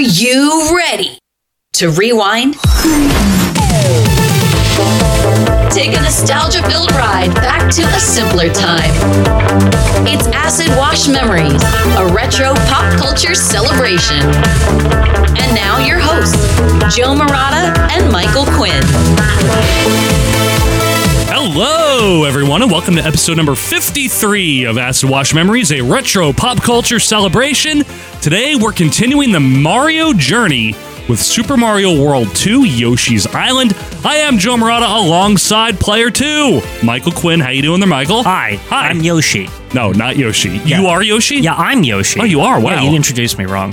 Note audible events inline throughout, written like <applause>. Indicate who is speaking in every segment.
Speaker 1: you ready to rewind? Take a nostalgia filled ride back to a simpler time. It's Acid Wash Memories, a retro pop culture celebration. And now, your hosts, Joe Murata and Michael Quinn.
Speaker 2: Hello, everyone, and welcome to episode number 53 of Acid Wash Memories, a retro pop culture celebration. Today, we're continuing the Mario journey with Super Mario World 2 Yoshi's Island. I am Joe Murata alongside player 2, Michael Quinn. How you doing there, Michael?
Speaker 3: Hi.
Speaker 2: Hi.
Speaker 3: I'm Yoshi.
Speaker 2: no, not Yoshi. You are Yoshi?
Speaker 3: Yeah, I'm Yoshi.
Speaker 2: Oh, you are?
Speaker 3: Yeah,
Speaker 2: Wow.
Speaker 3: you introduced me
Speaker 2: <laughs>
Speaker 3: wrong.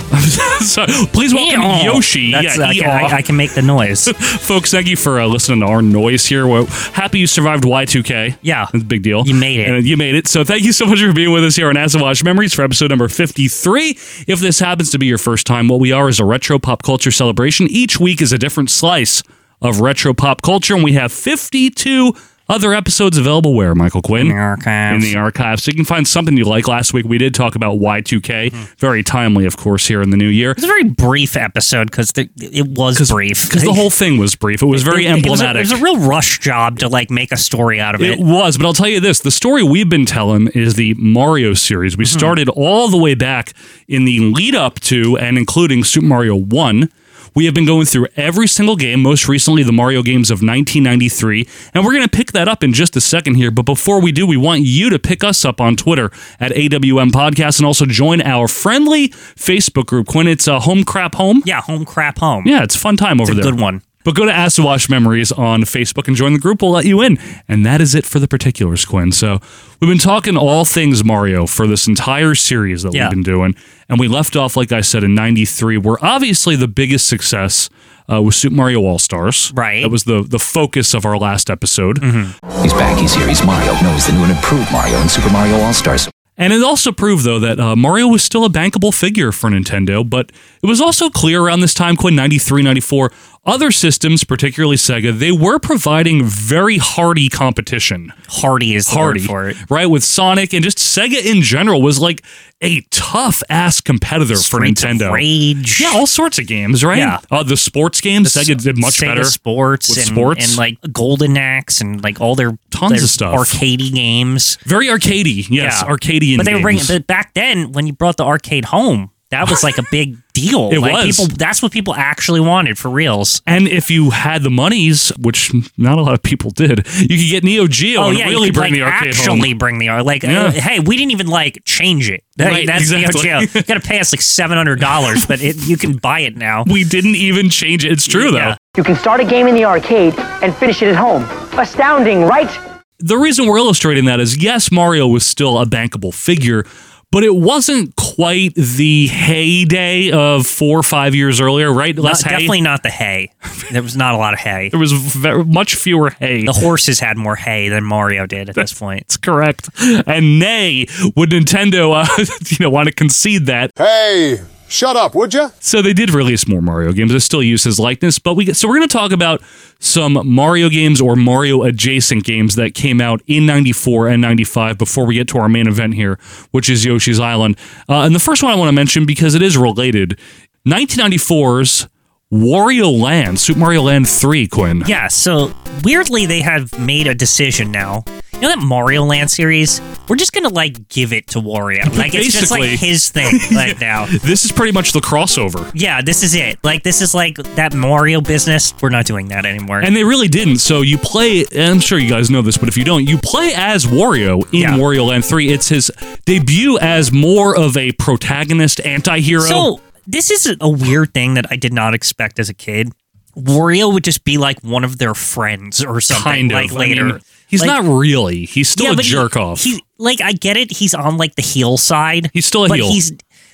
Speaker 2: so, please welcome
Speaker 3: Eeyaw.
Speaker 2: Yoshi.
Speaker 3: That's,
Speaker 2: yeah, E
Speaker 3: I, can,
Speaker 2: eeyaw.
Speaker 3: I, I can make
Speaker 2: <laughs>
Speaker 3: the noise.
Speaker 2: Folks, thank you for uh, listening to our noise here. We're happy you survived Y2K.
Speaker 3: Yeah.
Speaker 2: That's a big deal.
Speaker 3: You made it.
Speaker 2: And you made it. So thank you so much for being with us here on Acid Wash Memories for episode number 53. If this happens to be your first time, what we are is a retro pop culture celebration. Each week is a different slice of retro pop culture, and we have 52 other episodes available where, Michael Quinn?
Speaker 3: In the archives.
Speaker 2: In the archives. So you can find something you like. Last week we did talk about Y2K.
Speaker 3: Mm-hmm.
Speaker 2: Very timely, of course, here in the new year.
Speaker 3: It's a very brief episode because it was brief.
Speaker 2: Because the whole thing was brief. It was very
Speaker 3: It- it was a-
Speaker 2: emblematic.
Speaker 3: It was, a, real rush job to like make a story out of it.
Speaker 2: It was, but I'll tell you this: the story we've been telling is the Mario series.
Speaker 3: Mm-hmm.
Speaker 2: We started all the way back in the lead up to and including Super Mario One. We have been going through every single game, most recently the Mario games of 1993, and we're going to pick that up in just a second here. But before we do, we want you to pick us up on Twitter at AWM Podcast and also join our friendly Facebook group. Quinn, it's uh, Home Crap Home.
Speaker 3: yeah, home crap home.
Speaker 2: Yeah, it's a fun time over
Speaker 3: It's a
Speaker 2: there.
Speaker 3: good one.
Speaker 2: But go to Ask to Wash Memories on Facebook and join the group. We'll let you in. And that is it for the particulars, Quinn. So we've been talking all things Mario for this entire series that
Speaker 3: Yeah.
Speaker 2: we've been doing. And we left off, like I said, in 93, where obviously the biggest success uh, was Super Mario All Stars.
Speaker 3: Right.
Speaker 2: That was the, the focus of our last episode.
Speaker 4: He's back, he's here, he's Mario. No, he's the new and improved Mario in Super Mario All Stars.
Speaker 2: And it also proved, though, that uh, Mario was still a bankable figure for Nintendo, but it was also clear around this time, Quinn 93, 94, other systems, particularly Sega, they were providing very hardy competition.
Speaker 3: Hardy is the
Speaker 2: Hardy,
Speaker 3: word for it.
Speaker 2: right? With Sonic and just Sega in general was like a tough ass competitor
Speaker 3: Streets
Speaker 2: for
Speaker 3: of
Speaker 2: Nintendo.
Speaker 3: Rage.
Speaker 2: Yeah, all sorts of games, right?
Speaker 3: Yeah.
Speaker 2: Uh, the sports games, Sega did much
Speaker 3: Sega
Speaker 2: better.
Speaker 3: Sports
Speaker 2: with
Speaker 3: and
Speaker 2: sports.
Speaker 3: and like Golden Axe and like all their
Speaker 2: Tons
Speaker 3: their
Speaker 2: of stuff.
Speaker 3: arcadey games.
Speaker 2: Very arcadey, yes, arcadian.
Speaker 3: But they were bringing
Speaker 2: games.
Speaker 3: but back then when you brought the arcade home. That was like a
Speaker 2: <laughs>
Speaker 3: big deal.
Speaker 2: It
Speaker 3: like
Speaker 2: was.
Speaker 3: people that's what people actually wanted for reals.
Speaker 2: And if you had the monies, which not a lot of people did, you could get Neo Geo Oh, and
Speaker 3: Oh, you
Speaker 2: really
Speaker 3: could,
Speaker 2: bring
Speaker 3: like,
Speaker 2: the arcade home.
Speaker 3: actually bring the ar- like
Speaker 2: Yeah.
Speaker 3: uh, hey, we didn't even like change it. That-
Speaker 2: Right,
Speaker 3: that's
Speaker 2: exactly.
Speaker 3: Neo Geo. You gotta pay us like seven
Speaker 2: <laughs>
Speaker 3: hundred dollars, but it, you can buy it now.
Speaker 2: We didn't even change it. It's true, though.
Speaker 3: Yeah.
Speaker 5: You can start a game in the arcade and finish it at home. Astounding, right?
Speaker 2: The reason we're illustrating that is yes, Mario was still a bankable figure, but it wasn't quite the heyday of four or five years earlier, right?
Speaker 3: Not-
Speaker 2: Less hay.
Speaker 3: Uh, definitely not the hay. There was not a lot of hay.
Speaker 2: <laughs> There was ve- much fewer hay.
Speaker 3: The horses had more hay than Mario did at this point.
Speaker 2: That's correct. And nay, would Nintendo, uh, <laughs> you know, want to concede that?
Speaker 6: Hey, shut up, would you?
Speaker 2: So they did release more Mario games. They still use his likeness, but we so we're going to talk about some Mario games or Mario adjacent games that came out in '94 and '95 before we get to our main event here, which is Yoshi's Island. Uh, and the first one I want to mention because it is related, 1994's Wario Land, Super Mario Land 3, Quinn.
Speaker 3: Yeah, so weirdly they have made a decision now. You know that Mario Land series? We're just gonna like give it
Speaker 2: <laughs>
Speaker 3: to Wario. Like it's just like
Speaker 2: Basically.
Speaker 3: his
Speaker 2: <laughs>
Speaker 3: thing right now.
Speaker 2: This is pretty much the crossover.
Speaker 3: Yeah, this is it. Like this is like that Mario business. We're not doing that anymore.
Speaker 2: And they really didn't. So you play, and I'm sure you guys know this, but if you don't, you play as Wario in
Speaker 3: Yeah.
Speaker 2: Wario Land 3. It's his debut as more of a protagonist anti hero.
Speaker 3: so this is a weird thing that I did not expect as a kid. Wario would just be like one of their friends or something
Speaker 2: kind of.
Speaker 3: like
Speaker 2: I
Speaker 3: later.
Speaker 2: mean, he's not
Speaker 3: Like-
Speaker 2: really. He's still
Speaker 3: Yeah,
Speaker 2: a
Speaker 3: but he-
Speaker 2: jerk off.
Speaker 3: He like I get it. He's on like the heel side.
Speaker 2: He's still a
Speaker 3: but
Speaker 2: heel.
Speaker 3: He's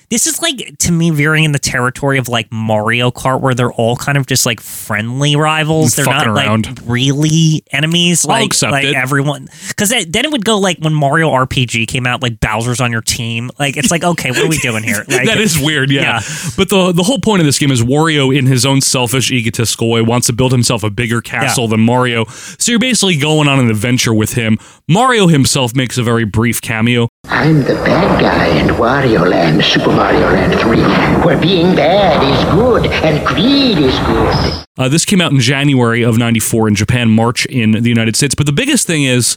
Speaker 3: this is like to me veering in the territory of like Mario Kart, where they're all kind of just like friendly rivals. They're
Speaker 2: Fucking
Speaker 3: not
Speaker 2: around.
Speaker 3: like really enemies.
Speaker 2: I'll
Speaker 3: like
Speaker 2: accept
Speaker 3: like
Speaker 2: it.
Speaker 3: everyone, because then it would go like when Mario RPG came out, like Bowser's on your team. Like it's like okay, what are we doing
Speaker 2: <laughs>
Speaker 3: here? Like,
Speaker 2: that is weird, yeah.
Speaker 3: yeah.
Speaker 2: But the the whole point of this game is Wario, in his own selfish, egotistical way, wants to build himself a bigger castle than Mario. So you're basically going on an adventure with him. Mario himself makes a very brief cameo.
Speaker 7: I'm the bad guy in Wario Land, Super Mario Land 3, where being bad is good and greed is good.
Speaker 2: Uh, this came out in January of 94 in Japan, March in the United States. But the biggest thing is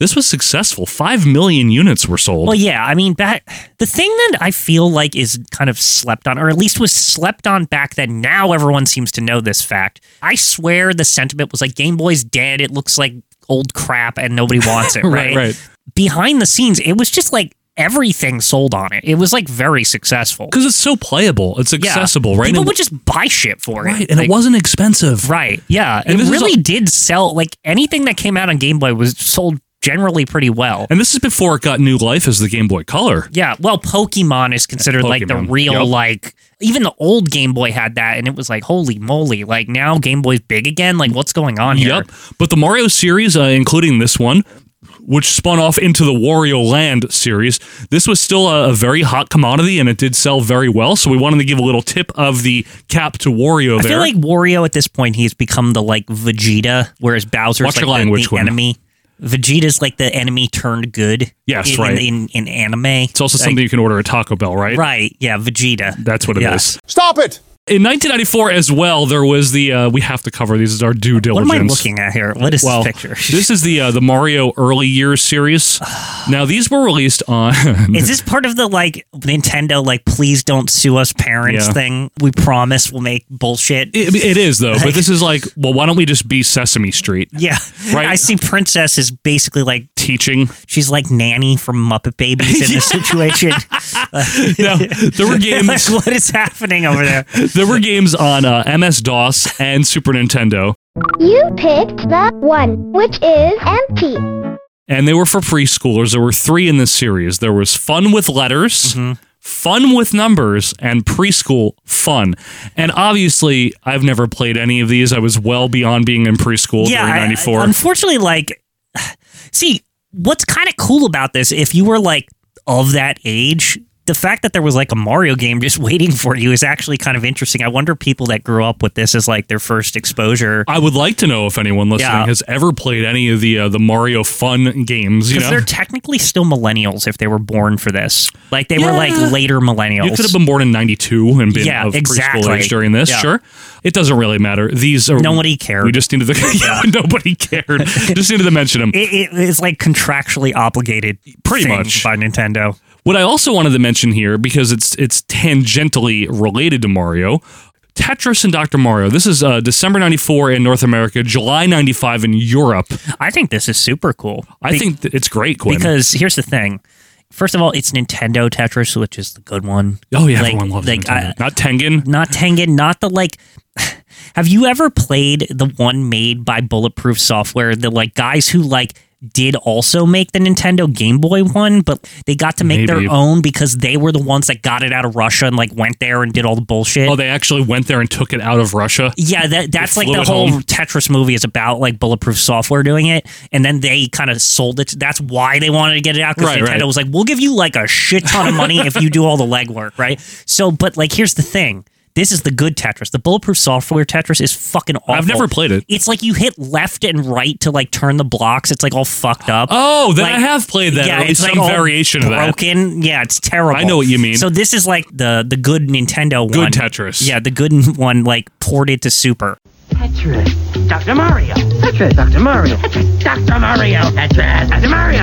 Speaker 2: this was successful. Five million units were sold.
Speaker 3: Well, yeah, I mean, that, the thing that I feel like is kind of slept on, or at least was slept on back then, now everyone seems to know this fact. I swear the sentiment was like Game Boy's dead, it looks like old crap, and nobody wants
Speaker 2: <laughs>
Speaker 3: it,
Speaker 2: Right,
Speaker 3: right?
Speaker 2: right.
Speaker 3: Behind the scenes, it was just like everything sold on it. It was like very successful.
Speaker 2: because it's so playable, it's
Speaker 3: Yeah.
Speaker 2: accessible, right?
Speaker 3: People
Speaker 2: And-
Speaker 3: would just buy shit for it.
Speaker 2: right, and
Speaker 3: Like,
Speaker 2: it wasn't expensive.
Speaker 3: Right. Yeah.
Speaker 2: And
Speaker 3: it
Speaker 2: this is
Speaker 3: really
Speaker 2: all-
Speaker 3: did sell. Like anything that came out on Game Boy was sold generally pretty well.
Speaker 2: And this is before it got new life as the Game Boy Color.
Speaker 3: yeah. Well, Pokemon is considered like the
Speaker 2: Pokemon.
Speaker 3: real,
Speaker 2: Yep.
Speaker 3: like, even the old Game Boy had that, and it was like, holy moly. Like now Game Boy's big again. Like, what's going on here?
Speaker 2: Yep. But the Mario series, uh, including this one, which spun off into the Wario Land series, this was still a, a very hot commodity and it did sell very well. So we wanted to give a little tip of the cap to Wario
Speaker 3: I
Speaker 2: there.
Speaker 3: feel like Wario at this point, he's become the like Vegeta, whereas Bowser's
Speaker 2: Watch
Speaker 3: like
Speaker 2: your
Speaker 3: the-
Speaker 2: language,
Speaker 3: the,
Speaker 2: Quinn.
Speaker 3: enemy. Vegeta's like the enemy turned good.
Speaker 2: Yes,
Speaker 3: in,
Speaker 2: right.
Speaker 3: In, in, in anime.
Speaker 2: it's also something you can order at Taco Bell, right?
Speaker 3: Right. Yeah. Vegeta.
Speaker 2: That's what it is.
Speaker 3: Yeah.
Speaker 6: Stop it!
Speaker 2: In 1994 as well, there was the uh, we have to cover these as our due
Speaker 3: What
Speaker 2: diligence.
Speaker 3: am I looking at here? What is
Speaker 2: Well,
Speaker 3: this picture?
Speaker 2: <laughs> this is the uh, the Mario early years
Speaker 3: <sighs>
Speaker 2: series. now these were released on
Speaker 3: <laughs>
Speaker 2: <laughs>
Speaker 3: Is this part of the like Nintendo like please don't sue us parents
Speaker 2: Yeah.
Speaker 3: thing? We promise we'll make bullshit.
Speaker 2: It, it is though, but this is like, well, why don't we just be Sesame Street
Speaker 3: yeah,
Speaker 2: Right.
Speaker 3: I see. Princess is basically like
Speaker 2: teaching?
Speaker 3: <laughs> she's like nanny from Muppet Babies in
Speaker 2: <laughs>
Speaker 3: this situation. <laughs>
Speaker 2: No, there were
Speaker 3: like, <laughs>
Speaker 2: games.
Speaker 3: what is happening over there?
Speaker 2: There were games on uh, MS DOS and Super Nintendo,
Speaker 8: You picked the one which is empty.
Speaker 2: and they were for preschoolers. There were three in this series. There was fun with letters.
Speaker 3: Mm-hmm.
Speaker 2: Fun with numbers and preschool fun. And obviously, I've never played any of these. I was well beyond being in preschool
Speaker 3: yeah,
Speaker 2: during
Speaker 3: I-
Speaker 2: 94.
Speaker 3: I- unfortunately, like, see, what's kind of cool about this, if you were like of that age, the fact that there was like a Mario game just <laughs> waiting for you is actually kind of interesting. I wonder people that grew up with this as like their first exposure.
Speaker 2: I would like to know if anyone listening
Speaker 3: Yeah.
Speaker 2: has ever played any of the uh, the Mario fun games. You
Speaker 3: Because
Speaker 2: know,
Speaker 3: they're technically still millennials if they were born for this. Like they were
Speaker 2: Yeah.
Speaker 3: like later millennials.
Speaker 2: You could have been born in '92 and been
Speaker 3: Yeah,
Speaker 2: of preschool
Speaker 3: exactly.
Speaker 2: age during this.
Speaker 3: Yeah.
Speaker 2: Sure, it doesn't really matter. These are
Speaker 3: Nobody cared.
Speaker 2: We just needed the <laughs> yeah, nobody
Speaker 3: <laughs>
Speaker 2: cared. just needed to mention them.
Speaker 3: it, it is like contractually obligated,
Speaker 2: Pretty
Speaker 3: thing
Speaker 2: much.
Speaker 3: by Nintendo.
Speaker 2: What I also wanted to mention here because it's it's tangentially related to Mario. Tetris and Dr. Mario. This is uh, December 94 in North America, July 95 in Europe.
Speaker 3: I think this is super cool.
Speaker 2: I
Speaker 3: Be-
Speaker 2: think th- it's great, Quinn.
Speaker 3: because here's the thing. First of all, it's Nintendo Tetris, which is the good one.
Speaker 2: oh, yeah,
Speaker 3: Like-
Speaker 2: everyone loves
Speaker 3: like,
Speaker 2: Nintendo.
Speaker 3: I-
Speaker 2: Not Tengen.
Speaker 3: not Tengen, not the like. <laughs> Have you ever played the one made by Bulletproof Software? The like guys who like did also make the Nintendo Game Boy one, but they got to make
Speaker 2: Maybe.
Speaker 3: their own because they were the ones that got it out of Russia and like went there and did all the bullshit.
Speaker 2: Oh, they actually went there and took it out of Russia.
Speaker 3: yeah, that that's
Speaker 2: They
Speaker 3: like
Speaker 2: flew
Speaker 3: the
Speaker 2: it
Speaker 3: whole
Speaker 2: home.
Speaker 3: Tetris movie is about like Bulletproof Software doing it, and then they kind of sold it. That's why they wanted to get it out because
Speaker 2: Right,
Speaker 3: Nintendo
Speaker 2: right.
Speaker 3: was like, "We'll give you like a shit ton of money if you do all the legwork, right?" So, but like, here's the thing: this is the good Tetris. The Bulletproof Software Tetris is fucking awful.
Speaker 2: I've never played it.
Speaker 3: It's like you hit left and right to like turn the blocks. It's like all fucked up.
Speaker 2: Oh, then I have played that, or at least some
Speaker 3: all
Speaker 2: variation of that.
Speaker 3: Broken. Yeah, it's terrible.
Speaker 2: I know what you mean.
Speaker 3: So this is like the the good Nintendo
Speaker 2: Good
Speaker 3: one.
Speaker 2: Tetris.
Speaker 3: Yeah, the good one like ported to Super.
Speaker 7: Tetris. Dr. Mario. Tetris. Dr. Mario. Tetris. Dr. Mario. Tetris. Dr. Mario.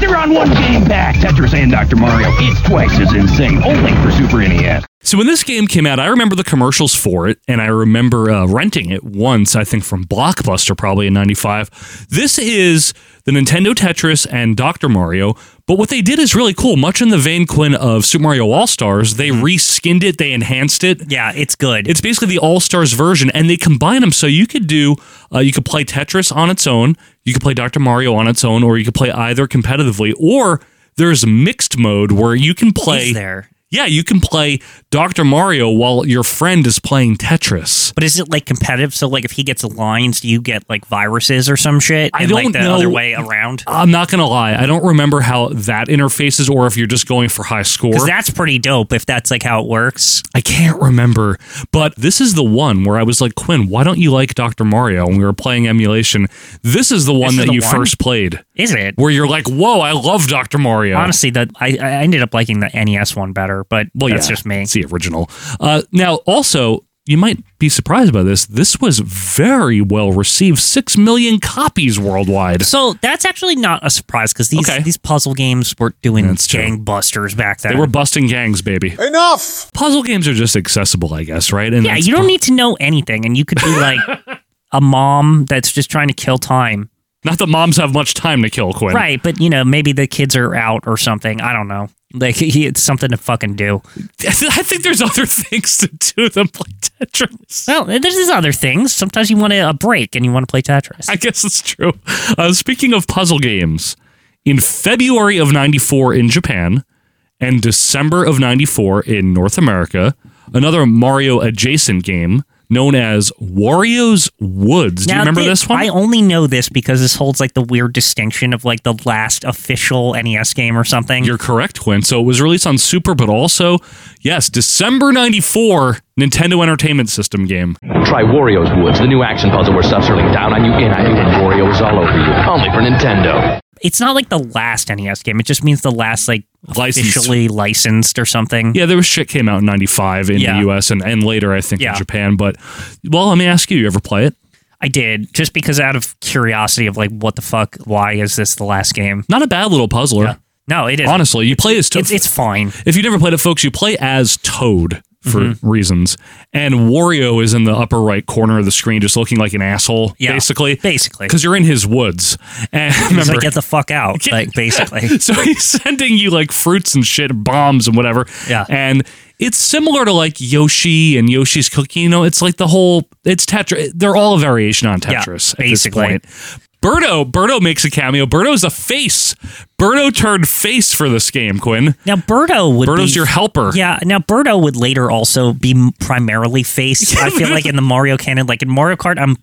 Speaker 9: They're Ah, on one game back. Tetris and Dr. Mario. It's twice as insane, only for Super E NES.
Speaker 2: So when this game came out, I remember the commercials for it, and I remember uh, renting it once, I think from Blockbuster probably in 95. This is the Nintendo Tetris and Dr. Mario, but what they did is really cool. Much in the vein, Quinn, of Super Mario All-Stars, they reskinned it, they enhanced it.
Speaker 3: Yeah, it's good.
Speaker 2: It's basically the All Stars version, and they combine them so you could do uh, you could play Tetris on its own, you could play Dr. Mario on its own, or you could play either competitively, or there's mixed mode where you can play.
Speaker 3: Is there.
Speaker 2: yeah, you can play Dr. Mario while your friend is playing Tetris.
Speaker 3: But is it like competitive? So like if he gets lines, do you get like viruses or some shit?
Speaker 2: I
Speaker 3: and,
Speaker 2: don't
Speaker 3: like the
Speaker 2: know.
Speaker 3: other way around.
Speaker 2: I'm not going to lie. I don't remember how that interfaces or if you're just going for high score.
Speaker 3: Because that's pretty dope if that's like how it works.
Speaker 2: I can't remember, but this is the one where I was like, Quinn, why don't you like Dr. Mario? And we were playing emulation. This is the one
Speaker 3: is
Speaker 2: that
Speaker 3: the
Speaker 2: you
Speaker 3: one?
Speaker 2: first played,
Speaker 3: Is it?
Speaker 2: where you're like, whoa, I love Dr. Mario.
Speaker 3: Honestly, that I, I ended up liking the NES one better, but
Speaker 2: well,
Speaker 3: that's
Speaker 2: yeah,
Speaker 3: just me.
Speaker 2: It's the original. Uh, now, also, you might be surprised by this. This was very well received. Six million copies worldwide.
Speaker 3: So that's actually not a surprise because these
Speaker 2: Okay.
Speaker 3: these puzzle games were doing
Speaker 2: That's true.
Speaker 3: gangbusters back then.
Speaker 2: They were busting gangs, baby.
Speaker 6: Enough!
Speaker 2: Puzzle games are just accessible, I guess, right? And
Speaker 3: yeah,
Speaker 2: that's
Speaker 3: you don't
Speaker 2: pro-
Speaker 3: need to know anything, and you could
Speaker 2: <laughs>
Speaker 3: be like a mom that's just trying to kill time,
Speaker 2: Not that moms have much time to kill, Quinn.
Speaker 3: right? But you know, maybe the kids are out or something. I don't know. Like <laughs> he, it's something to fucking do.
Speaker 2: <laughs> I think there's other things to do than play Tetris.
Speaker 3: Well, there's these other things. Sometimes you want a, a break and you want to play Tetris.
Speaker 2: I guess it's true. Uh, speaking of puzzle games, in February of 94 in Japan and December of 94 in North America, another Mario adjacent game known as Wario's Woods. Do you remember
Speaker 3: thi-
Speaker 2: this one?
Speaker 3: I only know this because this holds like the weird distinction of like the last official NES game or something.
Speaker 2: You're correct, Quinn. So it was released on Super, but also, yes, December 94, Nintendo Entertainment System game.
Speaker 10: Try Wario's Woods, the new action puzzle where stuff's hurling down on you, in on you, and Wario is all over you. Only for Nintendo.
Speaker 3: it's not like the last NES game. It just means the last like
Speaker 2: Licensed.
Speaker 3: officially licensed or something.
Speaker 2: Yeah, there was shit came out in 95 in
Speaker 3: Yeah.
Speaker 2: the US and, and later, I think,
Speaker 3: Yeah.
Speaker 2: in Japan. But, well, let me ask you, you ever play it?
Speaker 3: I did just because out of curiosity of like what the fuck, why is this the last game?
Speaker 2: Not a bad little puzzler.
Speaker 3: No, it is
Speaker 2: Honestly, you play as Toad.
Speaker 3: It's it's fine.
Speaker 2: if you never played it, folks, you play as Toad for
Speaker 3: Mm-hmm.
Speaker 2: reasons. And Wario is in the upper right corner of the screen, just looking like an asshole,
Speaker 3: Yeah,
Speaker 2: basically.
Speaker 3: basically.
Speaker 2: Because you're in his woods. And
Speaker 3: It's
Speaker 2: remember,
Speaker 3: like get the fuck out, like basically.
Speaker 2: <laughs> so he's sending you like fruits and shit, bombs and whatever.
Speaker 3: Yeah.
Speaker 2: And it's similar to like Yoshi and Yoshi's Cookie. You know, it's like the whole it's Tetris. They're all a variation on
Speaker 3: Yeah,
Speaker 2: Tetris at this
Speaker 3: basically.
Speaker 2: point. Birdo, Birdo makes a cameo. Birdo's a face. Birdo turned face for this game, Quinn.
Speaker 3: Now Birdo would
Speaker 2: Birdo's
Speaker 3: be,
Speaker 2: your helper.
Speaker 3: Yeah. Now Birdo would later also be m-
Speaker 2: <laughs>
Speaker 3: primarily face. I feel like in the Mario canon, like in Mario Kart, I'm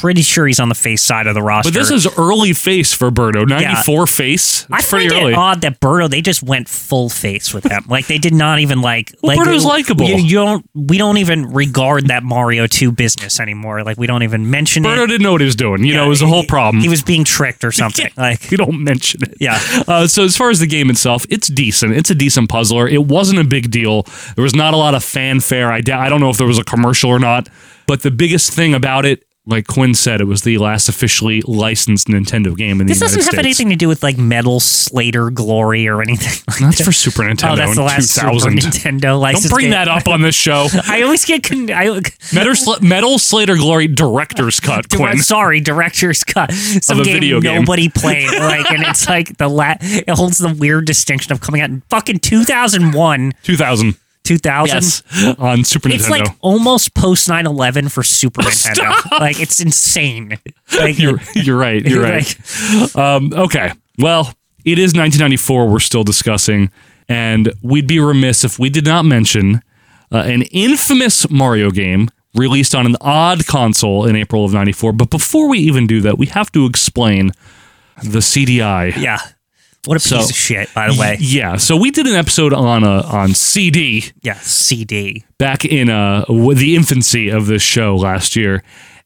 Speaker 3: pretty sure he's on the face side of the roster.
Speaker 2: But this is early face for Birdo. 94 face.
Speaker 3: I
Speaker 2: It's pretty
Speaker 3: find
Speaker 2: early.
Speaker 3: it odd that Birdo they just went full face with him. Like they did not even like.
Speaker 2: Well,
Speaker 3: like
Speaker 2: Birdo's likable.
Speaker 3: You, you don't. We don't even regard that Mario Two business anymore. Like we don't even mention
Speaker 2: Birdo
Speaker 3: it.
Speaker 2: didn't know what he was doing. You know, it was a whole problem. <laughs>
Speaker 3: He was being tricked or something. Like
Speaker 2: you don't mention it.
Speaker 3: Yeah.
Speaker 2: Uh, so as far as the game itself, it's decent. It's a decent puzzler. It wasn't a big deal. There was not a lot of fanfare. I, d- I don't know if there was a commercial or not. But the biggest thing about it, like Quinn said, it was the last officially licensed Nintendo game in
Speaker 3: this
Speaker 2: the United
Speaker 3: doesn't have
Speaker 2: States.
Speaker 3: anything to do with like Metal Slater Glory or anything. <laughs> Like
Speaker 2: That's
Speaker 3: that.
Speaker 2: for Super Nintendo
Speaker 3: Oh, that's
Speaker 2: in
Speaker 3: the last Super
Speaker 2: 2000.
Speaker 3: Nintendo license.
Speaker 2: Don't bring
Speaker 3: game.
Speaker 2: that up on this
Speaker 3: <laughs>
Speaker 2: show.
Speaker 3: I always get. Con- I,
Speaker 2: Metal, Sl- Metal Slater Glory Director's Cut, Quinn.
Speaker 3: Direct, sorry, director's cut. Some
Speaker 2: a
Speaker 3: game
Speaker 2: video game.
Speaker 3: nobody played. Like, and it's like the la- it holds the weird distinction of coming out in fucking 2001,
Speaker 2: 2000.
Speaker 3: 2000.
Speaker 2: Yes. On Super
Speaker 3: It's
Speaker 2: Nintendo.
Speaker 3: like almost post 9/11
Speaker 2: <laughs>
Speaker 3: for Super Nintendo. Like it's insane. Like <laughs>
Speaker 2: you're, you're right. You're right. Um, okay. Well, it is 1994. We're still discussing, and we'd be remiss if we did not mention uh, an infamous Mario game released on an odd console in April of 94. But before we even do that, we have to explain the CDI.
Speaker 3: yeah. What a piece
Speaker 2: So-
Speaker 3: of shit, by the way.
Speaker 2: Yeah. So we did an episode on uh, on CD
Speaker 3: Yeah, CD.
Speaker 2: back in uh, w- the infancy of this show last year.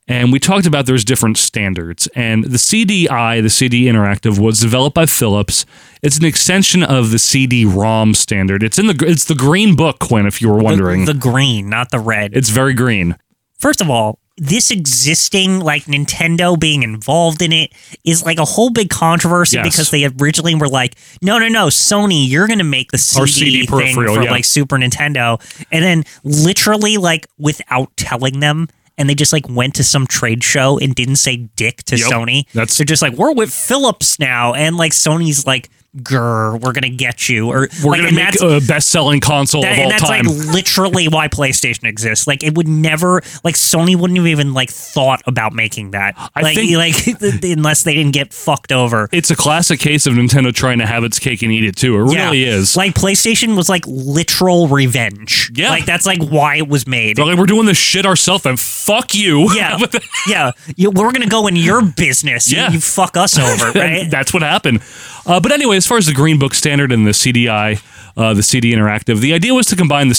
Speaker 2: And we talked about there's different standards. And the CDI, the CD Interactive, was developed by Philips. It's an extension of the CD-ROM standard. It's in the gr- it's the green book, Quinn, if you were
Speaker 3: The-
Speaker 2: wondering.
Speaker 3: the green, not the red.
Speaker 2: it's very green.
Speaker 3: first of all, this existing like Nintendo being involved in it is like a whole big controversy
Speaker 2: Yes.
Speaker 3: because they originally were like, no, no, no, Sony, you're going to make the CD,
Speaker 2: Our CD
Speaker 3: thing
Speaker 2: peripheral,
Speaker 3: for
Speaker 2: yeah.
Speaker 3: like Super Nintendo, and then literally like without telling them. And they just like went to some trade show and didn't say dick to
Speaker 2: Yep.
Speaker 3: Sony.
Speaker 2: That's-
Speaker 3: They're just like, we're with Philips now. And like Sony's like, grr, we're gonna get you, or
Speaker 2: We're
Speaker 3: like,
Speaker 2: gonna
Speaker 3: and
Speaker 2: make
Speaker 3: that's-
Speaker 2: a best-selling console
Speaker 3: that-
Speaker 2: of all
Speaker 3: and that's
Speaker 2: time.
Speaker 3: like literally why PlayStation exists. Like it would never, like Sony wouldn't have even like thought about making that.
Speaker 2: I
Speaker 3: like, <laughs>
Speaker 2: think-
Speaker 3: like unless they didn't get fucked over.
Speaker 2: it's a classic case of Nintendo trying to have its cake and eat it too. It really is.
Speaker 3: Like PlayStation was like literal revenge.
Speaker 2: Yeah.
Speaker 3: Like that's like why it was made.
Speaker 2: They're like, we're doing this shit ourselves, and fuck you.
Speaker 3: Yeah.
Speaker 2: <laughs> But that-
Speaker 3: yeah. You, we're gonna go in your business. You-
Speaker 2: Yeah.
Speaker 3: You, fuck
Speaker 2: <laughs>
Speaker 3: us <laughs> over, right?
Speaker 2: and that's what happened. Uh, but anyway, as far as the Green Book standard and the CDI, uh, the CD Interactive, the idea was to combine the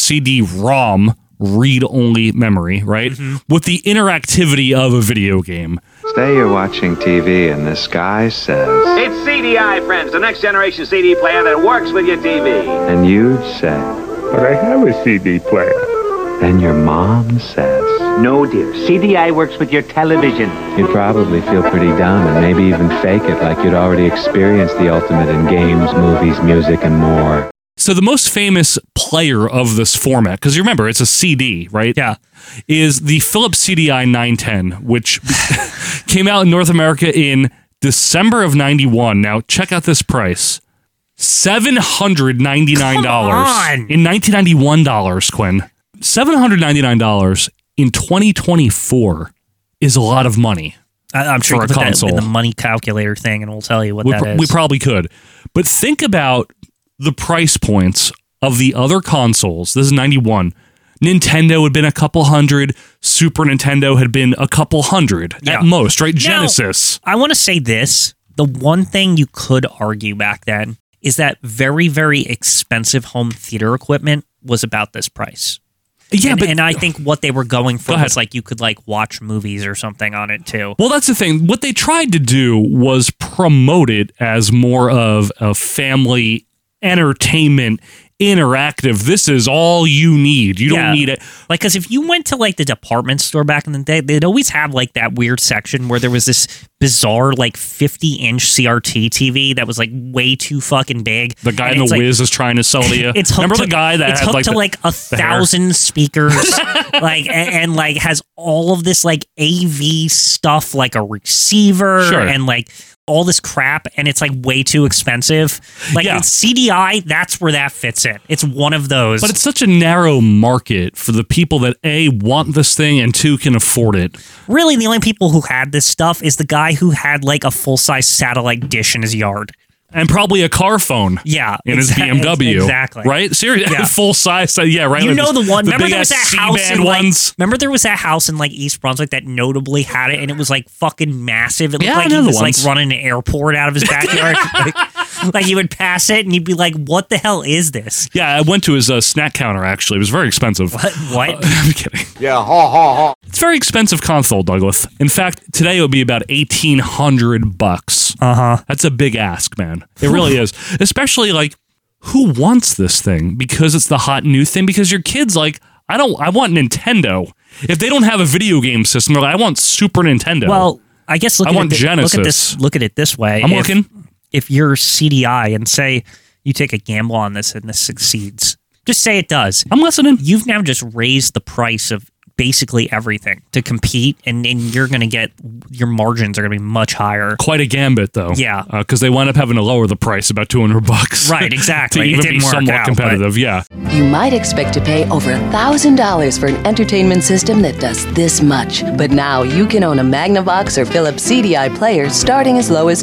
Speaker 2: CD-ROM read-only memory, right, with the interactivity of a video game.
Speaker 11: Say you're watching TV and this guy says,
Speaker 12: It's CDI, friends, the next generation CD player that works with your TV.
Speaker 11: and you'd say, But I have a CD player. And your mom says,
Speaker 12: No, dear. CDI works with your television.
Speaker 11: You'd probably feel pretty dumb and maybe even fake it like you'd already experienced the ultimate in games, movies, music, and more.
Speaker 2: So the most famous player of this format, because you remember it's a CD, right? Yeah, is the Philips CDI 910, which <laughs> came out in North America in December of '91. Now check out this price: seven hundred ninety-nine dollars
Speaker 3: Come on!
Speaker 2: in 1991 dollars. Quinn, seven hundred ninety-nine dollars in 2024 is a lot of money.
Speaker 3: I, am sure
Speaker 2: for
Speaker 3: you
Speaker 2: a
Speaker 3: can put that
Speaker 2: console.
Speaker 3: in the money calculator thing, and we'll tell you what
Speaker 2: we,
Speaker 3: that
Speaker 2: pr-
Speaker 3: is.
Speaker 2: we probably could. But think about the price points of the other consoles. This is 91. Nintendo had been a couple hundred. Super Nintendo had been a couple hundred
Speaker 3: Yeah.
Speaker 2: at most, right?
Speaker 3: Now-
Speaker 2: Genesis.
Speaker 3: I want to say this. The one thing you could argue back then is that very, very expensive home theater equipment was about this price.
Speaker 2: Yeah,
Speaker 3: and,
Speaker 2: but-
Speaker 3: and I think what they were going for
Speaker 2: Go ahead.
Speaker 3: was like you could like watch movies or something on it too.
Speaker 2: Well, that's the thing. What they tried to do was promote it as more of a family entertainment interactive. This is all you need. You
Speaker 3: Yeah.
Speaker 2: don't need it.
Speaker 3: Like, because if you went to like the department store back in the day, they'd always have like that weird section where there was this bizarre like 50 inch CRT TV that was like way too fucking big.
Speaker 2: The guy
Speaker 3: And
Speaker 2: in the
Speaker 3: it's, like,
Speaker 2: whiz is trying to sell to
Speaker 3: <laughs>
Speaker 2: you.
Speaker 3: it's hooked
Speaker 2: Remember
Speaker 3: to,
Speaker 2: the guy that
Speaker 3: it's
Speaker 2: had
Speaker 3: hooked
Speaker 2: like
Speaker 3: to
Speaker 2: the-
Speaker 3: like a
Speaker 2: the hair? <laughs>
Speaker 3: thousand speakers, like a- and, like has all of this like AV stuff, like a receiver
Speaker 2: Sure.
Speaker 3: and like all this crap, and it's like way too expensive. Like
Speaker 2: Yeah.
Speaker 3: it's CDI, that's where that fits in. It's one of those.
Speaker 2: But it's such a narrow market for the people that a want this thing and two can afford it.
Speaker 3: really the only people who had this stuff is the guy who had like a full size satellite dish in his yard.
Speaker 2: And probably a car phone.
Speaker 3: Yeah,
Speaker 2: In his
Speaker 3: exa-
Speaker 2: BMW.
Speaker 3: exactly.
Speaker 2: Right? Seriously. <laughs>
Speaker 3: Yeah.
Speaker 2: Full size. uh, Yeah, right.
Speaker 3: You
Speaker 2: like
Speaker 3: know
Speaker 2: this-
Speaker 3: the one. remember
Speaker 2: big
Speaker 3: there was
Speaker 2: ass
Speaker 3: that house
Speaker 2: C-band
Speaker 3: in like,
Speaker 2: ones?
Speaker 3: Remember there was that house in like East Brunswick that notably had it, and it was like fucking massive. It looked
Speaker 2: Yeah, I
Speaker 3: like
Speaker 2: know
Speaker 3: he
Speaker 2: the
Speaker 3: was
Speaker 2: ones.
Speaker 3: like running an airport out of his backyard.
Speaker 2: <laughs>
Speaker 3: like, like you would pass it, and you'd be like, "What the hell is this?
Speaker 2: Yeah, I went to his uh, snack counter actually. It was very expensive.
Speaker 3: What?"
Speaker 2: <laughs> I'm kidding.
Speaker 6: Yeah, ha ha ha.
Speaker 2: It's a very expensive console, Douglas. In fact, today it would be about eighteen hundred bucks.
Speaker 3: Uh huh.
Speaker 2: That's a big ask, man. It really is. Especially like who wants this thing because it's the hot new thing because your kids like I don't I want Nintendo. If they don't have a video game system, they're like I want Super Nintendo.
Speaker 3: Well, I guess look
Speaker 2: I
Speaker 3: at
Speaker 2: want
Speaker 3: it, thi- Look at this.
Speaker 2: Genesis.
Speaker 3: Look at it this way.
Speaker 2: I'm
Speaker 3: If-
Speaker 2: looking.
Speaker 3: If you're CDI and say you take a gamble on this and this succeeds, just say it does.
Speaker 2: I'm listening.
Speaker 3: you've now just raised the price of basically everything to compete and, and you're going to get your margins are going to be much higher
Speaker 2: Quite a gambit though.
Speaker 3: Yeah.
Speaker 2: Because they wound up having to lower the price about 200 bucks.
Speaker 3: Right,
Speaker 2: <laughs>
Speaker 3: exactly.
Speaker 2: to
Speaker 3: It
Speaker 2: even
Speaker 3: didn't
Speaker 2: be
Speaker 3: work
Speaker 2: somewhat
Speaker 3: out,
Speaker 2: competitive. Yeah.
Speaker 13: You might expect to pay over $1,000 for an entertainment system that does this much. But now you can own a Magnavox or Philips CDI player starting as low as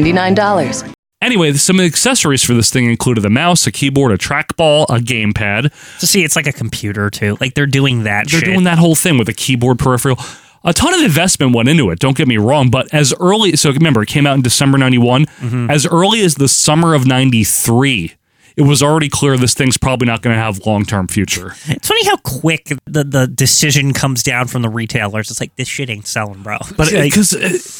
Speaker 13: $299.
Speaker 2: Anyway, some accessories for this thing included a mouse, a keyboard, a trackball, a gamepad.
Speaker 3: so see it's like a computer too like they're doing that
Speaker 2: They're
Speaker 3: shit.
Speaker 2: doing that whole thing with a keyboard peripheral. A ton of investment went into it, don't get me wrong, but as early so remember, it came out in December 91,
Speaker 3: Mm-hmm.
Speaker 2: as early as the summer of 93, it was already clear this thing's probably not going to have long-term future.
Speaker 3: it's funny how quick the, the decision comes down from the retailers it's like this shit ain't selling bro
Speaker 2: But
Speaker 3: Like,
Speaker 2: because uh,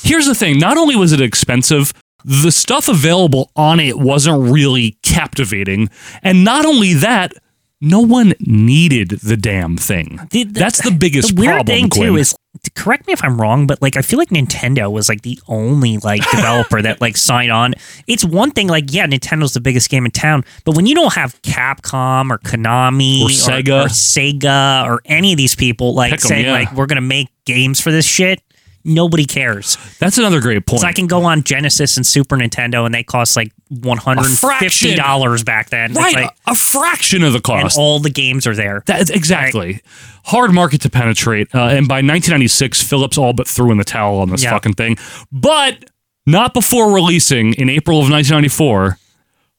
Speaker 2: here's the thing, not only was it expensive, the stuff available on it wasn't really captivating, and not only that, no one needed the damn thing.
Speaker 3: the-
Speaker 2: That's the biggest
Speaker 3: the weird
Speaker 2: problem.
Speaker 3: thing
Speaker 2: Quinn.
Speaker 3: too is correct me if i'm wrong but like i feel like nintendo was like the only
Speaker 2: <laughs>
Speaker 3: like developer that like signed on it's one thing like yeah nintendo's the biggest game in town but when you don't have capcom or konami
Speaker 2: Or Sega.
Speaker 3: or, sega or any of these people like
Speaker 2: Pick 'em,
Speaker 3: saying
Speaker 2: yeah.
Speaker 3: like we're gonna make games for this shit Nobody cares.
Speaker 2: That's another great point.
Speaker 3: So I can go on Genesis and Super Nintendo, and they cost like one hundred and fifty dollars back then. It's
Speaker 2: Right,
Speaker 3: like-
Speaker 2: a fraction of the cost.
Speaker 3: And all the games are there.
Speaker 2: That, exactly. Hard market to penetrate. Uh, and by 1996, Phillips all but threw in the towel on this
Speaker 3: Yeah.
Speaker 2: fucking thing. But not before releasing in April of 1994,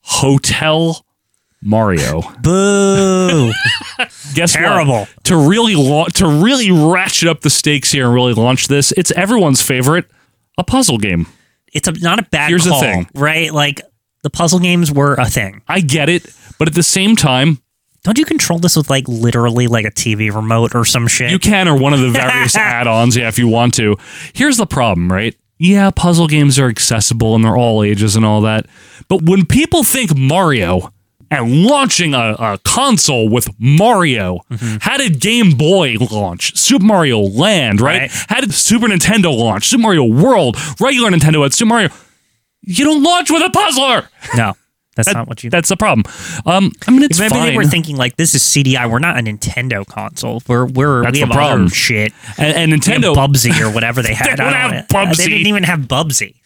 Speaker 2: Hotel
Speaker 3: <laughs>
Speaker 2: Mario.
Speaker 3: Boo! <laughs>
Speaker 2: Guess what?
Speaker 3: Terrible.
Speaker 2: To really la- to really ratchet up the stakes here and really launch this, it's everyone's favorite, a puzzle game.
Speaker 3: It's a, not a bad
Speaker 2: Here's the
Speaker 3: call,
Speaker 2: thing.
Speaker 3: right? Like the puzzle games were a thing.
Speaker 2: I get it, but at the same time,
Speaker 3: don't you control this with like literally like a TV remote or some shit?
Speaker 2: You can, or one of the
Speaker 3: <laughs>
Speaker 2: various add-ons, yeah, if you want to. Here's the problem, right? Yeah, puzzle games are accessible and they're all ages and all that. But when people think Mario and launching a, a console with Mario,
Speaker 3: Mm-hmm.
Speaker 2: how did Game Boy launch? Super Mario Land, right? How did Super Nintendo launch? Super Mario World, regular Nintendo had Super Mario. You don't launch with a puzzler.
Speaker 3: No, that's
Speaker 2: That-
Speaker 3: not what you.
Speaker 2: That's the problem. Um, I mean, it's
Speaker 3: Maybe they
Speaker 2: fine.
Speaker 3: <laughs> were thinking like this is CDI. We're not a Nintendo console. We're we're
Speaker 2: That's
Speaker 3: we
Speaker 2: the
Speaker 3: have other
Speaker 2: problem.
Speaker 3: shit.
Speaker 2: And, and
Speaker 3: We have
Speaker 2: Nintendo
Speaker 3: Bubsy or whatever <laughs> they had.
Speaker 2: They
Speaker 3: I
Speaker 2: don't
Speaker 3: don't
Speaker 2: have
Speaker 3: know.
Speaker 2: Bubsy.
Speaker 3: They didn't even have Bubsy.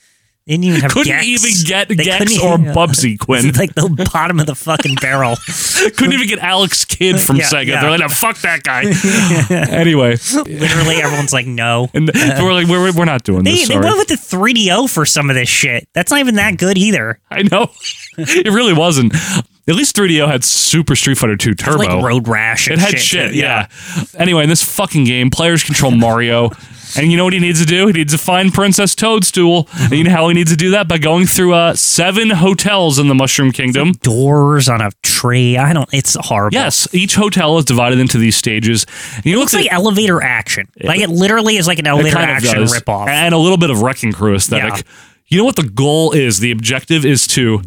Speaker 3: They didn't even have.
Speaker 2: Couldn't
Speaker 3: Gex.
Speaker 2: even get
Speaker 3: They
Speaker 2: Gex
Speaker 3: couldn't
Speaker 2: or
Speaker 3: even-
Speaker 2: Bubsy, Quinn.
Speaker 3: <laughs> It's like the bottom of the fucking <laughs> barrel.
Speaker 2: Couldn't even get Alex Kidd from
Speaker 3: Yeah,
Speaker 2: Sega.
Speaker 3: yeah.
Speaker 2: They're like, "No, fuck that guy.
Speaker 3: <laughs>
Speaker 2: anyway,
Speaker 3: Literally, everyone's like, <laughs> no.
Speaker 2: and we're like, we're, we're not doing
Speaker 3: They,
Speaker 2: this.
Speaker 3: they
Speaker 2: Sorry.
Speaker 3: went with the 3DO for some of this shit. That's not even that good either.
Speaker 2: I
Speaker 3: <laughs>
Speaker 2: know. it really wasn't. At least 3DO had Super Street Fighter 2 Turbo.
Speaker 3: like Road Rash and
Speaker 2: it had
Speaker 3: shit,
Speaker 2: shit.
Speaker 3: too,
Speaker 2: yeah. Anyway, in this fucking game, players
Speaker 3: <laughs>
Speaker 2: control Mario. And you know what he needs to do? He needs to find Princess Toadstool. And you know how he needs to do that? By going through uh, seven hotels in the Mushroom Kingdom.
Speaker 3: Doors on a tree. I don't. It's horrible.
Speaker 2: Yes, each hotel is divided into these stages. And you
Speaker 3: Looks like elevator action. Like it literally is like an
Speaker 2: It
Speaker 3: elevator
Speaker 2: kind of
Speaker 3: action
Speaker 2: does.
Speaker 3: ripoff.
Speaker 2: And a little bit of Wrecking Crew aesthetic. You know what the goal is? The objective is to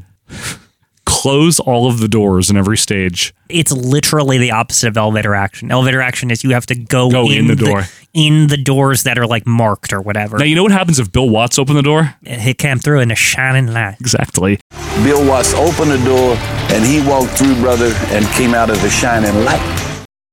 Speaker 2: close all of the doors in every stage.
Speaker 3: It's literally the opposite of elevator action. Elevator action is you have to go,
Speaker 2: Go in the door.
Speaker 3: in the doors that are like marked or whatever.
Speaker 2: Now, you know what happens if Bill Watts opened the door?
Speaker 3: It came through in a shining light.
Speaker 2: Exactly.
Speaker 14: Bill Watts opened the door and he walked through, brother, and came out as a shining light.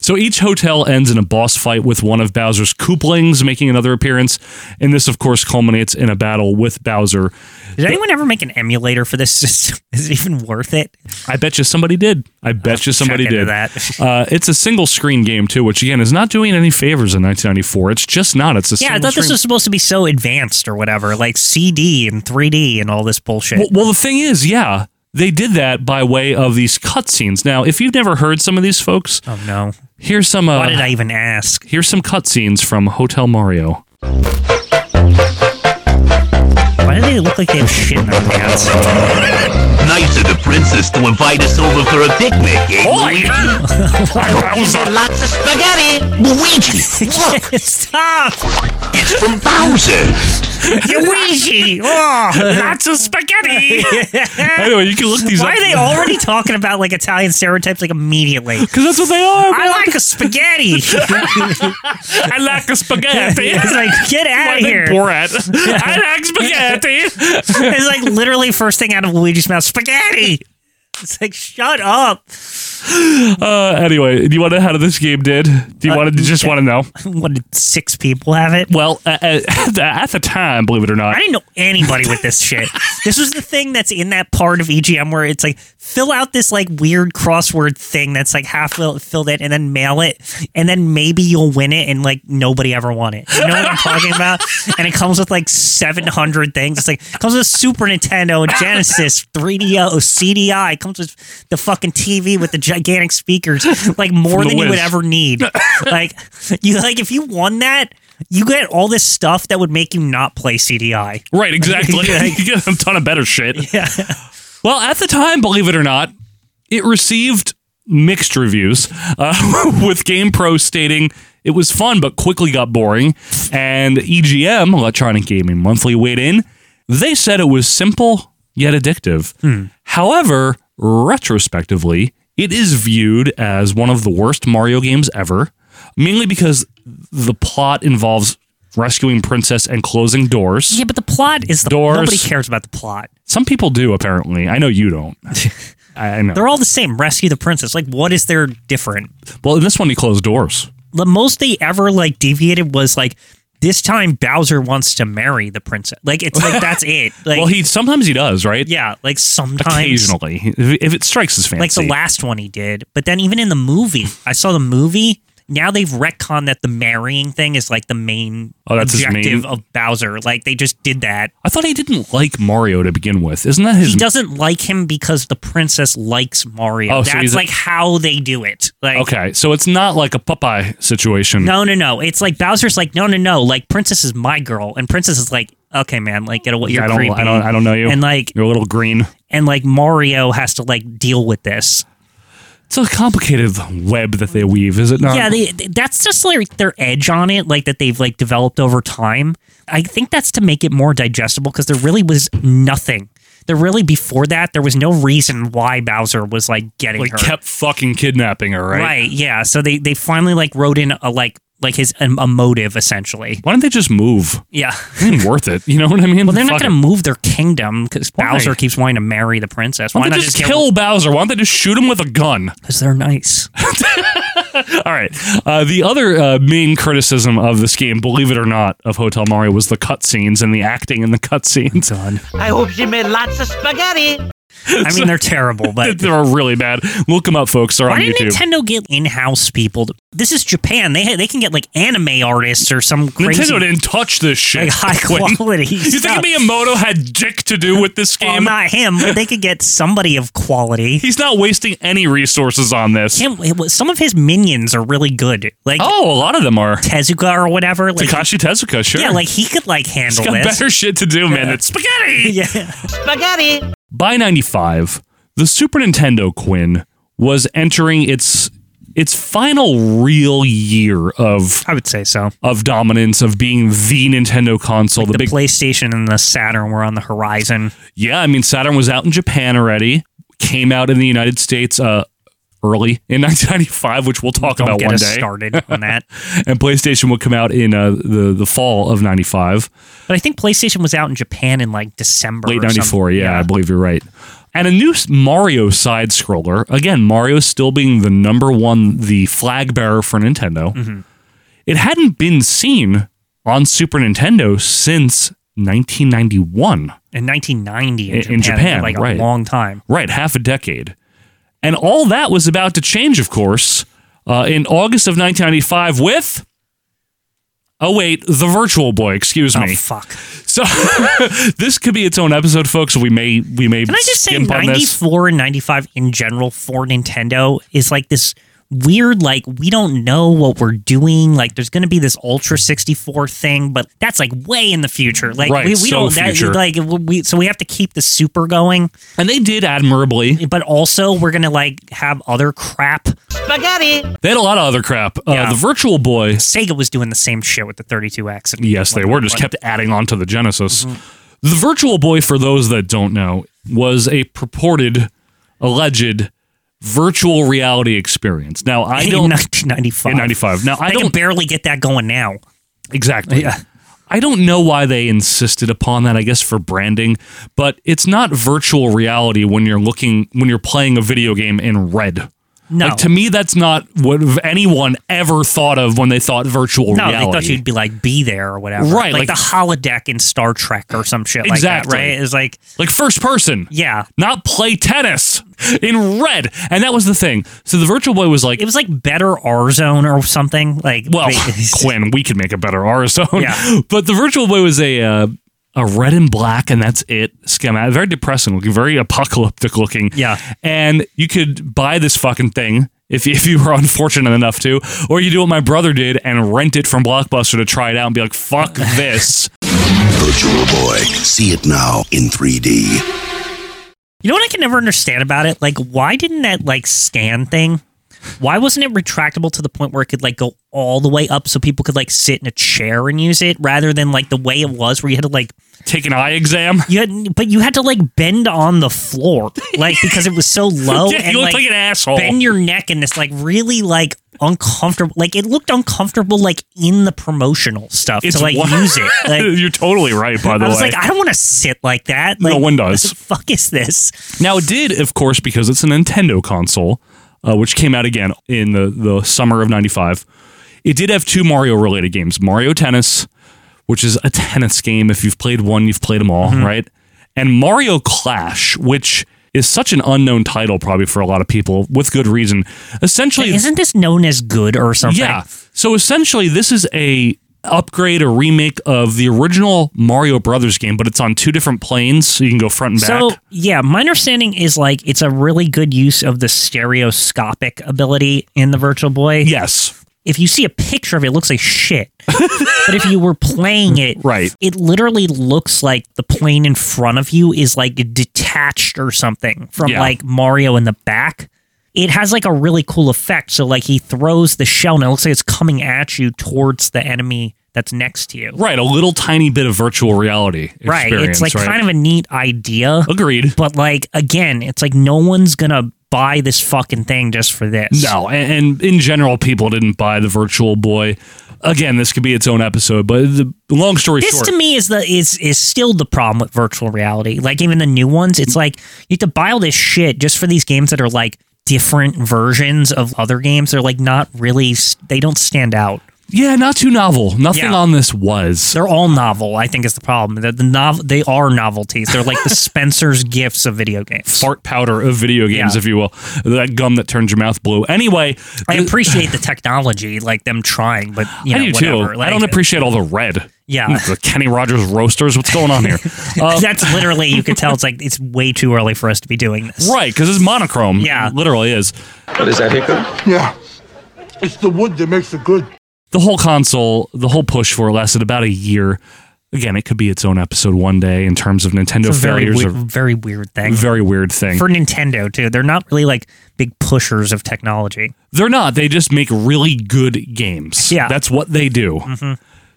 Speaker 2: So each hotel ends in a boss fight with one of Bowser's couplings making another appearance. And this, of course, culminates in a battle with Bowser.
Speaker 3: Did anyone ever make an emulator for this <laughs> system? Is it even worth it?
Speaker 2: I bet you somebody did. I bet you somebody
Speaker 3: check into
Speaker 2: did. <laughs>
Speaker 3: that.
Speaker 2: Uh, it's a single screen game, too, which, again, is not doing any favors in 1994. It's just not. It's a
Speaker 3: yeah, I
Speaker 2: single
Speaker 3: thought this
Speaker 2: screen-
Speaker 3: was supposed to be so advanced or whatever, like CD and 3D and all this bullshit.
Speaker 2: Well, well, the thing is, yeah, they did that by way of these cutscenes. Now, if you've never heard some of these folks,
Speaker 3: oh no,
Speaker 2: here's some. Uh,
Speaker 3: Why did I even ask?
Speaker 2: Here's some cutscenes from Hotel Mario.
Speaker 3: Why do they look like they have shit in their pants?
Speaker 15: Nice of the princess to invite us over for a picnic, eh, Luigi?
Speaker 3: Bowser,
Speaker 15: lots of spaghetti! Luigi!
Speaker 3: <laughs> Stop!
Speaker 15: It's from Bowser!
Speaker 3: Luigi! Oh,
Speaker 2: <laughs>
Speaker 3: lots of spaghetti!
Speaker 2: Anyway, you can look these
Speaker 3: Why
Speaker 2: up.
Speaker 3: are they already talking about like Italian stereotypes like immediately?
Speaker 2: Because that's what they are.
Speaker 3: I like
Speaker 2: <laughs>
Speaker 3: a spaghetti.
Speaker 2: I like a <laughs> spaghetti.
Speaker 3: it's like get
Speaker 2: Why
Speaker 3: out of
Speaker 2: they
Speaker 3: here.
Speaker 2: Borat. <laughs> I like spaghetti.
Speaker 3: it's like literally first thing out of Luigi's mouth, spaghetti. It's like shut up.
Speaker 2: <laughs> Uh, anyway, do you want to know how this game did? Do you want to just want to know?
Speaker 3: What did six people have it?
Speaker 2: Well, uh, at, the, <laughs> at the time, believe it or not,
Speaker 3: I didn't know anybody with this shit. This was the thing that's in that part of EGM where it's like fill out this like weird crossword thing that's like half fill- filled in and then mail it and then maybe you'll win it and like nobody ever won it. You know what I'm talking about? And it comes with like 700 things. It's like it comes with Super Nintendo, Genesis, 3DO, CDI. It comes with the fucking TV with the gigantic speakers, like more
Speaker 2: From the
Speaker 3: than you would
Speaker 2: Wiz. <laughs>
Speaker 3: ever need. like you like if you won that. You get all this stuff that would make you not play CDI.
Speaker 2: Right, exactly. <laughs>
Speaker 3: Yeah.
Speaker 2: you get a ton of better shit. Yeah. <laughs> Well, at the time, believe it or not, it received mixed reviews, uh, <laughs> with GamePro stating it was fun but quickly got boring. And EGM, Electronic Gaming Monthly, weighed in. They said it was simple yet addictive. However, retrospectively, it is viewed as one of the worst Mario games ever, mainly because the plot involves rescuing princess and closing doors.
Speaker 3: Yeah, but the plot is the
Speaker 2: Doors.
Speaker 3: nobody cares about the plot.
Speaker 2: Some people do, apparently. I know you don't.
Speaker 3: <laughs>
Speaker 2: I I know.
Speaker 3: They're all the same. Rescue the princess. Like, what is there different?
Speaker 2: Well, in this one, he closed doors.
Speaker 3: The most they ever like deviated was like This time Bowser wants to marry the princess. Like it's
Speaker 2: <laughs>
Speaker 3: like that's it. Like
Speaker 2: well, he sometimes he does, right?
Speaker 3: Yeah, like sometimes
Speaker 2: Occasionally, if, if it strikes his fancy.
Speaker 3: Like the last one he did. But then even in the movie, I saw the movie. Now they've retconned that the marrying thing is like the main
Speaker 2: Oh, that's his
Speaker 3: objective
Speaker 2: main-
Speaker 3: of Bowser. Like they just did that.
Speaker 2: I thought he didn't like Mario to begin with. Isn't that his?
Speaker 3: He doesn't like him because the princess likes Mario.
Speaker 2: Oh, so
Speaker 3: That's
Speaker 2: he's a-
Speaker 3: like how they do it. Like
Speaker 2: okay, so it's not like a Popeye situation.
Speaker 3: no, no, no. It's like Bowser's like no, no, no. Like princess is my girl, and princess is like okay, man. Like get away. You're
Speaker 2: I don't,
Speaker 3: creepy.
Speaker 2: I don't. I don't know you.
Speaker 3: And like
Speaker 2: you're a little green.
Speaker 3: and like Mario has to like deal with this.
Speaker 2: It's a complicated web that they weave, is it not?
Speaker 3: yeah, they, that's just like their edge on it, like that they've like developed over time. I think that's to make it more digestible because there really was nothing. There really before that there was no reason why Bowser was like getting
Speaker 2: like
Speaker 3: her.
Speaker 2: kept fucking kidnapping her, right?
Speaker 3: Yeah. So they they finally like wrote in a like like his um, a motive essentially.
Speaker 2: Why don't they just move?
Speaker 3: Yeah.
Speaker 2: It ain't worth it. You know what I mean?
Speaker 3: Well, they're not
Speaker 2: Fuck
Speaker 3: going to
Speaker 2: it.
Speaker 3: move their kingdom because
Speaker 2: Why?
Speaker 3: Bowser keeps wanting to marry the princess.
Speaker 2: Why
Speaker 3: Why
Speaker 2: don't
Speaker 3: not
Speaker 2: they
Speaker 3: just
Speaker 2: just kill Bowser? Why don't they just shoot him with a gun?
Speaker 3: Because
Speaker 2: <laughs>
Speaker 3: they're nice.
Speaker 2: All right. Uh, the other uh, main criticism of this game, believe it or not, of Hotel Mario was the cutscenes and the acting in the cutscenes. <laughs>
Speaker 16: I hope she made lots of spaghetti.
Speaker 3: I mean, they're terrible, but
Speaker 2: they're really bad. Look them up, folks. They're
Speaker 3: Why
Speaker 2: on
Speaker 3: did
Speaker 2: YouTube.
Speaker 3: Nintendo get in-house people? to- This is Japan. They ha- they can get like anime artists or some crazy
Speaker 2: Nintendo didn't touch this shit.
Speaker 3: like,
Speaker 2: <laughs>
Speaker 3: high
Speaker 2: Quinn.
Speaker 3: quality. Oh,
Speaker 2: You think Miyamoto had dick to do with
Speaker 3: <laughs>
Speaker 2: this game?
Speaker 3: not him, but they could get somebody
Speaker 2: <laughs>
Speaker 3: of quality.
Speaker 2: He's not wasting any resources on this.
Speaker 3: Him, it was- some of his minions are really good. Like
Speaker 2: Oh, a lot of them are.
Speaker 3: Tezuka or whatever. Like,
Speaker 2: Takashi Tezuka, sure.
Speaker 3: Yeah, like he could like handle
Speaker 2: He's got
Speaker 3: this.
Speaker 2: better shit to do, man. It's
Speaker 3: spaghetti. <laughs> yeah.
Speaker 16: Spaghetti.
Speaker 2: by 95 the super nintendo quinn was entering its its final real year of
Speaker 3: i would say so
Speaker 2: of dominance of being the nintendo console the,
Speaker 3: the
Speaker 2: big
Speaker 3: PlayStation and the Saturn were on the horizon.
Speaker 2: yeah i mean saturn was out in japan already came out in the united states uh early in <laughs> 1995 which we'll talk
Speaker 3: Don't
Speaker 2: about
Speaker 3: get
Speaker 2: one
Speaker 3: us
Speaker 2: day <laughs>
Speaker 3: started on that.
Speaker 2: and playstation would come out in uh, the the fall of 95
Speaker 3: But I think PlayStation was out in Japan in like December.
Speaker 2: late
Speaker 3: or something.
Speaker 2: 94 yeah, i believe you're right and a new s- mario side scroller again mario still being the number one the flag bearer for nintendo
Speaker 3: Mm-hmm.
Speaker 2: it hadn't been seen on super nintendo since 1991
Speaker 3: in 1990 in,
Speaker 2: In-
Speaker 3: Japan,
Speaker 2: in
Speaker 3: it took,
Speaker 2: Japan,
Speaker 3: like
Speaker 2: right.
Speaker 3: a long time.
Speaker 2: right half a decade and all that was about to change of course uh, in august of 1995 with oh wait the virtual boy excuse
Speaker 3: Oh
Speaker 2: me
Speaker 3: fuck!
Speaker 2: so <laughs> this could be its own episode folks we may we may
Speaker 3: Can I just say
Speaker 2: skimp on this.
Speaker 3: 94 and 95 in general for Nintendo is like this weird like we don't know what we're doing like there's going to be this ultra 64 thing but that's like way in the future like
Speaker 2: Right,
Speaker 3: we, we
Speaker 2: so
Speaker 3: don't that,
Speaker 2: future.
Speaker 3: like we so we have to keep the super going
Speaker 2: and they did admirably
Speaker 3: but also we're going to like have other crap
Speaker 16: Spaghetti.
Speaker 2: They had a lot of other crap. Uh,
Speaker 3: Yeah.
Speaker 2: The Virtual Boy.
Speaker 3: Sega was doing the same shit with the 32X and
Speaker 2: Yes, they were. Just
Speaker 3: whatnot.
Speaker 2: kept adding on to the Genesis.
Speaker 3: Mm-hmm.
Speaker 2: The Virtual Boy, for those that don't know, was a purported, alleged virtual reality experience. Now, I
Speaker 3: <laughs> in
Speaker 2: don't. <laughs>
Speaker 3: 1995
Speaker 2: In 95. Now, I
Speaker 3: They can
Speaker 2: don't.
Speaker 3: barely get that going now
Speaker 2: Exactly. I don't know why they insisted upon that, I guess for branding, but it's not virtual reality when you're looking, when you're playing a video game in red.
Speaker 3: No.
Speaker 2: Like, to me, that's not what anyone ever thought of when they thought virtual
Speaker 3: No,
Speaker 2: reality.
Speaker 3: they thought you'd be like be there or whatever.
Speaker 2: Right,
Speaker 3: Like,
Speaker 2: like-
Speaker 3: the holodeck in Star Trek or some shit
Speaker 2: Exactly.
Speaker 3: like that, right? It's like
Speaker 2: like first person,
Speaker 3: yeah.
Speaker 2: not play tennis in red. And that was the thing. So the Virtual Boy was like,
Speaker 3: It was like better R Zone or something. Like
Speaker 2: <laughs> well,
Speaker 3: they- <laughs>
Speaker 2: Quinn, we could make a better R zone.
Speaker 3: Yeah.
Speaker 2: But the Virtual Boy was a uh, a red and black, and that's it. Schematic, very depressing looking, very apocalyptic looking.
Speaker 3: Yeah.
Speaker 2: And you could buy this fucking thing. If, if you were unfortunate enough to, or you do what my brother did and rent it from Blockbuster to try it out and be like,
Speaker 3: <laughs>
Speaker 2: fuck this.
Speaker 15: Virtual Boy. See it now in 3D.
Speaker 3: You know what I can never understand about it? Like why didn't that like scan thing? Why wasn't it retractable to the point where it could like go all the way up so people could like sit in a chair and use it rather than like the way it was where you had to like
Speaker 2: Take an eye exam.
Speaker 3: you had but you had to like bend on the floor
Speaker 2: <laughs>
Speaker 3: like because it was so low
Speaker 2: Yeah,
Speaker 3: and,
Speaker 2: you look
Speaker 3: like,
Speaker 2: like an asshole.
Speaker 3: bend your neck in this like really like uncomfortable like it looked uncomfortable like in the promotional stuff
Speaker 2: It's
Speaker 3: to like
Speaker 2: one-
Speaker 3: use it
Speaker 2: <laughs>
Speaker 3: like
Speaker 2: You're totally right, by the
Speaker 3: I was
Speaker 2: way.
Speaker 3: like, I don't want to sit like that.
Speaker 2: No
Speaker 3: Like,
Speaker 2: one does.
Speaker 3: What the fuck is this?
Speaker 2: Now it did, of course, because it's a Nintendo console, uh, which came out again in the, the summer of '95. It did have two Mario related games: Mario Tennis which is a tennis game. If you've played one, you've played them all, right?
Speaker 3: Mm-hmm.
Speaker 2: And Mario Clash, which is such an unknown title probably for a lot of people with good reason. Essentially,
Speaker 3: Isn't this known as good or something?
Speaker 2: yeah. So essentially, this is a upgrade or remake of the original Mario Brothers game, but it's on two different planes, so you can go front and back.
Speaker 3: So yeah, my understanding is like it's a really good use of the stereoscopic ability in the Virtual Boy.
Speaker 2: Yes.
Speaker 3: If you see a picture of it, it looks like shit. <laughs> but if you were playing it,
Speaker 2: right.
Speaker 3: it literally looks like the plane in front of you is like detached or something from
Speaker 2: Yeah.
Speaker 3: like Mario in the back. It has like a really cool effect. So like he throws the shell and it looks like it's coming at you towards the enemy that's next to you.
Speaker 2: Right, a little tiny bit of virtual reality.
Speaker 3: Right. It's
Speaker 2: experience,
Speaker 3: like
Speaker 2: right?
Speaker 3: kind of a neat idea.
Speaker 2: Agreed.
Speaker 3: But like again, it's like no one's gonna buy this fucking thing just for this.
Speaker 2: No, and, and in general, people didn't buy the Virtual Boy. Again, this could be its own episode, but the long story
Speaker 3: This
Speaker 2: short,
Speaker 3: to me is the is is still the problem with virtual reality. Like even the new ones, it's like you have to buy all this shit just for these games that are like different versions of other games. They're like not really s- they don't stand out.
Speaker 2: yeah, not too novel. Nothing
Speaker 3: Yeah.
Speaker 2: on this was.
Speaker 3: They're all novel, I think is the problem. They're the novel they are novelties.
Speaker 2: <laughs>
Speaker 3: They're like the Spencer's gifts of video games.
Speaker 2: Fart powder of video games,
Speaker 3: Yeah.
Speaker 2: if you will. That gum that turns your mouth blue. Anyway,
Speaker 3: I
Speaker 2: th-
Speaker 3: appreciate the technology, like them trying, but you know,
Speaker 2: I do
Speaker 3: whatever.
Speaker 2: too.
Speaker 3: Like,
Speaker 2: I don't
Speaker 3: <laughs>
Speaker 2: appreciate all the red.
Speaker 3: Yeah.
Speaker 2: Mm, <laughs> the Kenny Rogers roasters. What's going on
Speaker 3: <laughs>
Speaker 2: here? Uh,
Speaker 3: That's literally you could tell it's like it's way too early for us to be doing
Speaker 2: <laughs>
Speaker 3: this.
Speaker 2: right, because it's monochrome.
Speaker 3: Yeah.
Speaker 2: It literally is.
Speaker 17: What is that hiccup?
Speaker 18: Yeah. It's the wood that makes it good.
Speaker 2: the whole console, the whole push for it lasted about a year. Again, it could be its own episode one day in terms of Nintendo
Speaker 3: It's a very
Speaker 2: failures.
Speaker 3: we-
Speaker 2: or
Speaker 3: very weird thing
Speaker 2: Very weird thing.
Speaker 3: for Nintendo too. They're not really like big pushers of technology.
Speaker 2: They're not. They just make really good games.
Speaker 3: Yeah.
Speaker 2: That's what they do.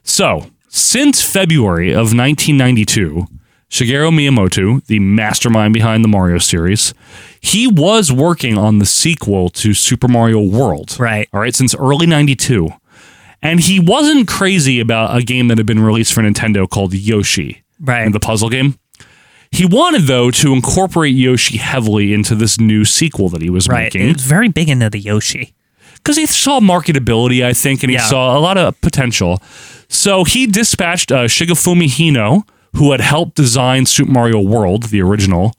Speaker 2: So, since February of 1992, Shigeru Miyamoto, the mastermind behind the Mario series, he was working on the sequel to Super Mario World. Right. All right, since early 92. And he wasn't crazy about a game that had been released for Nintendo called Yoshi. Right. The puzzle game. He wanted, though, to incorporate Yoshi heavily into this new sequel that he was
Speaker 3: Right.
Speaker 2: making
Speaker 3: It's very big into the Yoshi.
Speaker 2: because he saw marketability, I think, and he
Speaker 3: Yeah.
Speaker 2: saw a lot of potential. So he dispatched uh, Shigefumi Hino, who had helped design Super Mario World, the original,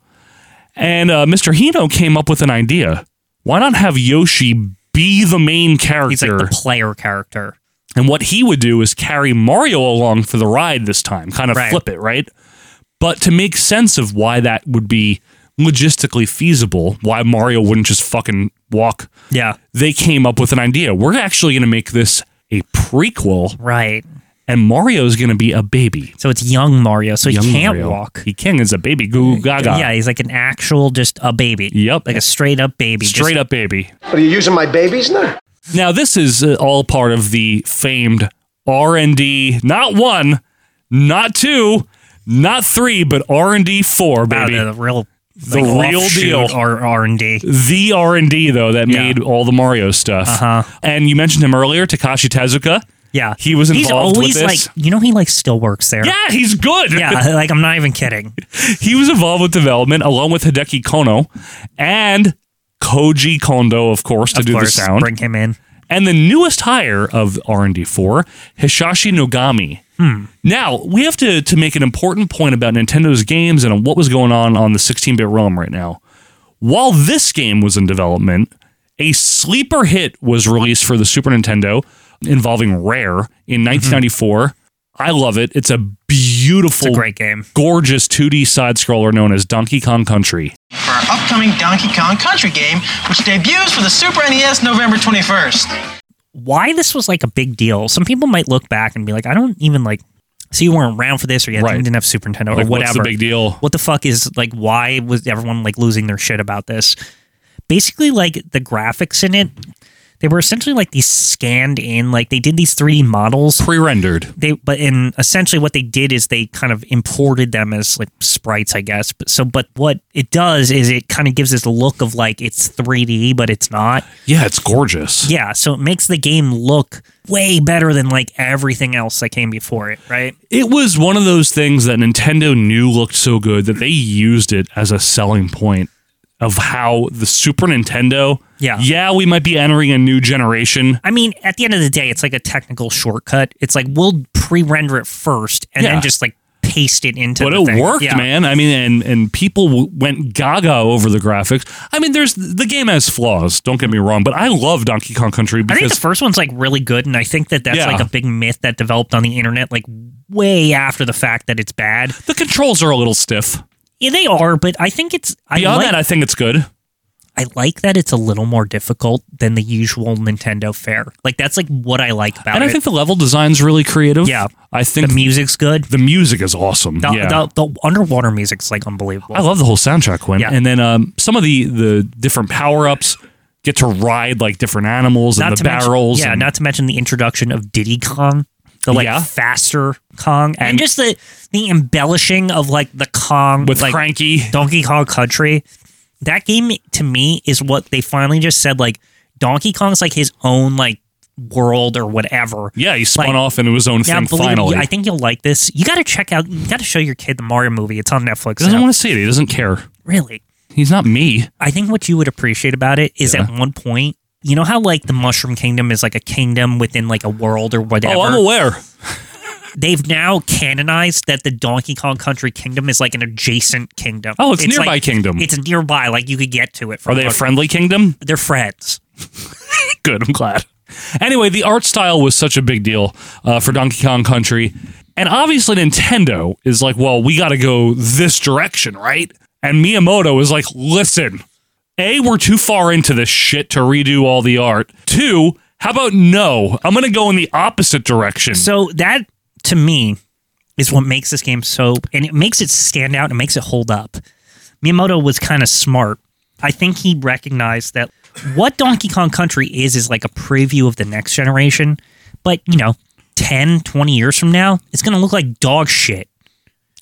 Speaker 2: and uh, Mr. Hino came up with an idea. Why not have Yoshi be the main character?
Speaker 3: He's like the player character.
Speaker 2: And what he would do is carry Mario along for the ride this time, kind of
Speaker 3: Right.
Speaker 2: flip it, right? But to make sense of why that would be logistically feasible, why Mario wouldn't just fucking walk,
Speaker 3: Yeah.
Speaker 2: they came up with an idea. We're actually going to make this a prequel.
Speaker 3: Right.
Speaker 2: And Mario's going to be a baby.
Speaker 3: So it's young Mario, so
Speaker 2: Young
Speaker 3: he can't
Speaker 2: Mario.
Speaker 3: walk.
Speaker 2: He can. He's a baby. Goo goo gaga.
Speaker 3: Yeah, he's like an actual just a baby.
Speaker 2: Yep.
Speaker 3: Like a straight up baby.
Speaker 2: Straight up baby.
Speaker 17: What, are you using my babies now?
Speaker 2: Now, this is uh, all part of the famed R&D, not one, not two, not three, but R&D four, baby.
Speaker 3: the real
Speaker 2: The real deal.
Speaker 3: R and D.
Speaker 2: the R and D though that made all the Mario stuff.
Speaker 3: Uh-huh.
Speaker 2: And you mentioned him earlier, Takashi Tezuka.
Speaker 3: Yeah.
Speaker 2: He was
Speaker 3: He's
Speaker 2: involved with
Speaker 3: always
Speaker 2: this.
Speaker 3: like you know he like still works there.
Speaker 2: yeah, he's good. <laughs>
Speaker 3: Yeah, <laughs> like I'm not even kidding.
Speaker 2: he was involved with development along with Hideki Kono and Koji Kondo, of course, to
Speaker 3: Of
Speaker 2: do
Speaker 3: course,
Speaker 2: the sound.
Speaker 3: Bring him in.
Speaker 2: and the newest hire of R&D4, Hishashi Nogami.
Speaker 3: Hmm.
Speaker 2: Now, we have to, to make an important point about Nintendo's games and what was going on on the 16 bit realm right now. While this game was in development, a sleeper hit was released for the Super Nintendo involving Rare
Speaker 3: Mm-hmm.
Speaker 2: in 1994. I love it. It's a beautiful,
Speaker 3: great game.
Speaker 2: gorgeous 2D side scroller known as Donkey Kong Country.
Speaker 19: for our upcoming Donkey Kong Country game, which debuts for the Super NES November 21st.
Speaker 3: why this was like a big deal. Some people might look back and be like, I don't even like. So you weren't around for this, or you
Speaker 2: Right.
Speaker 3: didn't have Super Nintendo,
Speaker 2: Like,
Speaker 3: or
Speaker 2: what's
Speaker 3: whatever.
Speaker 2: the big deal?
Speaker 3: What the fuck is like? Why was everyone like losing their shit about this? Basically, like the graphics in it, they were essentially like these scanned in, like they did these three D models
Speaker 2: pre-rendered.
Speaker 3: They but in essentially what they did is they kind of imported them as like sprites, I guess. But so, but what it does is it kind of gives this look of like it's three D, but it's not.
Speaker 2: Yeah, it's gorgeous.
Speaker 3: Yeah, so it makes the game look way better than like everything else that came before it, right?
Speaker 2: It was one of those things that Nintendo knew looked so good that they used it as a selling point of how the Super Nintendo
Speaker 3: Yeah.
Speaker 2: Yeah, we might be entering a new generation.
Speaker 3: I mean, at the end of the day, it's like a technical shortcut. It's like we'll pre-render it first and
Speaker 2: Yeah.
Speaker 3: then just like paste it into.
Speaker 2: But
Speaker 3: the
Speaker 2: it
Speaker 3: thing.
Speaker 2: worked,
Speaker 3: Yeah.
Speaker 2: man. I mean, and and people w- went gaga over the graphics. I mean, there's the game has flaws. Don't get me wrong, but I love Donkey Kong Country
Speaker 3: I
Speaker 2: because
Speaker 3: think the first one's like really good, and I think that that's
Speaker 2: Yeah.
Speaker 3: like a big myth that developed on the internet, like way after the fact that it's bad.
Speaker 2: the controls are a little stiff.
Speaker 3: Yeah, they are, but I think it's I
Speaker 2: Beyond
Speaker 3: like,
Speaker 2: that, I think it's good.
Speaker 3: I like that it's a little more difficult than the usual Nintendo fare. Like that's like what I like about
Speaker 2: and
Speaker 3: it.
Speaker 2: I think the level design's really creative.
Speaker 3: Yeah.
Speaker 2: I think
Speaker 3: The music's good.
Speaker 2: The music is awesome.
Speaker 3: the,
Speaker 2: yeah.
Speaker 3: the, the underwater music's like unbelievable.
Speaker 2: I love the whole soundtrack, Quinn.
Speaker 3: Yeah.
Speaker 2: And then um, some of the the different power ups get to ride like different animals and the barrels.
Speaker 3: Mention, yeah,
Speaker 2: and,
Speaker 3: not to mention the introduction of Diddy Kong, the like
Speaker 2: Yeah.
Speaker 3: faster Kong, and, just the the embellishing of like the Kong
Speaker 2: With
Speaker 3: like,
Speaker 2: Cranky.
Speaker 3: Donkey Kong Country. That game to me is what they finally just said. Like Donkey Kong's like his own like world or whatever.
Speaker 2: yeah, he spun
Speaker 3: Like,
Speaker 2: off into his own
Speaker 3: Yeah,
Speaker 2: thing.
Speaker 3: believe it,
Speaker 2: Finally,
Speaker 3: I think you'll like this. You got to check out. You got to show your kid the Mario movie. It's on Netflix.
Speaker 2: he doesn't
Speaker 3: now.
Speaker 2: want to see it. He doesn't care.
Speaker 3: Really?
Speaker 2: He's not me.
Speaker 3: I think what you would appreciate about it is at one point, you know how like the Mushroom Kingdom is like a kingdom within like a world or whatever.
Speaker 2: Oh, I'm aware.
Speaker 3: They've now canonized that the Donkey Kong Country Kingdom is like an adjacent kingdom.
Speaker 2: Oh, it's nearby
Speaker 3: like-
Speaker 2: kingdom.
Speaker 3: It's nearby, like you could get to it. From
Speaker 2: Are they a
Speaker 3: Donkey-
Speaker 2: friendly kingdom?
Speaker 3: They're friends.
Speaker 2: Good. I'm glad. Anyway, the art style was such a big deal uh, for Donkey Kong Country, and obviously Nintendo is like, well, we got to go this direction, right? And Miyamoto is like, listen, a, we're too far into this shit to redo all the art. Two, how about no? I'm gonna go in the opposite direction.
Speaker 3: So that to me is what makes this game so, and it makes it stand out and makes it hold up. Miyamoto was kind of smart. I think he recognized that what Donkey Kong Country is is like a preview of the next generation, but you know, 10, 20 years from now, it's going to look like dog shit.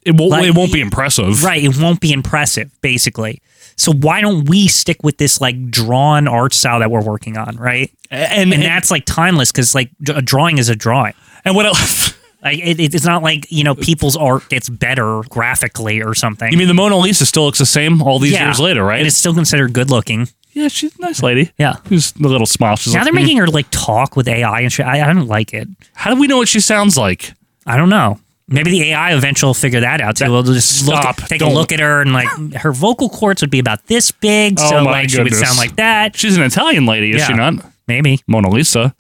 Speaker 2: it won't.
Speaker 3: like-
Speaker 2: it won't be impressive.
Speaker 3: Right, it won't be impressive basically. So why don't we stick with this like drawn art style that we're working on, right?
Speaker 2: And- and-
Speaker 3: that's like timeless cuz like d- a drawing is a drawing.
Speaker 2: And <laughs> what else?
Speaker 3: Like it, it's not like you know people's art gets better graphically or something.
Speaker 2: You mean the Mona Lisa still looks the same all these
Speaker 3: Yeah.
Speaker 2: years later, right?
Speaker 3: And it's still considered good looking.
Speaker 2: yeah, she's a nice lady.
Speaker 3: Yeah.
Speaker 2: She's the little smile. She's
Speaker 3: Now
Speaker 2: like,
Speaker 3: they're
Speaker 2: "Hmm,
Speaker 3: making her like talk with AI and shit. I, I don't like it.
Speaker 2: How do we know what she sounds like?
Speaker 3: I don't know. Maybe the AI eventually will figure that out too. we'll just look
Speaker 2: stop.
Speaker 3: at, take
Speaker 2: Don't.
Speaker 3: a look at her and like her vocal cords would be about this big, so
Speaker 2: Oh, my
Speaker 3: like she would
Speaker 2: goodness.
Speaker 3: sound like that.
Speaker 2: She's an Italian lady, is she
Speaker 3: Yeah.
Speaker 2: not?
Speaker 3: Maybe.
Speaker 2: Mona Lisa.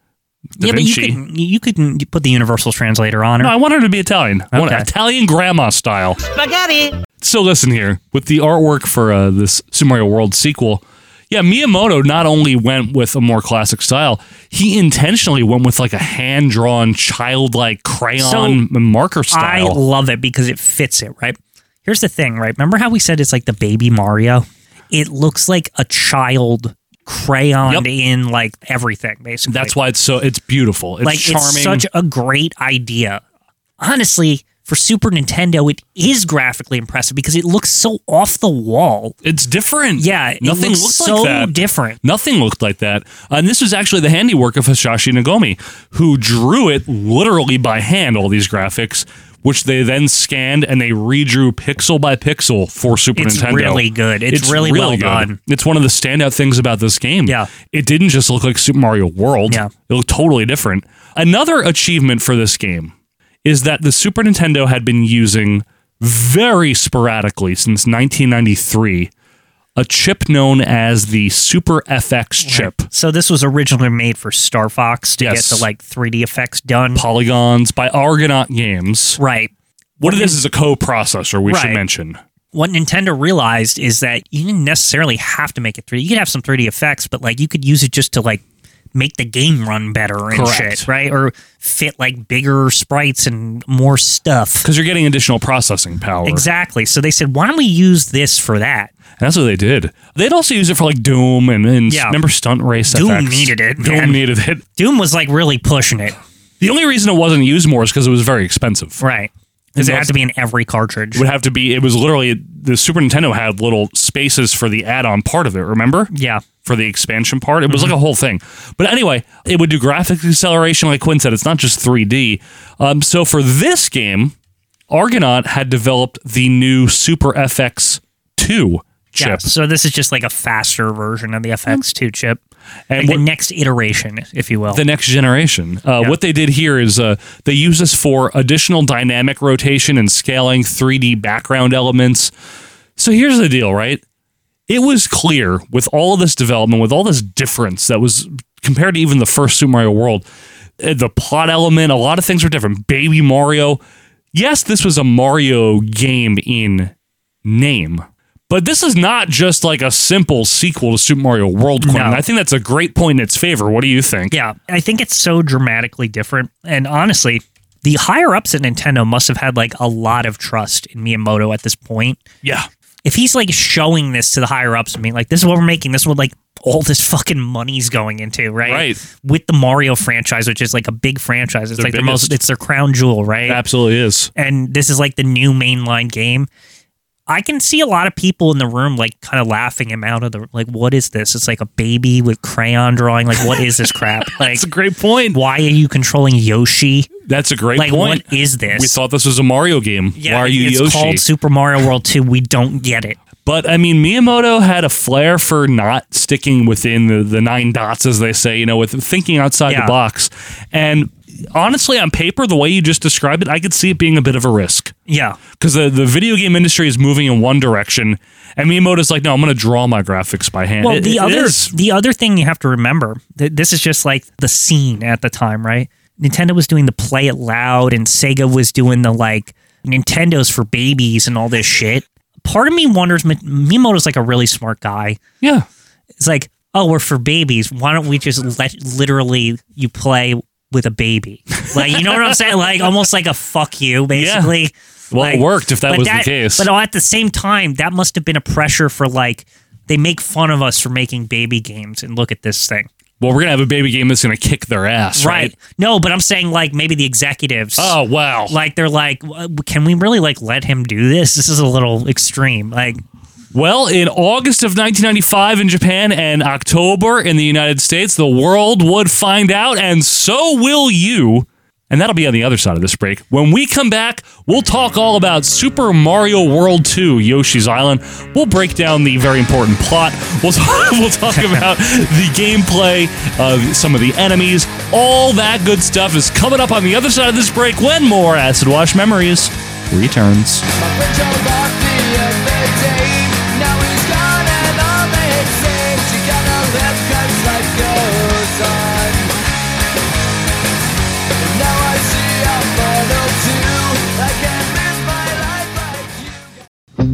Speaker 2: Da
Speaker 3: yeah,
Speaker 2: Vinci.
Speaker 3: but you couldn't you couldn't put the universal translator on her.
Speaker 2: no, I want her to be Italian. I want
Speaker 3: Okay.
Speaker 2: Italian grandma style.
Speaker 16: Spaghetti!
Speaker 2: So listen here, with the artwork for uh, this Super Mario World sequel, yeah, Miyamoto not only went with a more classic style, he intentionally went with like a hand drawn childlike crayon marker
Speaker 3: I
Speaker 2: style.
Speaker 3: love it because it fits it, right? Here's the thing, right? Remember how we said it's like the baby Mario? It looks like a child crayoned in like everything, basically.
Speaker 2: That's why it's so it's beautiful. It's
Speaker 3: like
Speaker 2: charming.
Speaker 3: it's such a great idea. Honestly, for Super Nintendo, it is graphically impressive because it looks so off the wall.
Speaker 2: It's different.
Speaker 3: Yeah, it
Speaker 2: nothing
Speaker 3: looks
Speaker 2: looked
Speaker 3: so
Speaker 2: like that.
Speaker 3: different.
Speaker 2: Nothing looked like that. And this was actually the handiwork of Hisashi Nagomi, who drew it literally by hand. All these graphics, which they then scanned and they redrew pixel by pixel for Super
Speaker 3: It's
Speaker 2: Nintendo.
Speaker 3: really good. It's really well done.
Speaker 2: It's one of the standout things about this game.
Speaker 3: Yeah.
Speaker 2: it didn't just look like Super Mario World.
Speaker 3: Yeah.
Speaker 2: it looked totally different. Another achievement for this game is that the Super Nintendo had been using very sporadically since 1993 a chip known as the Super FX chip.
Speaker 3: So this was originally made for Star Fox to
Speaker 2: Yes.
Speaker 3: get the like 3D effects done.
Speaker 2: Polygons by Argonaut Games.
Speaker 3: right.
Speaker 2: What it is is a co-processor we should
Speaker 3: Right.
Speaker 2: mention.
Speaker 3: what Nintendo realized is that you didn't necessarily have to make it 3D. You could have some 3D effects, but like you could use it just to like make the game run better and
Speaker 2: Correct.
Speaker 3: shit, right? Or fit like bigger sprites and more stuff.
Speaker 2: Because you're getting additional processing power.
Speaker 3: Exactly. So they said, why don't we use this for that?
Speaker 2: And that's what they did. They'd also use it for like Doom and, and
Speaker 3: Yeah.
Speaker 2: remember Stunt Race
Speaker 3: Doom
Speaker 2: FX?
Speaker 3: needed it,
Speaker 2: Doom
Speaker 3: man.
Speaker 2: needed it.
Speaker 3: Doom was like really
Speaker 2: <sighs>
Speaker 3: pushing it,
Speaker 2: The only reason it wasn't used more is because it was very expensive.
Speaker 3: right? Because it
Speaker 2: And
Speaker 3: had to be in every cartridge.
Speaker 2: It would have to be, it was literally, the Super Nintendo had little spaces for the add-on part of it, remember?
Speaker 3: yeah.
Speaker 2: for the expansion part. It was like a whole thing. But anyway, it would do graphic acceleration, like Quinn said. It's not just 3D. Um, so for this game, Argonaut had developed the new Super FX 2 chip. Hmm.
Speaker 3: Yeah, so this is just like a faster version of the FX2 chip, and the next iteration, if you will.
Speaker 2: the next generation. Uh,
Speaker 3: Yeah.
Speaker 2: What they did here is uh, they use this for additional dynamic rotation and scaling, 3D background elements. So here's the deal, right? It was clear with all this development, with all this difference that was compared to even the first Super Mario World, uh, the plot element, a lot of things were different. Baby Mario. Yes, this was a Mario game in name. But this is not just like a simple sequel to Super Mario World. Quinn. I think that's a great point in its favor. What do you think?
Speaker 3: Yeah, I think it's so dramatically different. And honestly, the higher ups at Nintendo must have had like a lot of trust in Miyamoto at this point.
Speaker 2: Yeah.
Speaker 3: If he's like showing this to the higher ups and being like, this is what we're making, this is what like all this fucking money's going into, right? Right. With the Mario franchise, which is like a big franchise. It's
Speaker 2: Their
Speaker 3: like their
Speaker 2: biggest.
Speaker 3: most it's their crown jewel, right?
Speaker 2: absolutely is.
Speaker 3: And this is like the new mainline game. I can see a lot of people in the room like kind of laughing him out of the like, what is this? It's like a baby with crayon drawing. Like, what is
Speaker 2: <laughs>
Speaker 3: this crap? Like,
Speaker 2: That's a great point.
Speaker 3: Why are you controlling Yoshi?
Speaker 2: That's a great
Speaker 3: Like,
Speaker 2: point.
Speaker 3: what is this?
Speaker 2: We thought this was a Mario game. Why are you
Speaker 3: it's
Speaker 2: Yoshi?
Speaker 3: called Super Mario World 2. We don't get it.
Speaker 2: but I mean, Miyamoto had a flair for not sticking within the, the nine dots, as they say, you know, with thinking outside
Speaker 3: Yeah.
Speaker 2: the box. And honestly, on paper, the way you just described it, I could see it being a bit of a risk.
Speaker 3: Yeah.
Speaker 2: Because the, the video game industry is moving in one direction, and Miyamoto's like, no, I'm going to draw my graphics by hand.
Speaker 3: Well,
Speaker 2: It-
Speaker 3: the
Speaker 2: it
Speaker 3: other
Speaker 2: is-
Speaker 3: the other thing you have to remember, th- this is just like the scene at the time, right? Nintendo was doing the play it loud and Sega was doing the like Nintendo's for babies and all this shit. Part of me wonders Mi- Miyamoto's like a really smart guy.
Speaker 2: Yeah.
Speaker 3: It's like, "Oh, we're for babies. Why don't we just let literally you play with a baby?" Like, you know what I'm saying? Like almost like a fuck you basically.
Speaker 2: Well, it
Speaker 3: Like,
Speaker 2: worked if that
Speaker 3: but
Speaker 2: was the case.
Speaker 3: But at the same time, that must have been a pressure for like they make fun of us for making baby games and look at this thing.
Speaker 2: well, we're going to have a baby game that's going to kick their ass, right?
Speaker 3: No, but I'm saying like maybe the executives.
Speaker 2: Oh, wow.
Speaker 3: Like they're like, "W- can we really like let him do this? This is a little extreme. Like
Speaker 2: Well, in August of 1995 in Japan and October in the United States, the world would find out, and so will you. And that'll be on the other side of this break. When we come back, we'll talk all about Super Mario World 2 Yoshi's Island. We'll break down the very important plot. <laughs> We'll talk, we'll talk about the gameplay of some of the enemies. All that good stuff is coming up on the other side of this break when more Acid Wash Memories returns.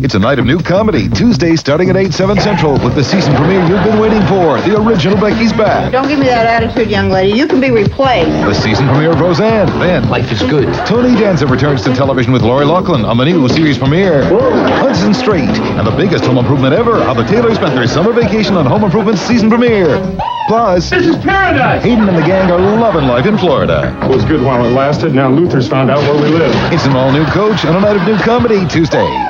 Speaker 20: It's a night of new comedy, Tuesday starting at 8, 7 central, with the season premiere you've been waiting for, the original Becky's Back.
Speaker 21: Don't give me that attitude, young lady. You can be replaced.
Speaker 20: The season premiere of Roseanne, then Life is Good. Tony Danza returns to television with Lori Loughlin on the new series premiere, Hudson Street, and the biggest home improvement ever. How the Taylors spent their summer vacation on Home Improvement's season premiere. Plus, this is paradise. Hayden and the gang are loving life in Florida. It was good while it lasted. Now Luther's found out where we live. It's an all-new coach and a night of new comedy Tuesday.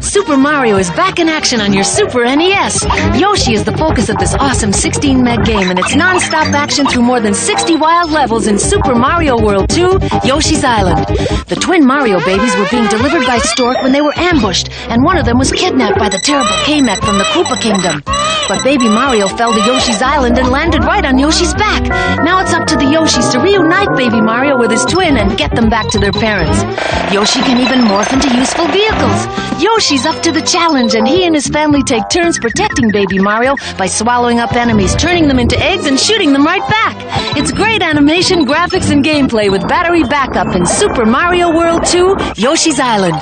Speaker 22: Super Mario is back in action on your Super NES. Yoshi is the focus of this awesome 16 meg game, and it's non stop action through more than 60 wild levels in Super Mario World 2 Yoshi's Island. The twin Mario babies were being delivered by Stork when they were ambushed, and one of them was kidnapped by the terrible K Mac from the Koopa Kingdom. But baby Mario fell to Yoshi's Island and landed right on Yoshi's back. Now it's up to the Yoshis to reunite baby Mario with his twin and get them back to their parents. Yoshi can even morph into useful vehicles. Yoshi's up to the challenge, and he and his family take turns protecting baby Mario by swallowing up enemies, turning them into eggs, and shooting them right back. It's great animation, graphics, and gameplay with battery backup in Super Mario World 2 Yoshi's Island.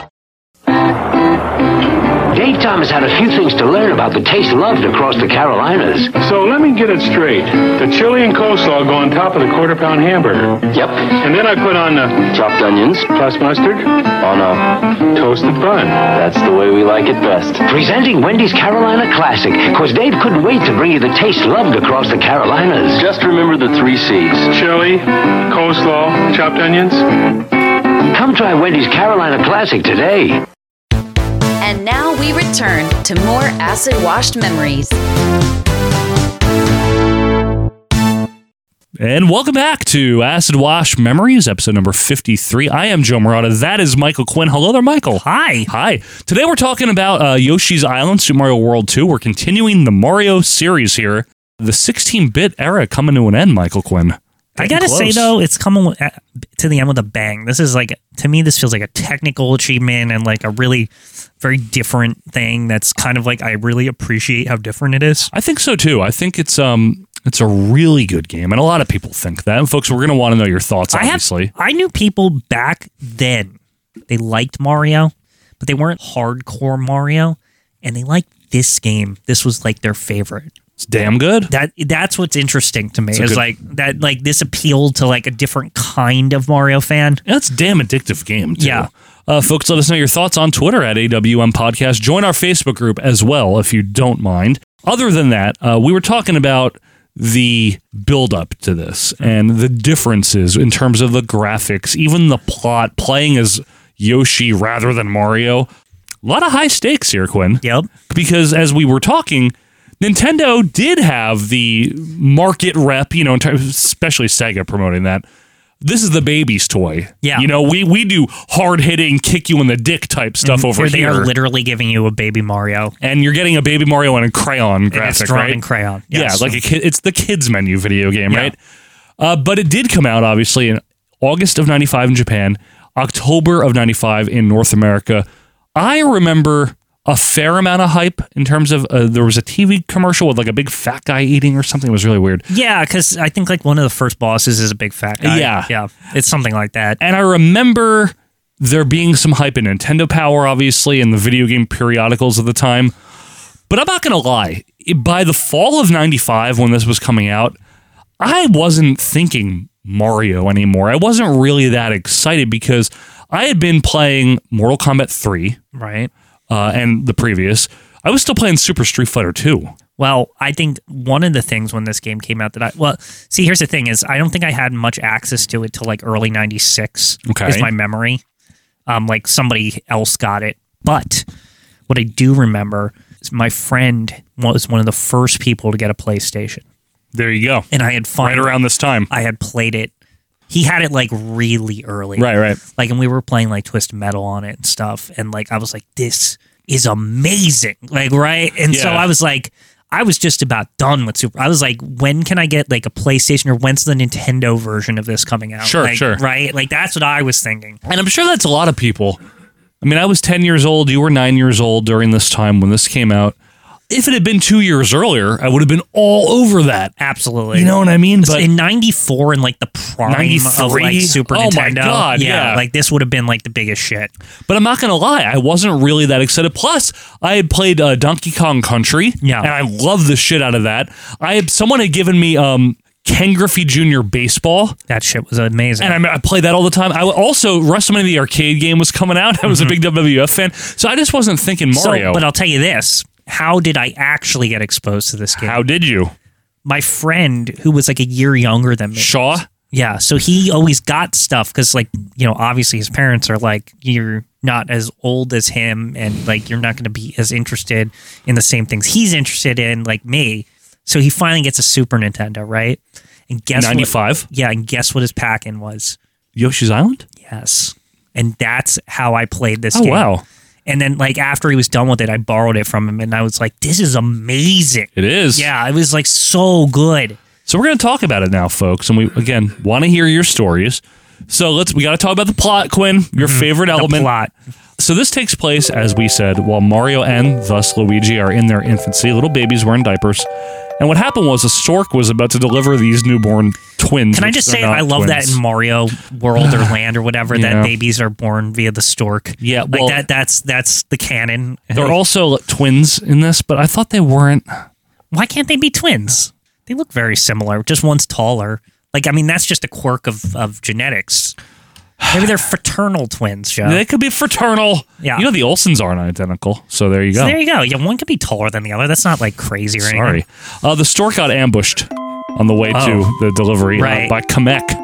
Speaker 23: Dave Thomas had a few things to learn about the taste loved across the Carolinas.
Speaker 24: So let me get it straight. The chili and coleslaw go on top of the quarter pound hamburger. Yep. And then I put on the chopped onions plus mustard on uh, a toasted bun. That's the way we like it best.
Speaker 23: Presenting Wendy's Carolina Classic, because Dave couldn't wait to bring you the taste loved across the Carolinas. Just remember the three C's chili, coleslaw, chopped onions. Come try Wendy's Carolina Classic today.
Speaker 1: And now we return to more acid washed memories.
Speaker 2: And welcome back to Acid Wash Memories, episode number 53. I am Joe Morata. That is Michael Quinn. Hello there, Michael.
Speaker 3: Hi.
Speaker 2: Hi. Today we're talking about uh, Yoshi's Island, Super Mario World 2. We're continuing the Mario series here. The 16 bit era coming to an end, Michael Quinn.
Speaker 3: I gotta say
Speaker 2: Close.
Speaker 3: though, it's coming with- uh, to the end with a bang. This is like to me, this feels like a technical achievement and like a really very different thing. That's kind of like I really appreciate how different it is.
Speaker 2: I think so too. I think it's um it's a really good game, and a lot of people think that. And folks, we're gonna want to know your thoughts,
Speaker 3: I have-
Speaker 2: obviously.
Speaker 3: I knew people back then they liked Mario, but they weren't hardcore Mario, and they liked this game. This was like their favorite.
Speaker 2: It's damn good.
Speaker 3: That that's what's interesting to me.
Speaker 2: It's a
Speaker 3: is
Speaker 2: good-
Speaker 3: like that like this appealed to like a different kind of Mario fan.
Speaker 2: That's damn addictive game too. Yeah. Uh, folks, let us know your thoughts on Twitter at AWM Podcast. Join our Facebook group as well, if you don't mind. Other than that, uh, we were talking about the build up to this and the differences in terms of the graphics, even the plot, playing as Yoshi rather than Mario. A lot of high stakes here, Quinn.
Speaker 3: Yep.
Speaker 2: Because as we were talking, Nintendo did have the market rep, you know, in ter- especially Sega promoting that. This is the baby's toy.
Speaker 3: Yeah.
Speaker 2: You know, we we do hard hitting, kick you in the dick type stuff over
Speaker 3: Mm-hmm. Where
Speaker 2: here.
Speaker 3: They are literally giving you a baby Mario.
Speaker 2: and you're getting a baby Mario and a crayon graphic,
Speaker 3: it's drawn
Speaker 2: right?
Speaker 3: in crayon, yes.
Speaker 2: Yeah, like a kid. It's the kids menu video game, right? Uh, but it did come out obviously in August of '95 in Japan, October of '95 in North America. I remember a fair amount of hype in terms of uh, there was a TV commercial with like a big fat guy eating or something. It was really weird.
Speaker 3: Yeah, because I think like one of the first bosses is a big fat guy.
Speaker 2: Yeah.
Speaker 3: yeah, it's something like that.
Speaker 2: And I remember there being some hype in Nintendo Power, obviously, and the video game periodicals of the time. But I'm not going to lie. it- By the fall of 95, when this was coming out, I wasn't thinking Mario anymore. I wasn't really that excited because I had been playing Mortal Kombat 3.
Speaker 3: Right.
Speaker 2: Uh, and the previous. I was still playing Super Street Fighter 2.
Speaker 3: Well, I think one of the things when this game came out that I well, see, here's the thing is I don't think I had much access to it till like early '96.
Speaker 2: Okay.
Speaker 3: is my memory. Um, like somebody else got it, but what I do remember is my friend was one of the first people to get a PlayStation.
Speaker 2: There you go.
Speaker 3: And I had fun
Speaker 2: Right around this time.
Speaker 3: I had played it. He had it like really early.
Speaker 2: Right, right.
Speaker 3: Like, and we were playing like Twist Metal on it and stuff. And like, I was like, this is amazing. Like, right. And so
Speaker 2: Yeah.
Speaker 3: I was like, I was just about done with Super. I was like, when can I get like a PlayStation or when's the Nintendo version of this coming out?
Speaker 2: Sure,
Speaker 3: Like,
Speaker 2: sure.
Speaker 3: Right. Like, that's what I was thinking.
Speaker 2: And I'm sure that's a lot of people. I mean, I was 10 years old. You were nine years old during this time when this came out. If it had been two years earlier, I would have been all over that.
Speaker 3: Absolutely.
Speaker 2: You know what I mean?
Speaker 3: It's
Speaker 2: But
Speaker 3: in 94 and like the prime of
Speaker 2: 93?
Speaker 3: like Super
Speaker 2: Oh my
Speaker 3: Nintendo.
Speaker 2: God, yeah.
Speaker 3: Like, this would have been like the biggest shit.
Speaker 2: But I'm not gonna lie, I wasn't really that excited. Plus, I had played uh, Donkey Kong Country,
Speaker 3: Yeah.
Speaker 2: and I love the shit out of that. I had, someone had given me um, Ken Griffey Jr. Baseball,
Speaker 3: That shit was amazing.
Speaker 2: and I, I played that all the time. I w- also WrestleMania the arcade game was coming out. <laughs> I was a big WWF fan, so I just wasn't thinking
Speaker 3: Mm-hmm. So,
Speaker 2: Mario.
Speaker 3: but uh, I'll tell you this: How did I actually get exposed to this game?
Speaker 2: How did you,
Speaker 3: My friend, who was like a year younger than me,
Speaker 2: Shaw?
Speaker 3: yeah. So he always got stuff because, like, you know, obviously his parents are like, you're not as old as him, and like you're not going to be as interested in the same things he's interested in, like me. So he finally gets a Super Nintendo, right? And guess what-
Speaker 2: 95?
Speaker 3: Yeah, and guess what his pack-in was?
Speaker 2: Yoshi's Island?
Speaker 3: Yes. And that's how I played this
Speaker 2: Oh,
Speaker 3: game.
Speaker 2: wow.
Speaker 3: And then like after he was done with it, I borrowed it from him and I was like, this is amazing.
Speaker 2: It is.
Speaker 3: Yeah, it was like so good.
Speaker 2: So we're going to talk about it now, folks. And we again want to hear your stories. So let's we got to talk about the plot, Quinn. Your favorite element.
Speaker 3: Mm-hmm. plot.
Speaker 2: So this takes place, as we said, while Mario and thus Luigi are in their infancy. Little babies wearing diapers. And what happened was a stork was about to deliver these newborn twins.
Speaker 3: Can I
Speaker 2: which
Speaker 3: just
Speaker 2: they're
Speaker 3: say
Speaker 2: not
Speaker 3: I love that
Speaker 2: twins.
Speaker 3: in Mario World
Speaker 2: <sighs>
Speaker 3: or Land or whatever
Speaker 2: Yeah.
Speaker 3: that babies are born via the stork.
Speaker 2: Yeah, well-
Speaker 3: like that that's that's the canon.
Speaker 2: They're also like, twins in this, but I thought they weren't.
Speaker 3: Why can't they be twins? They look very similar, just one's taller. Like I mean that's just a quirk of of genetics. Maybe they're fraternal twins, Joe.
Speaker 2: They could be fraternal.
Speaker 3: Yeah.
Speaker 2: You know the Olsons aren't identical, so there you go.
Speaker 3: So there you go. Yeah, one could be taller than the other. That's not like crazy or
Speaker 2: Sorry.
Speaker 3: anything.
Speaker 2: Uh, the stork got ambushed on the way
Speaker 3: Oh.
Speaker 2: to the delivery uh,
Speaker 3: Right.
Speaker 2: by Kamek.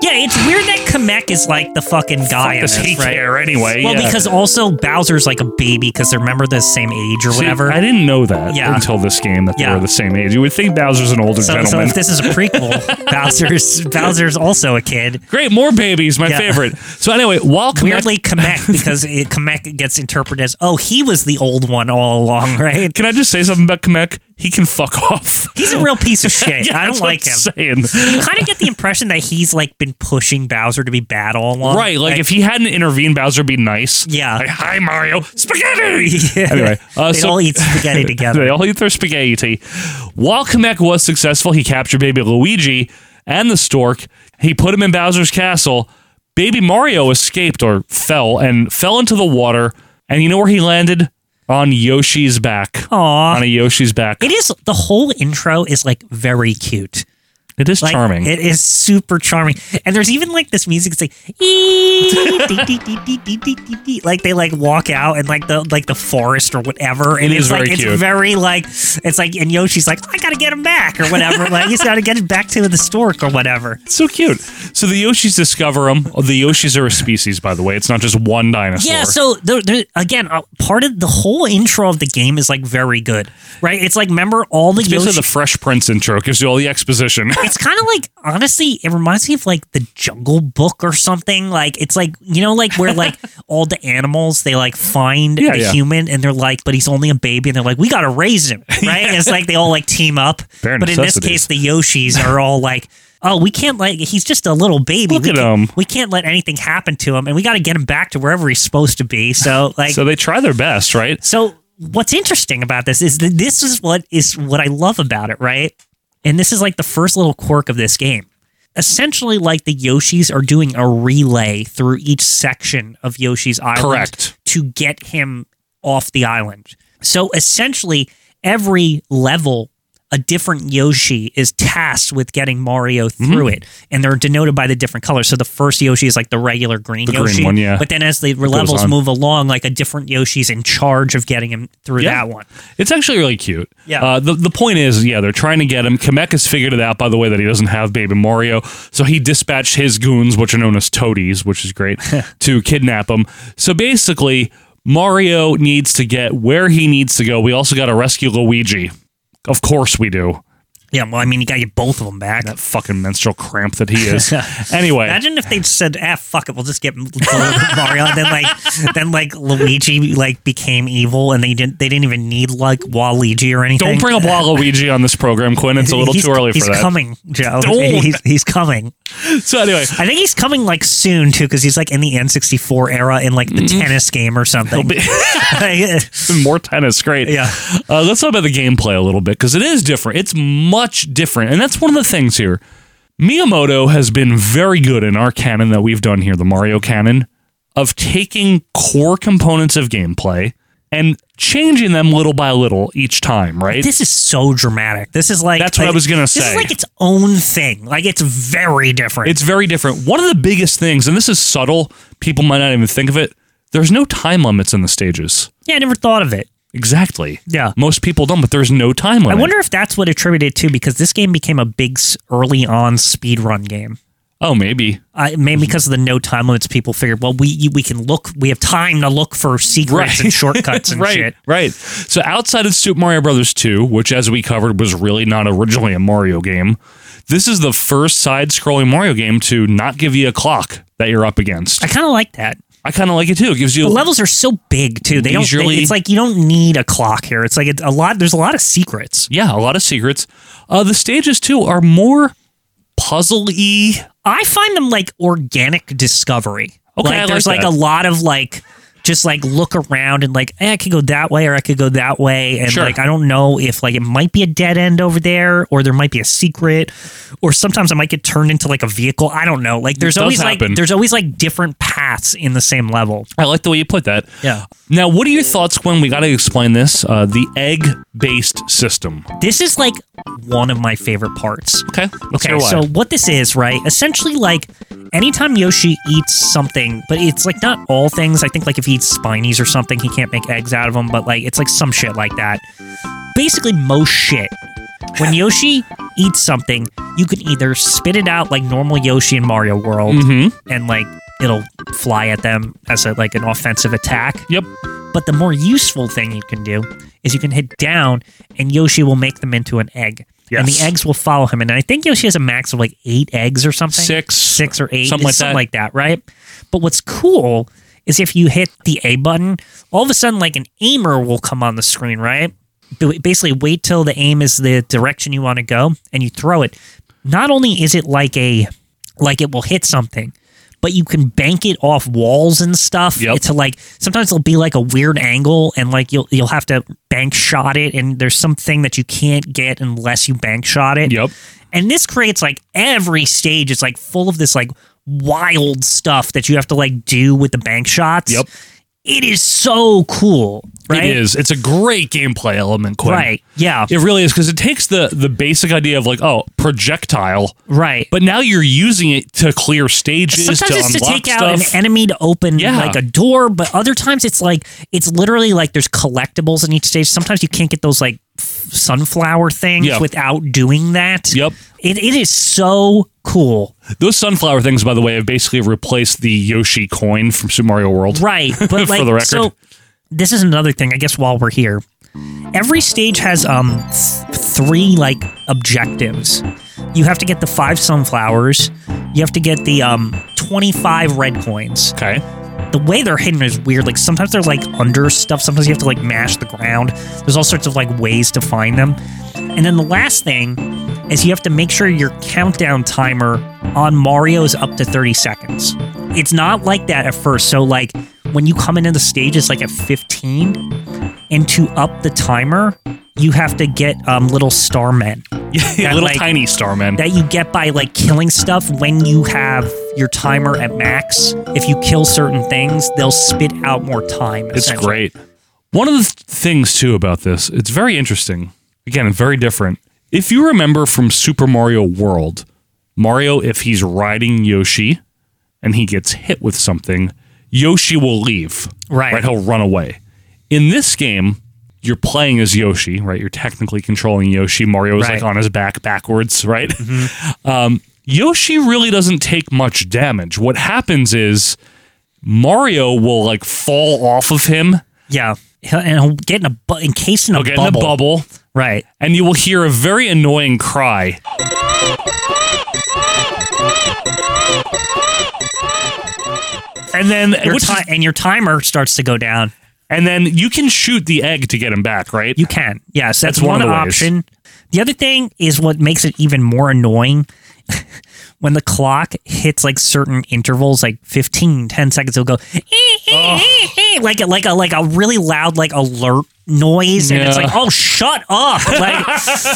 Speaker 3: Yeah, it's weird that Kamek is like the fucking guy. in
Speaker 2: does
Speaker 3: this,
Speaker 2: he
Speaker 3: right?
Speaker 2: care anyway?
Speaker 3: Well,
Speaker 2: Yeah.
Speaker 3: because also Bowser's like a baby because they're remember the same age or
Speaker 2: See,
Speaker 3: whatever.
Speaker 2: I didn't know that
Speaker 3: Yeah.
Speaker 2: until this game that
Speaker 3: Yeah.
Speaker 2: they were the same age. You would think Bowser's an older
Speaker 3: so, so
Speaker 2: gentleman.
Speaker 3: if this is
Speaker 2: <laughs>
Speaker 3: a prequel, Bowser's Bowser's also a kid.
Speaker 2: Great, more babies, my favorite. So anyway, while Kamek-
Speaker 3: weirdly Kamek because it, Kamek gets interpreted as oh he was the old one all along, right?
Speaker 2: Can I just say something about Kamek? He can fuck <laughs> off.
Speaker 3: He's a real
Speaker 2: <laughs>
Speaker 3: piece of shit.
Speaker 2: Yeah,
Speaker 3: I don't
Speaker 2: that's what
Speaker 3: like him.
Speaker 2: I'm saying.
Speaker 3: You kind of get the impression that he's like been pushing Bowser to be bad all along,
Speaker 2: Right, like,
Speaker 3: <laughs>
Speaker 2: if he hadn't intervened, Bowser would be nice.
Speaker 3: Yeah.
Speaker 2: Like, hi, Mario. Spaghetti!
Speaker 3: <laughs> Yeah.
Speaker 2: Anyway. uh,
Speaker 3: They all eat spaghetti
Speaker 2: <laughs>
Speaker 3: together.
Speaker 2: they all eat their spaghetti. While Kamek was successful, he captured baby Luigi and the stork. He put him in Bowser's castle. Baby Mario escaped or fell and fell into the water. And you know where he landed? On Yoshi's back.
Speaker 3: Aw.
Speaker 2: On a Yoshi's back.
Speaker 3: It is the whole intro is like very cute.
Speaker 2: It is
Speaker 3: Like,
Speaker 2: charming.
Speaker 3: It is super charming. And there's even like this music. It's like "Ee, dee, dee, dee, dee, dee, dee, dee, dee." like <laughs> they like walk out and like the like the forest or whatever. And
Speaker 2: It
Speaker 3: it's
Speaker 2: is
Speaker 3: like
Speaker 2: very
Speaker 3: it's
Speaker 2: cute.
Speaker 3: very like it's like and Yoshi's like I gotta get him back or whatever. like he's gotta get him back to the stork or whatever.
Speaker 2: so cute. So the Yoshis discover him. Oh, the Yoshis are a species, by the way. It's not just one dinosaur.
Speaker 3: Yeah, so there, there, again, uh, part of the whole intro of the game is like very good, right? It's like remember all the
Speaker 2: It's basically
Speaker 3: Yoshi-
Speaker 2: the Fresh Prince intro. Gives you all the
Speaker 3: <laughs>
Speaker 2: exposition.
Speaker 3: it's kind of like honestly, it reminds me of like the Jungle Book or something. Like it's like you know, like where
Speaker 2: <laughs>
Speaker 3: like all the animals they like find
Speaker 2: Yeah,
Speaker 3: the
Speaker 2: yeah.
Speaker 3: human and they're like, but he's only a baby, and they're like, we gotta raise
Speaker 2: <laughs>
Speaker 3: him, right? And it's like they all like team up.
Speaker 2: Bare
Speaker 3: but in this
Speaker 2: necessities.
Speaker 3: case, the Yoshis are all like. Oh, we can't like he's just a little baby.
Speaker 2: Look
Speaker 3: we
Speaker 2: at
Speaker 3: can't-
Speaker 2: him.
Speaker 3: We can't let anything happen to him, and we got to get him back to wherever he's supposed to be. So, like,
Speaker 2: so they try their best, right?
Speaker 3: so what's interesting about this is that this is what is what I love about it, right? And this is like the first little quirk of this game. Essentially, like the Yoshis are doing a relay through each section of Yoshi's island
Speaker 2: Correct.
Speaker 3: to get him off the island. So essentially, every level, a different Yoshi is tasked with getting Mario through
Speaker 2: Mhm.
Speaker 3: it, and they're denoted by the different colors. So the first Yoshi is like the regular green
Speaker 2: The green
Speaker 3: Yoshi,
Speaker 2: one, yeah.
Speaker 3: But then as the
Speaker 2: goes
Speaker 3: levels
Speaker 2: on.
Speaker 3: move along, like a different Yoshi's in charge of getting him through
Speaker 2: Yeah.
Speaker 3: that one.
Speaker 2: It's actually really cute.
Speaker 3: Yeah.
Speaker 2: Uh, the, the point is, yeah, they're trying to get him. Kamek has figured it out, by the way, that he doesn't have Baby Mario. So he dispatched his goons, which are known as toadies, which is
Speaker 3: <laughs>
Speaker 2: great, to kidnap him. So basically, Mario needs to get where he needs to go. We also got to rescue Luigi. Of course we do.
Speaker 3: Yeah, well, I mean, you got to get both of them back.
Speaker 2: That fucking menstrual cramp that he
Speaker 3: <laughs>
Speaker 2: is. anyway.
Speaker 3: Imagine if they said, "Ah, fuck it, we'll just get <laughs> Mario," and then like, then like Luigi like became evil, and they didn't they didn't even need like Waluigi or anything.
Speaker 2: Don't bring up Waluigi on this program, Quinn. It's a little
Speaker 3: <laughs> He's-
Speaker 2: too early for
Speaker 3: he's
Speaker 2: that.
Speaker 3: coming, Joe.
Speaker 2: Don't.
Speaker 3: He's, he's coming.
Speaker 2: <laughs> So anyway,
Speaker 3: I think he's coming like soon too, because he's like in the N64 era in like the
Speaker 2: Mm-hmm.
Speaker 3: tennis game or something.
Speaker 2: more tennis. Great.
Speaker 3: <laughs>
Speaker 2: <laughs>
Speaker 3: Yeah.
Speaker 2: Uh, let's talk about the gameplay a little bit because it is different. It's much different, and that's one of the things here. Miyamoto has been very good in our canon that we've done here, the Mario canon, of taking core components of gameplay and changing them little by little each time. Right.
Speaker 3: This is so dramatic. This is like
Speaker 2: That's what I
Speaker 3: like-
Speaker 2: was gonna
Speaker 3: This
Speaker 2: say.
Speaker 3: is like its own thing. Like it's very different.
Speaker 2: It's very different. One of the biggest things, and this is subtle, people might not even think of it. There's no time limits in the stages.
Speaker 3: yeah, I never thought of it.
Speaker 2: Exactly.
Speaker 3: Yeah.
Speaker 2: Most people don't, but there's no time
Speaker 3: I
Speaker 2: limit.
Speaker 3: wonder if that's what attributed to because this game became a big s- early on speedrun game.
Speaker 2: Oh, maybe.
Speaker 3: I
Speaker 2: Mm-hmm.
Speaker 3: maybe because of the no time limits, people figured, well, we we can look, we have time to look for secrets and
Speaker 2: <laughs>
Speaker 3: shortcuts and
Speaker 2: right,
Speaker 3: shit.
Speaker 2: Right. So outside of Super Mario Brothers 2, which as we covered was really not originally a Mario game, this is the first side-scrolling Mario game to not give you a clock that you're up against.
Speaker 3: I kind of like that.
Speaker 2: I kind of like it too. It gives you
Speaker 3: The levels are so big too. They don't.
Speaker 2: Leisurely.
Speaker 3: They, it's like you don't need a clock here. It's like it's a lot. There's a lot of secrets.
Speaker 2: yeah, a lot of secrets. Uh, the stages too are more puzzle-y.
Speaker 3: I find them like organic discovery.
Speaker 2: Okay, I
Speaker 3: like,
Speaker 2: like
Speaker 3: there's like
Speaker 2: that.
Speaker 3: a lot of like just like look around and like eh, I could go that way or I could go that way and
Speaker 2: Sure.
Speaker 3: like I don't know if like it might be a dead end over there or there might be a secret or sometimes I might get turned into like a vehicle. I don't know. Like there's
Speaker 2: Does
Speaker 3: always
Speaker 2: happen.
Speaker 3: like there's always like different paths in the same level.
Speaker 2: I like the way you put that.
Speaker 3: Yeah.
Speaker 2: Now, what are your thoughts, Gwen? We got to explain this. Uh, the egg-based system.
Speaker 3: This is like one of my favorite parts.
Speaker 2: Okay. Let's
Speaker 3: Okay,
Speaker 2: hear why.
Speaker 3: so what this is, right? Essentially, like anytime Yoshi eats something, but it's like not all things. I think like if he eats spinies or something, he can't make eggs out of them. But like it's like some shit like that. Basically, most shit when Yoshi eats something, you can either spit it out like normal Yoshi in Mario World,
Speaker 2: Mhm.
Speaker 3: and like it'll fly at them as a, like an offensive attack.
Speaker 2: Yep.
Speaker 3: But the more useful thing you can do is you can hit down, and Yoshi will make them into an egg. And
Speaker 2: Yes.
Speaker 3: the eggs will follow him. And I think Yoshi has a max of like eight eggs or something.
Speaker 2: Six.
Speaker 3: Six or eight.
Speaker 2: Something like
Speaker 3: something
Speaker 2: that.
Speaker 3: like that, right? But what's cool is if you hit the A button, all of a sudden, like an aimer will come on the screen, right? B- Basically, wait till the aim is the direction you want to go, and you throw it. Not only is it like a, like it will hit something, but you can bank it off walls and stuff to like. Sometimes it'll be like a weird angle, and like you'll you'll have to bank shot it, and there's something that you can't get unless you bank shot it. Yep. And this creates like every stage is like full of this like wild stuff that you have to like do with the bank shots. Yep. It is so cool, right?
Speaker 2: It is. It's a great gameplay element, Quinn.
Speaker 3: Right, Yeah.
Speaker 2: It really is because it takes the the basic idea of like, oh, projectile.
Speaker 3: Right.
Speaker 2: But now you're using it to clear stages,
Speaker 3: Sometimes
Speaker 2: to
Speaker 3: it's to
Speaker 2: unlock
Speaker 3: take out
Speaker 2: stuff.
Speaker 3: an enemy to open
Speaker 2: Yeah.
Speaker 3: like a door, but other times it's like it's literally like there's collectibles in each stage. Sometimes you can't get those like f- sunflower things
Speaker 2: Yeah.
Speaker 3: without doing that.
Speaker 2: Yep.
Speaker 3: It, it is so cool.
Speaker 2: Those sunflower things, by the way, have basically replaced the Yoshi coin from Super Mario World. <laughs>
Speaker 3: Right. But like
Speaker 2: for the record.
Speaker 3: so this is another thing, I guess while we're here. Every stage has um th- three like objectives. You have to get the five sunflowers, you have to get the um 25 red coins.
Speaker 2: Okay.
Speaker 3: The way they're hidden is weird. Like sometimes they're like under stuff, sometimes you have to like mash the ground. There's all sorts of like ways to find them. And then the last thing is you have to make sure your countdown timer on Mario is up to 30 seconds. It's not like that at first. So like when you come into the stage, it's like at 15, and to up the timer, you have to get um, little starmen. Yeah,
Speaker 2: little tiny starmen
Speaker 3: that you get by like killing stuff. When you have your timer at max, if you kill certain things, they'll spit out more time.
Speaker 2: It's
Speaker 3: essentially.
Speaker 2: great. One of the th- things too about this, it's very interesting. Again, it's very different. If you remember from Super Mario World, Mario, if he's riding Yoshi and he gets hit with something, Yoshi will leave.
Speaker 3: Right.
Speaker 2: Right. He'll run away. In this game, you're playing as Yoshi, right? You're technically controlling Yoshi. Mario is
Speaker 3: Right. Mm-hmm.
Speaker 2: like on his back backwards, right? <laughs> Um, Yoshi really doesn't take much damage. What happens is Mario will like fall off of him.
Speaker 3: Yeah, He'll- and he'll get in a bu- encased in a
Speaker 2: He'll get in a
Speaker 3: bubble.
Speaker 2: bubble.
Speaker 3: Right.
Speaker 2: And you will hear a very annoying cry. And then
Speaker 3: Your
Speaker 2: which is-
Speaker 3: ti- and your timer starts to go down.
Speaker 2: and then you can shoot the egg to get him back, right?
Speaker 3: You can. Yes, that's,
Speaker 2: That's one
Speaker 3: one,
Speaker 2: of the ways.
Speaker 3: option. The other thing is what makes it even more annoying <laughs> when the clock hits like certain intervals, like 15, 10 seconds, it'll go "Eh, like a, like a like a really loud like alert noise, and it's
Speaker 2: Yeah.
Speaker 3: like, oh, shut up! <laughs> Like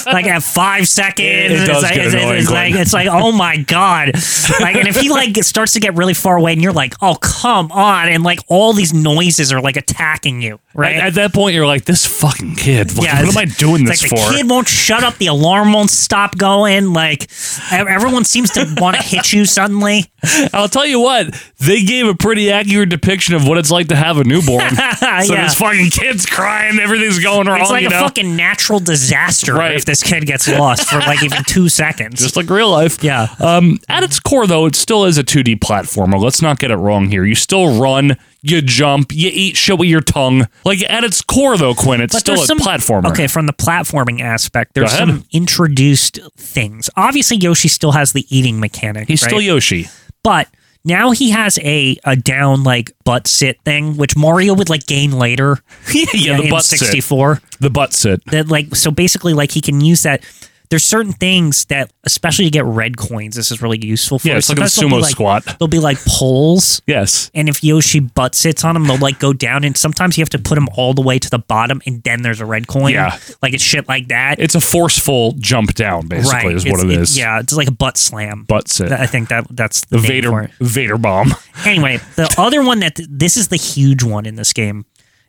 Speaker 3: like at five seconds,
Speaker 2: It does
Speaker 3: it's, like,
Speaker 2: get
Speaker 3: it's- it's-
Speaker 2: annoying,
Speaker 3: it's like
Speaker 2: Glenn.
Speaker 3: it's like oh my god! Like, and if he like starts to get really far away, and you're like, oh come on, and like all these noises are like attacking you, right?
Speaker 2: At, at that point, you're like, this fucking kid. What, what am I doing
Speaker 3: it's
Speaker 2: this
Speaker 3: like
Speaker 2: for?
Speaker 3: The kid won't shut up. The alarm won't stop going. Like ev- everyone seems to want to hit you suddenly. <laughs>
Speaker 2: I'll tell you what, they gave a pretty accurate depiction of what it's like to have a newborn.
Speaker 3: <laughs>
Speaker 2: so
Speaker 3: Yeah.
Speaker 2: this fucking kid's crying, everything's going wrong.
Speaker 3: It's like
Speaker 2: you
Speaker 3: a
Speaker 2: know?
Speaker 3: fucking <laughs> natural disaster
Speaker 2: Right.
Speaker 3: if this kid gets lost for like even two seconds.
Speaker 2: just like real life.
Speaker 3: Yeah.
Speaker 2: Um, at its core, though, it still is a 2D platformer. Let's not get it wrong here. You still run, you jump, you eat shit with your tongue. Like at its core, though, Quinn, it's still a
Speaker 3: there's some-
Speaker 2: platformer.
Speaker 3: Okay, from the platforming aspect, there's
Speaker 2: Go ahead.
Speaker 3: some introduced things. Obviously, Yoshi still has the eating mechanic.
Speaker 2: He's
Speaker 3: right?
Speaker 2: still Yoshi.
Speaker 3: but now he has a a down like butt sit thing, which Mario would like gain later.
Speaker 2: <laughs>
Speaker 3: yeah,
Speaker 2: the
Speaker 3: in
Speaker 2: butt sit.
Speaker 3: 64.
Speaker 2: The butt sit.
Speaker 3: That like so basically like he can use that. There's certain things that, especially to get red coins, this is really useful for.
Speaker 2: Yeah, it's like a
Speaker 3: Sometimes they'll be
Speaker 2: sumo squat.
Speaker 3: They'll be like poles.
Speaker 2: Yes.
Speaker 3: And if Yoshi butt sits on them, they'll like go down, and sometimes you have to put them all the way to the bottom, and then there's a red coin.
Speaker 2: Yeah.
Speaker 3: like it's shit like that.
Speaker 2: It's a forceful jump down, basically,
Speaker 3: right.
Speaker 2: is what
Speaker 3: It's-
Speaker 2: it is.
Speaker 3: yeah, it's like a butt slam.
Speaker 2: Butt sit.
Speaker 3: I think that that's the
Speaker 2: The
Speaker 3: name for
Speaker 2: Vader
Speaker 3: it.
Speaker 2: Vader
Speaker 3: <laughs>
Speaker 2: bomb.
Speaker 3: Anyway, the other one that this is the huge one in this game.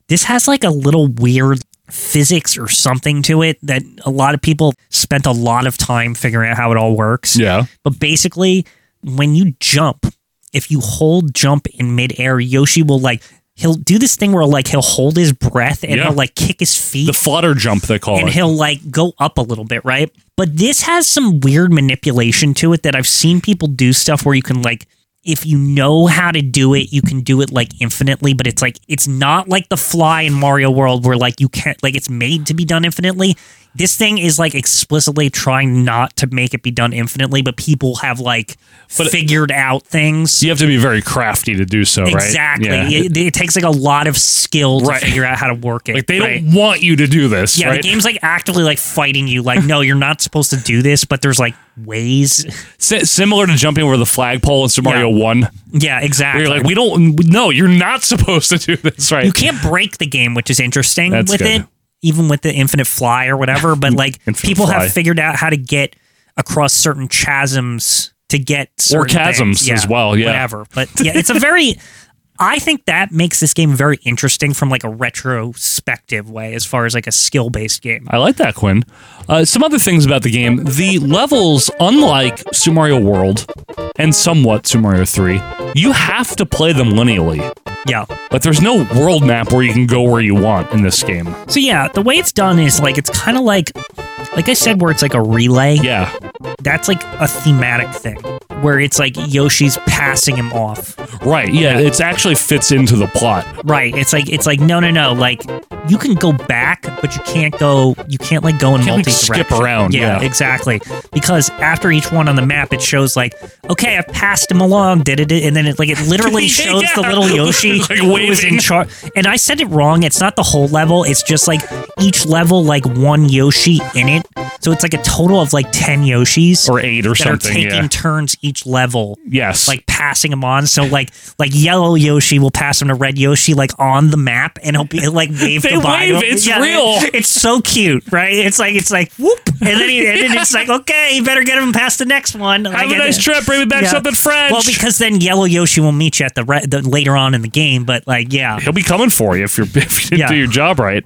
Speaker 3: This has like a little weird physics or something to it that a lot of people spent a lot of time figuring out how it all works.
Speaker 2: Yeah.
Speaker 3: But basically, when you jump, if you hold jump in midair, Yoshi will like he'll do this thing where like he'll hold his breath and
Speaker 2: Yeah.
Speaker 3: he'll like kick his feet.
Speaker 2: The flutter jump they call
Speaker 3: and
Speaker 2: it.
Speaker 3: he'll like go up a little bit, right? But this has some weird manipulation to it that I've seen people do stuff where you can like if you know how to do it, you can do it like infinitely, but it's like it's not like the fly in Mario World where like you can't like it's made to be done infinitely. This thing is like explicitly trying not to make it be done infinitely, but people have like figured out things.
Speaker 2: You have to be very crafty to do so, right?
Speaker 3: exactly.
Speaker 2: Yeah.
Speaker 3: It, it takes like a lot of skill to
Speaker 2: Right.
Speaker 3: figure out how to work it.
Speaker 2: like they
Speaker 3: right?
Speaker 2: don't want you to do this.
Speaker 3: Yeah,
Speaker 2: right?
Speaker 3: the game's like actively like fighting you. Like, no, you're not supposed to do this, but there's like ways. <laughs>
Speaker 2: Si- similar to jumping over the flagpole in Super Mario One.
Speaker 3: Yeah, exactly.
Speaker 2: Where you're like, we don't. No, you're not <laughs> supposed to do this, right?
Speaker 3: You can't break the game, which is interesting
Speaker 2: That's
Speaker 3: with
Speaker 2: good.
Speaker 3: it, even with the infinite fly or
Speaker 2: <laughs>
Speaker 3: whatever. But like,
Speaker 2: Infinite
Speaker 3: people
Speaker 2: fly.
Speaker 3: have figured out how to get across certain chasms to get
Speaker 2: Or
Speaker 3: certain
Speaker 2: chasms
Speaker 3: things. Yeah,
Speaker 2: as well. Yeah,
Speaker 3: whatever. But yeah, it's a very. <laughs> I think that makes this game very interesting from like a retrospective way, as far as like a skill based game.
Speaker 2: I like that, Quinn. Uh, some other things about the game: the levels, unlike Super Mario World and somewhat Super Mario Three, you have to play them linearly.
Speaker 3: Yeah.
Speaker 2: But there's no world map where you can go where you want in this game.
Speaker 3: So yeah, the way it's done is like it's kind of like, like I said, where it's like a relay.
Speaker 2: Yeah,
Speaker 3: that's like a thematic thing where it's like Yoshi's passing him off.
Speaker 2: Right. Yeah. It's actually fits into the plot.
Speaker 3: Right. It's like it's like no, no, no. Like you can go back, but you can't go. You can't like go in
Speaker 2: Can't, like,
Speaker 3: multi.
Speaker 2: skip around, yeah.
Speaker 3: exactly. Because after each one on the map, it shows like, okay, I've passed him along, did it, and then it like it literally shows
Speaker 2: <laughs>
Speaker 3: the
Speaker 2: Yeah.
Speaker 3: little
Speaker 2: <laughs>
Speaker 3: Yoshi
Speaker 2: Like
Speaker 3: who was
Speaker 2: waving.
Speaker 3: in charge. And I said it wrong. It's not the whole level. It's just like each level like one Yoshi in it. So it's like a total of like ten Yoshis
Speaker 2: or eight or
Speaker 3: that
Speaker 2: something,
Speaker 3: Are taking
Speaker 2: yeah.
Speaker 3: turns each level.
Speaker 2: Yes.
Speaker 3: Like passing him on. So like like yellow Yoshi will pass him to red Yoshi like on the map and he'll be <laughs> like wave
Speaker 2: They
Speaker 3: goodbye. to
Speaker 2: wave,
Speaker 3: him.
Speaker 2: it's real.
Speaker 3: it- it's so cute, right? It's like it's like whoop and then, he, and then it's like okay, you better get him past the next one. Have
Speaker 2: a nice trip, bring me back something fresh.
Speaker 3: Well, because then yellow Yoshi will meet you at the, re- the later on in the game, but like yeah.
Speaker 2: He'll be coming for you if you're <laughs> if you didn't
Speaker 3: Yeah.
Speaker 2: do your job right.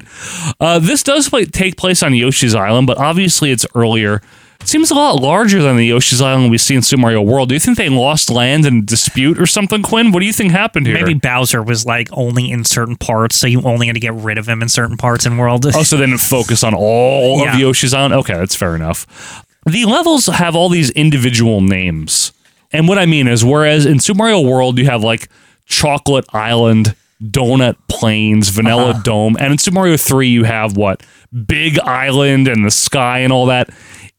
Speaker 2: Uh, this does play, take place on Yoshi's Island, but obviously it's earlier. It seems a lot larger than the Yoshi's Island we see in Super Mario World. Do you think they lost land in a dispute or something, Quinn? What do you think happened here?
Speaker 3: Maybe Bowser was like only in certain parts, so you only had to get rid of him in certain parts in World.
Speaker 2: Oh, so they didn't focus on all
Speaker 3: Yeah.
Speaker 2: of Yoshi's Island? Okay, that's fair enough. The levels have all these individual names. And what I mean is, whereas in Super Mario World, you have like Chocolate Island, Donut Plains, Vanilla
Speaker 3: Uh-huh.
Speaker 2: Dome. And in Super Mario 3, you have what? Big Island and the sky and all that.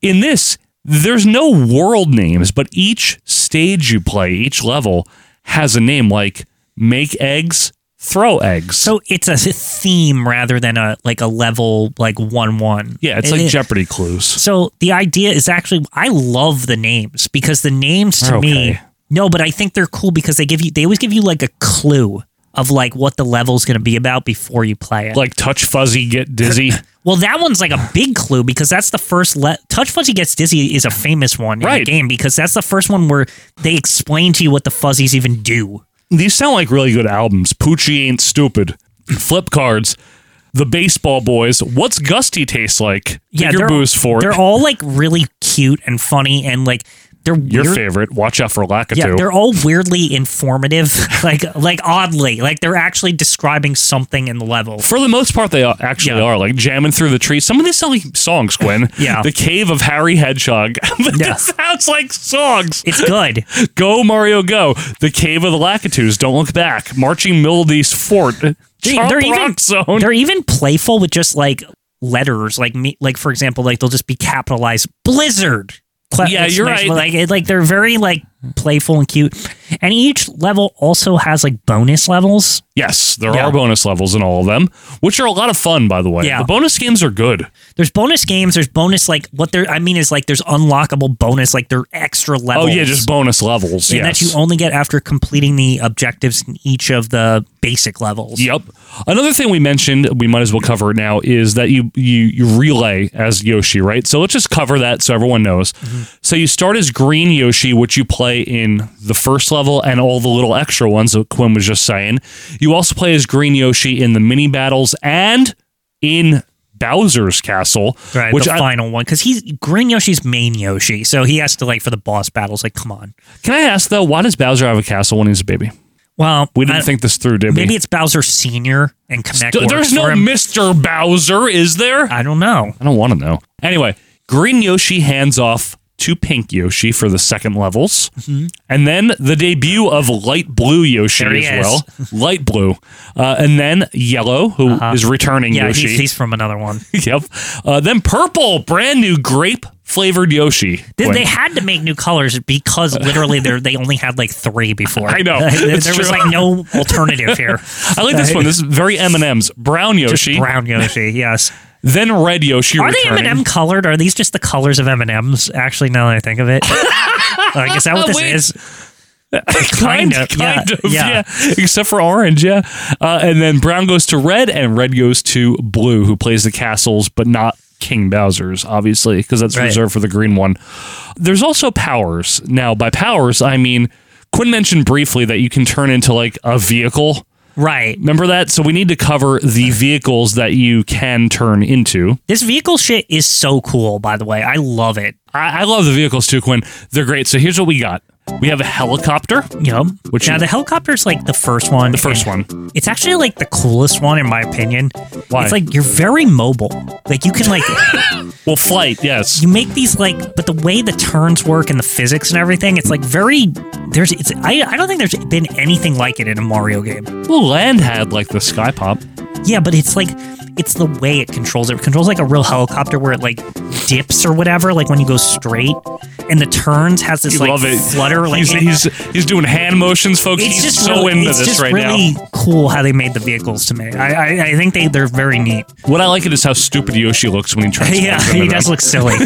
Speaker 2: In this, there's no world names, but each stage you play, each level has a name like Make Eggs, Throw Eggs.
Speaker 3: So it's a theme rather than a like a level like one one.
Speaker 2: Yeah, it's like Jeopardy clues.
Speaker 3: So the idea is actually I love the names because the names to
Speaker 2: They're
Speaker 3: me
Speaker 2: okay.
Speaker 3: no, but I think they're cool because they give you they always give you like a clue of like what the level's going to be about before you play it.
Speaker 2: Like Touch Fuzzy, Get
Speaker 3: <laughs>
Speaker 2: Dizzy.
Speaker 3: well, that one's like a big clue because that's the first le- touch fuzzy gets dizzy is a famous one in
Speaker 2: Right.
Speaker 3: the game because that's the first one where they explain to you what the fuzzies even do.
Speaker 2: These sound like really good albums. Poochie Ain't Stupid, Flip Cards, The Baseball Boys, What's Gusty Taste Like? Get your
Speaker 3: they're-
Speaker 2: booze for
Speaker 3: They're
Speaker 2: it.
Speaker 3: all like really cute and funny and like they're
Speaker 2: Your
Speaker 3: weird.
Speaker 2: favorite, Watch Out for Lakitu.
Speaker 3: Yeah, they're all weirdly informative, <laughs> like like oddly, like they're actually describing something in the level.
Speaker 2: for the most part, they are- actually are like jamming through the trees. Some of these sound like songs, Quinn.
Speaker 3: <laughs> Yeah.
Speaker 2: The Cave of Harry Hedgehog. <laughs> That sounds like songs.
Speaker 3: It's
Speaker 2: <laughs>
Speaker 3: good.
Speaker 2: go, Mario, go. The Cave of the Lakitus. Don't look back. Marching Mildy's Fort.
Speaker 3: They-
Speaker 2: Chomp
Speaker 3: they're even
Speaker 2: Rock Zone.
Speaker 3: they're even playful with just like letters, like me, like for example, like they'll just be capitalized Blizzard. Cle-
Speaker 2: Yeah, you're
Speaker 3: exclamation-
Speaker 2: right.
Speaker 3: Like it, like they're very like playful and cute, and each level also has like bonus levels.
Speaker 2: Yes, there
Speaker 3: Yeah.
Speaker 2: are bonus levels in all of them, which are a lot of fun, by the way.
Speaker 3: Yeah.
Speaker 2: The bonus games are good.
Speaker 3: There's bonus games. There's bonus like what they're. I mean is like there's unlockable bonus like they're extra levels.
Speaker 2: Oh yeah, just bonus levels.
Speaker 3: and
Speaker 2: yes.
Speaker 3: that you only get after completing the objectives in each of the basic levels.
Speaker 2: Yep. Another thing we mentioned, we might as well cover it now, is that you you you relay as Yoshi, right? So let's just cover that so everyone knows.
Speaker 3: Mm-hmm.
Speaker 2: So you start as green Yoshi, which you play in the first level and all the little extra ones that Quinn was just saying. You also play as green Yoshi in the mini battles and in Bowser's castle,
Speaker 3: Right,
Speaker 2: which
Speaker 3: the
Speaker 2: I,
Speaker 3: final one because he's Green Yoshi's main Yoshi, so he has to like for the boss battles. Like, come on.
Speaker 2: Can I ask though, why does Bowser have a castle when he's a baby?
Speaker 3: Well,
Speaker 2: we didn't think this through, did we?
Speaker 3: Maybe it's Bowser Senior and Connect.
Speaker 2: Th- There's no Mr. Bowser, is there?
Speaker 3: I don't know.
Speaker 2: I don't want to know. Anyway, Green Yoshi hands off to Pink Yoshi for the second levels.
Speaker 3: Mhm.
Speaker 2: And then the debut of Light Blue Yoshi
Speaker 3: There he
Speaker 2: as
Speaker 3: is.
Speaker 2: well. Light Blue. Uh, and then Yellow, who is
Speaker 3: Uh-huh.
Speaker 2: returning
Speaker 3: Yeah,
Speaker 2: Yoshi.
Speaker 3: he's, he's from another
Speaker 2: <laughs>
Speaker 3: one.
Speaker 2: yep. Uh, then Purple, brand new grape flavored Yoshi.
Speaker 3: They,
Speaker 2: Gwen.
Speaker 3: they had to make new colors because literally they they only had like three
Speaker 2: <laughs>
Speaker 3: before.
Speaker 2: I know.
Speaker 3: <laughs> there
Speaker 2: It's
Speaker 3: there was
Speaker 2: true.
Speaker 3: like no alternative here.
Speaker 2: <laughs>
Speaker 3: Uh,
Speaker 2: I like this one. This is very M&M's. Brown Yoshi.
Speaker 3: brown Yoshi. <laughs> Yes.
Speaker 2: Then Red Yoshi
Speaker 3: Are
Speaker 2: returning.
Speaker 3: they M&M colored? Are these just the colors of M&Ms? Actually, now that I think
Speaker 2: <laughs>
Speaker 3: of it, like is that what this
Speaker 2: Wait.
Speaker 3: is?
Speaker 2: kind,
Speaker 3: Kind of,
Speaker 2: kind
Speaker 3: yeah,
Speaker 2: of, yeah.
Speaker 3: yeah.
Speaker 2: Except for orange, yeah. Uh, and then brown goes to red, and red goes to blue, who plays the castles, but not King Bowser's, obviously, because that's
Speaker 3: Right.
Speaker 2: reserved for the green one. There's also powers. Now, by powers, I mean Quinn mentioned briefly that you can turn into like a vehicle.
Speaker 3: Right.
Speaker 2: Remember that? So we need to cover the vehicles that you can turn into.
Speaker 3: This vehicle shit is so cool. By the way, I love it.
Speaker 2: I, I love the vehicles too, Quinn. They're great. So here's what we got. We have a helicopter.
Speaker 3: Yep.
Speaker 2: Which
Speaker 3: now
Speaker 2: is-
Speaker 3: the helicopter's like the first one. The
Speaker 2: first one.
Speaker 3: It's actually like the coolest one in my opinion.
Speaker 2: Why?
Speaker 3: It's like you're very mobile. Like
Speaker 2: <laughs>
Speaker 3: you can like
Speaker 2: Well, flight, yes.
Speaker 3: you make these like but the way the turns work and the physics and everything, it's like very there's it's I, I don't think there's been anything like it in a Mario game.
Speaker 2: Well, Land had like the Sky Pop.
Speaker 3: Yeah, but it's like it's the way it controls it. It controls like a real helicopter where it like dips or whatever, like when you go straight and the turns has this
Speaker 2: You
Speaker 3: like
Speaker 2: love it.
Speaker 3: flutter like
Speaker 2: he's,
Speaker 3: it-
Speaker 2: he's he's doing hand motions, folks.
Speaker 3: it's
Speaker 2: he's
Speaker 3: just
Speaker 2: so
Speaker 3: really,
Speaker 2: into
Speaker 3: it's
Speaker 2: this
Speaker 3: just
Speaker 2: right
Speaker 3: really
Speaker 2: now.
Speaker 3: cool how they made the vehicles to me. I I, I think they they're very neat.
Speaker 2: What I like it is how stupid Yoshi looks when he transforms.
Speaker 3: <laughs> yeah,
Speaker 2: into
Speaker 3: he
Speaker 2: them.
Speaker 3: does look silly.
Speaker 2: <laughs>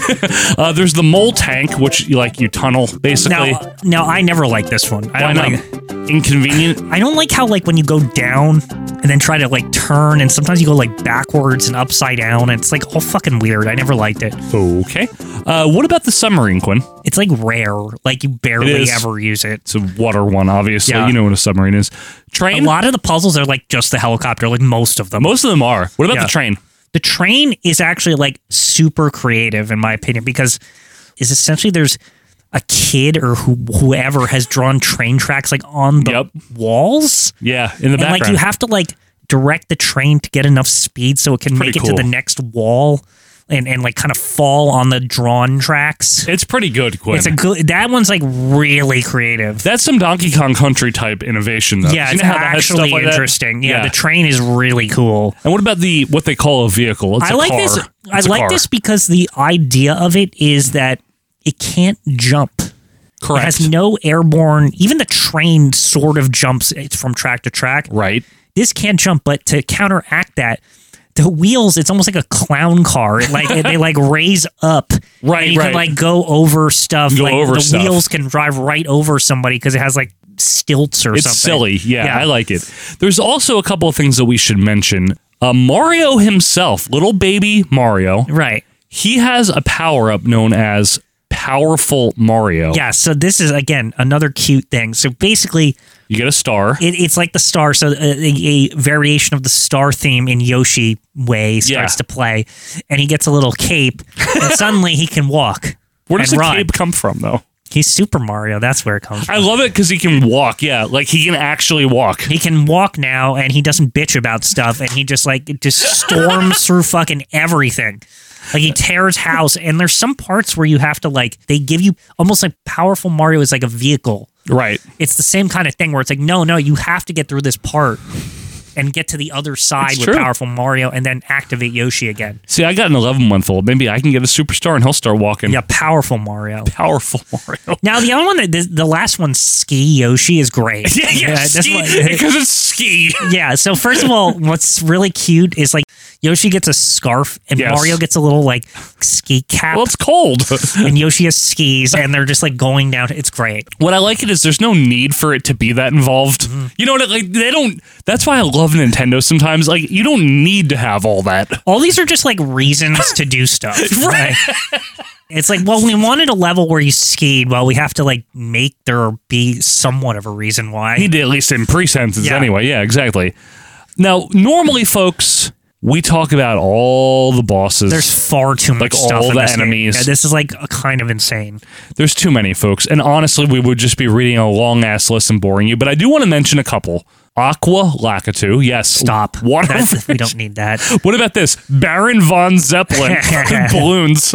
Speaker 2: Uh, there's the mole tank, which you like you tunnel basically.
Speaker 3: now now I never like this one. I
Speaker 2: Why not?
Speaker 3: don't like.
Speaker 2: Inconvenient.
Speaker 3: I don't like how like when you go down and then try to like turn and sometimes you go like backwards and upside down and it's like all fucking weird. I never liked it.
Speaker 2: Okay. Uh, what about the submarine, Quinn?
Speaker 3: It's like rare. Like you barely
Speaker 2: is.
Speaker 3: ever use it.
Speaker 2: It's a water one, obviously.
Speaker 3: Yeah.
Speaker 2: You know what a submarine is.
Speaker 3: A
Speaker 2: Train.
Speaker 3: lot of the puzzles are like just the helicopter, like most of them.
Speaker 2: Most of them are. What about
Speaker 3: Yeah.
Speaker 2: the train?
Speaker 3: the train is actually like super creative in my opinion because is essentially there's a kid or who, whoever has drawn train tracks like on the walls
Speaker 2: Yeah, in the
Speaker 3: and
Speaker 2: background.
Speaker 3: like you have to like direct the train to get enough speed so it can
Speaker 2: Pretty
Speaker 3: make it
Speaker 2: cool.
Speaker 3: to the next wall and, and like kind of fall on the drawn tracks
Speaker 2: it's pretty good, Quinn.
Speaker 3: it's a good that one's like really creative
Speaker 2: That's some Donkey Kong Country type innovation, though.
Speaker 3: yeah
Speaker 2: You
Speaker 3: it's
Speaker 2: know how that has stuff
Speaker 3: actually
Speaker 2: like that?
Speaker 3: interesting yeah, the train is really cool
Speaker 2: And what about the what they call a vehicle? It's
Speaker 3: I
Speaker 2: a
Speaker 3: like
Speaker 2: car.
Speaker 3: this. I
Speaker 2: It's a
Speaker 3: like
Speaker 2: car.
Speaker 3: this because the idea of it is that it can't jump.
Speaker 2: Correct.
Speaker 3: It has no airborne. Even the train sort of jumps it's from track to track.
Speaker 2: Right.
Speaker 3: This can't jump, but to counteract that, the wheels. It's almost like a clown car. It like
Speaker 2: <laughs>
Speaker 3: they like raise up.
Speaker 2: Right,
Speaker 3: And you
Speaker 2: right.
Speaker 3: can like go over stuff.
Speaker 2: Go
Speaker 3: like
Speaker 2: over
Speaker 3: the
Speaker 2: stuff.
Speaker 3: wheels can drive right over somebody because it has like stilts or
Speaker 2: It's
Speaker 3: something.
Speaker 2: silly. Yeah, I like it. There's also a couple of things that we should mention. Uh, Mario himself, little baby Mario,
Speaker 3: Right.
Speaker 2: he has a power up known as Powerful Mario.
Speaker 3: Yeah, so this is again another cute thing. So basically,
Speaker 2: You get a star.
Speaker 3: it, it's like the star. So uh, a, a variation of the star theme in Yoshi way starts
Speaker 2: Yeah.
Speaker 3: to play, and he gets a little cape,
Speaker 2: <laughs>
Speaker 3: and suddenly he can walk.
Speaker 2: Where does
Speaker 3: and
Speaker 2: the
Speaker 3: run.
Speaker 2: cape come from, though?
Speaker 3: He's Super Mario. That's where it comes from.
Speaker 2: I love it because he can walk. Yeah, like he can actually walk.
Speaker 3: He can walk now, and he doesn't bitch about stuff, and he just like
Speaker 2: <laughs>
Speaker 3: just storms through fucking everything. Like he tears house, and there's some parts where you have to like they give you almost like powerful Mario is like a vehicle.
Speaker 2: Right.
Speaker 3: It's the same kind of thing where it's like, no, no, you have to get through this part and get to the other side
Speaker 2: It's
Speaker 3: with
Speaker 2: true.
Speaker 3: powerful Mario, and then activate Yoshi again.
Speaker 2: See, I got an 11 month old. Maybe I can get a superstar and he'll start walking.
Speaker 3: Yeah, powerful Mario.
Speaker 2: Powerful <laughs> Mario.
Speaker 3: Now the other one, that the, the last one, Ski Yoshi, is
Speaker 2: <laughs>
Speaker 3: great.
Speaker 2: yeah, yeah,
Speaker 3: this
Speaker 2: ski,
Speaker 3: one-
Speaker 2: because it's ski.
Speaker 3: Yeah. So first of all, what's really cute is like Yoshi gets a scarf and
Speaker 2: Yes.
Speaker 3: Mario gets a little like ski cap.
Speaker 2: Well, it's
Speaker 3: <laughs>
Speaker 2: cold.
Speaker 3: and Yoshi has skis, and they're just like going down. It's great.
Speaker 2: what I like it is there's no need for it to be that involved.
Speaker 3: Mm-hmm.
Speaker 2: You know what? I- Like they don't. That's why I love Nintendo. Sometimes like you don't need to have all that.
Speaker 3: All these are just like reasons to do
Speaker 2: <laughs>
Speaker 3: stuff. right. It's like, well, we wanted a level where you skied. Well, we have to like make there be somewhat of a reason why.
Speaker 2: Need to at least in pre senses
Speaker 3: Yeah.
Speaker 2: anyway. Yeah, exactly. Now, normally, folks, we talk about all the bosses.
Speaker 3: There's far too much
Speaker 2: like
Speaker 3: stuff
Speaker 2: all
Speaker 3: in
Speaker 2: the
Speaker 3: this game.
Speaker 2: enemies.
Speaker 3: Yeah, this is like a kind of insane.
Speaker 2: There's too many folks, and honestly, we would just be reading a long ass list and boring you. But I do want to mention a couple. Aqua Lakitu, yes. Stop. <laughs> Water.
Speaker 3: That's, we don't need that.
Speaker 2: What about this? Baron von
Speaker 3: <laughs>
Speaker 2: Zeppelin balloons.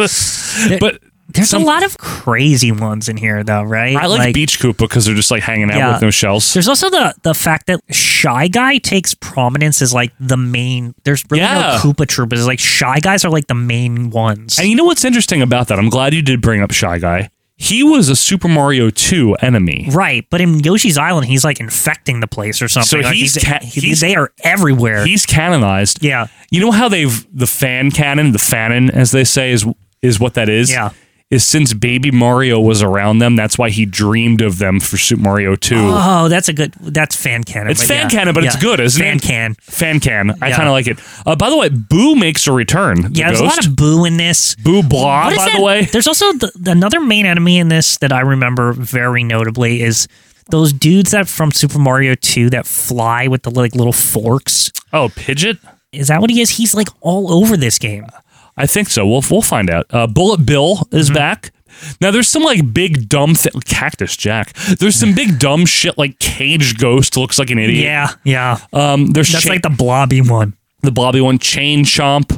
Speaker 2: but
Speaker 3: There's
Speaker 2: some-
Speaker 3: a lot of crazy ones in here, though, right?
Speaker 2: I like, Beach Coop because they're just like hanging out
Speaker 3: Yeah.
Speaker 2: with no shells.
Speaker 3: There's also the the fact that Shy Guy takes prominence as like the main. There's really
Speaker 2: Yeah.
Speaker 3: no Koopa Troopers. Like Shy Guys are like the main ones.
Speaker 2: And you know what's interesting about that? I'm glad you did bring up Shy Guy. He was a Super Mario 2 enemy.
Speaker 3: Right, but in Yoshi's Island, he's like infecting the place or something.
Speaker 2: So
Speaker 3: Like,
Speaker 2: he's ca-
Speaker 3: he-
Speaker 2: he's-
Speaker 3: they are everywhere.
Speaker 2: He's canonized.
Speaker 3: Yeah.
Speaker 2: You know how they've the fan canon, the fanon, as they say, is is what that is.
Speaker 3: Yeah.
Speaker 2: Is since Baby Mario was around them, that's why he dreamed of them for Super Mario 2.
Speaker 3: oh, that's a good. That's fan canon.
Speaker 2: It's
Speaker 3: but
Speaker 2: fan
Speaker 3: yeah.
Speaker 2: canon, but it's
Speaker 3: Yeah.
Speaker 2: good, isn't
Speaker 3: fan
Speaker 2: it?
Speaker 3: Fan can.
Speaker 2: Fan can. I
Speaker 3: Yeah.
Speaker 2: kind of like it. Uh, by the way, Boo makes a return.
Speaker 3: Yeah, there's a lot of boo in this.
Speaker 2: Boo Blah,
Speaker 3: What is
Speaker 2: by
Speaker 3: that-
Speaker 2: the way.
Speaker 3: There's also the, another main enemy in this that I remember very notably is those dudes that from Super Mario 2 that fly with the like little forks.
Speaker 2: Oh, Pidget?
Speaker 3: Is that what he is? He's like all over this game.
Speaker 2: I think so. We'll we'll find out. Uh, Bullet Bill is
Speaker 3: Mm-hmm.
Speaker 2: back. Now there's some like big dumb thi- Cactus Jack. There's some big dumb shit like Cage Ghost looks like an idiot.
Speaker 3: Yeah, yeah.
Speaker 2: Um, there's
Speaker 3: That's
Speaker 2: Cha-
Speaker 3: like the blobby one.
Speaker 2: the Blobby one, Chain Chomp.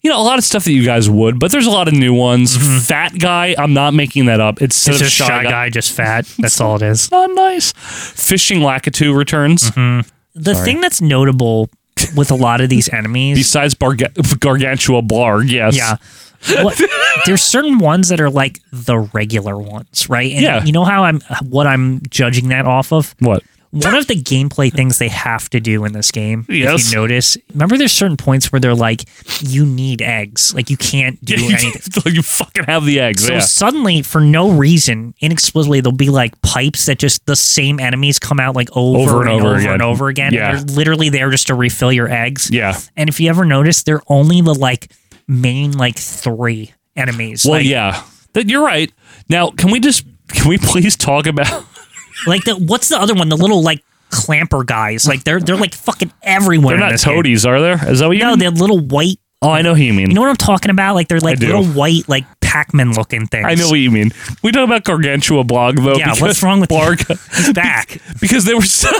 Speaker 2: You know a lot of stuff that you guys would, but there's a lot of new ones. Fat guy. I'm not making that up. It's,
Speaker 3: Mm-hmm. It's just shy guy, just fat. That's all it is.
Speaker 2: Not nice. Fishing Lakitu returns.
Speaker 3: Mm-hmm. The
Speaker 2: Sorry.
Speaker 3: thing that's notable with a lot of these
Speaker 2: <laughs>
Speaker 3: enemies,
Speaker 2: Besides Barga- Gargantua Blarg, yes.
Speaker 3: yeah, what, there's certain ones that are like the regular ones, right? And
Speaker 2: Yeah.
Speaker 3: You know how I'm what I'm judging that off of.
Speaker 2: What?
Speaker 3: One of the gameplay things they have to do in this game,
Speaker 2: Yes.
Speaker 3: if you notice, remember there's certain points where they're like, you need eggs, like <laughs> you can't do
Speaker 2: <laughs> Yeah, you,
Speaker 3: anything.
Speaker 2: you fucking have the eggs.
Speaker 3: So
Speaker 2: yeah.
Speaker 3: suddenly, for no reason, inexplicably, there'll be like pipes that just the same enemies come out like over, and, over,
Speaker 2: again.
Speaker 3: and over again.
Speaker 2: Yeah.
Speaker 3: And they're literally there just to refill your eggs.
Speaker 2: Yeah.
Speaker 3: And if you ever notice, they're only the like main like three enemies.
Speaker 2: Well,
Speaker 3: like,
Speaker 2: yeah, that you're right. Now, can we just can we please talk
Speaker 3: <laughs>
Speaker 2: about?
Speaker 3: Like the what's the other one? The little like clamper guys. Like they're they're like fucking everywhere.
Speaker 2: They're
Speaker 3: in
Speaker 2: not
Speaker 3: this game.
Speaker 2: toadies, are there? Is that what you?
Speaker 3: No,
Speaker 2: mean?
Speaker 3: they're little white.
Speaker 2: Oh, I know who you mean.
Speaker 3: You know what I'm talking about? Like they're like
Speaker 2: do.
Speaker 3: little white like Pac-Man looking things.
Speaker 2: I know what you mean. We talk about Gargantua blog though.
Speaker 3: Yeah,
Speaker 2: because-
Speaker 3: what's wrong with
Speaker 2: Blarg?
Speaker 3: <laughs>
Speaker 2: <laughs>
Speaker 3: He's back.
Speaker 2: because they were so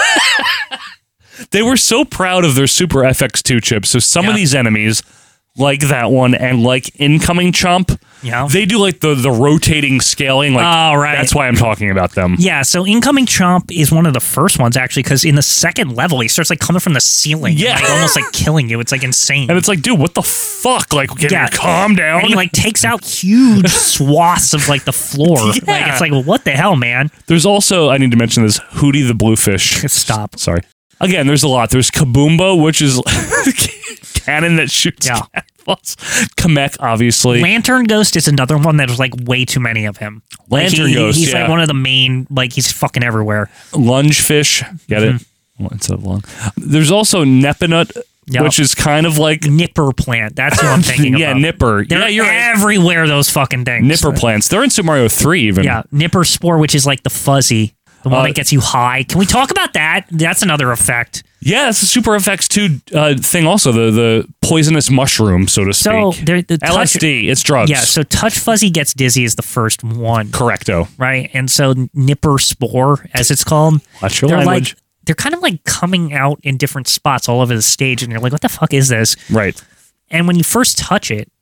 Speaker 2: they were so proud of their Super FX2 chip. So some of these enemies, like that one, and like incoming chomp,
Speaker 3: Yeah.
Speaker 2: they do like the the rotating scaling. Like,
Speaker 3: Oh, right.
Speaker 2: that's why I'm talking about them.
Speaker 3: Yeah, so incoming chomp is one of the first ones actually, because in the second level he starts like coming from the ceiling,
Speaker 2: Yeah.
Speaker 3: like, almost like killing you.
Speaker 2: <laughs>
Speaker 3: It's like insane.
Speaker 2: And it's like, dude, what the fuck? Like, can you calm down?
Speaker 3: And he like takes out huge
Speaker 2: <laughs>
Speaker 3: swaths of like the floor. Like
Speaker 2: Yeah.
Speaker 3: it's like, well, what the hell, man?
Speaker 2: There's also I need to mention this Hootie the Bluefish.
Speaker 3: <laughs> Stop.
Speaker 2: Sorry. Again, there's a lot. There's Kaboomba, which is <laughs> cannon that shoots
Speaker 3: Yeah.
Speaker 2: cat balls. Kamek, obviously.
Speaker 3: Lantern Ghost is another one that was like way too many of him. Like,
Speaker 2: Lantern
Speaker 3: he- he-
Speaker 2: Ghost,
Speaker 3: He's
Speaker 2: yeah.
Speaker 3: like one of the main. Like he's fucking everywhere.
Speaker 2: lunge fish. Get it?
Speaker 3: Mm-hmm.
Speaker 2: Well, instead of lung. There's also Nepinut,
Speaker 3: Yep.
Speaker 2: which is kind of like
Speaker 3: Nipper plant.
Speaker 2: <laughs>
Speaker 3: That's what I'm thinking.
Speaker 2: yeah,
Speaker 3: about.
Speaker 2: nipper.
Speaker 3: They're
Speaker 2: yeah, you're right.
Speaker 3: everywhere. Those fucking things.
Speaker 2: nipper plants. They're in Super Mario Three even.
Speaker 3: Yeah, Nipper Spore, which is like the fuzzy, the one
Speaker 2: Uh,
Speaker 3: that gets you high. Can we talk about that? That's another effect.
Speaker 2: Yeah, that's a Super FX two uh, thing. Also, the the poisonous mushroom, so to speak.
Speaker 3: So there, the touch-
Speaker 2: LSD. It's drugs.
Speaker 3: Yeah, so Touch Fuzzy Gets Dizzy is the first one,
Speaker 2: correcto.
Speaker 3: right? And so Nipper Spore, as it's called,
Speaker 2: Watch your
Speaker 3: they're
Speaker 2: language.
Speaker 3: like they're kind of like coming out in different spots all over the stage, and you're like, what the fuck is this?
Speaker 2: right.
Speaker 3: And when you first touch it,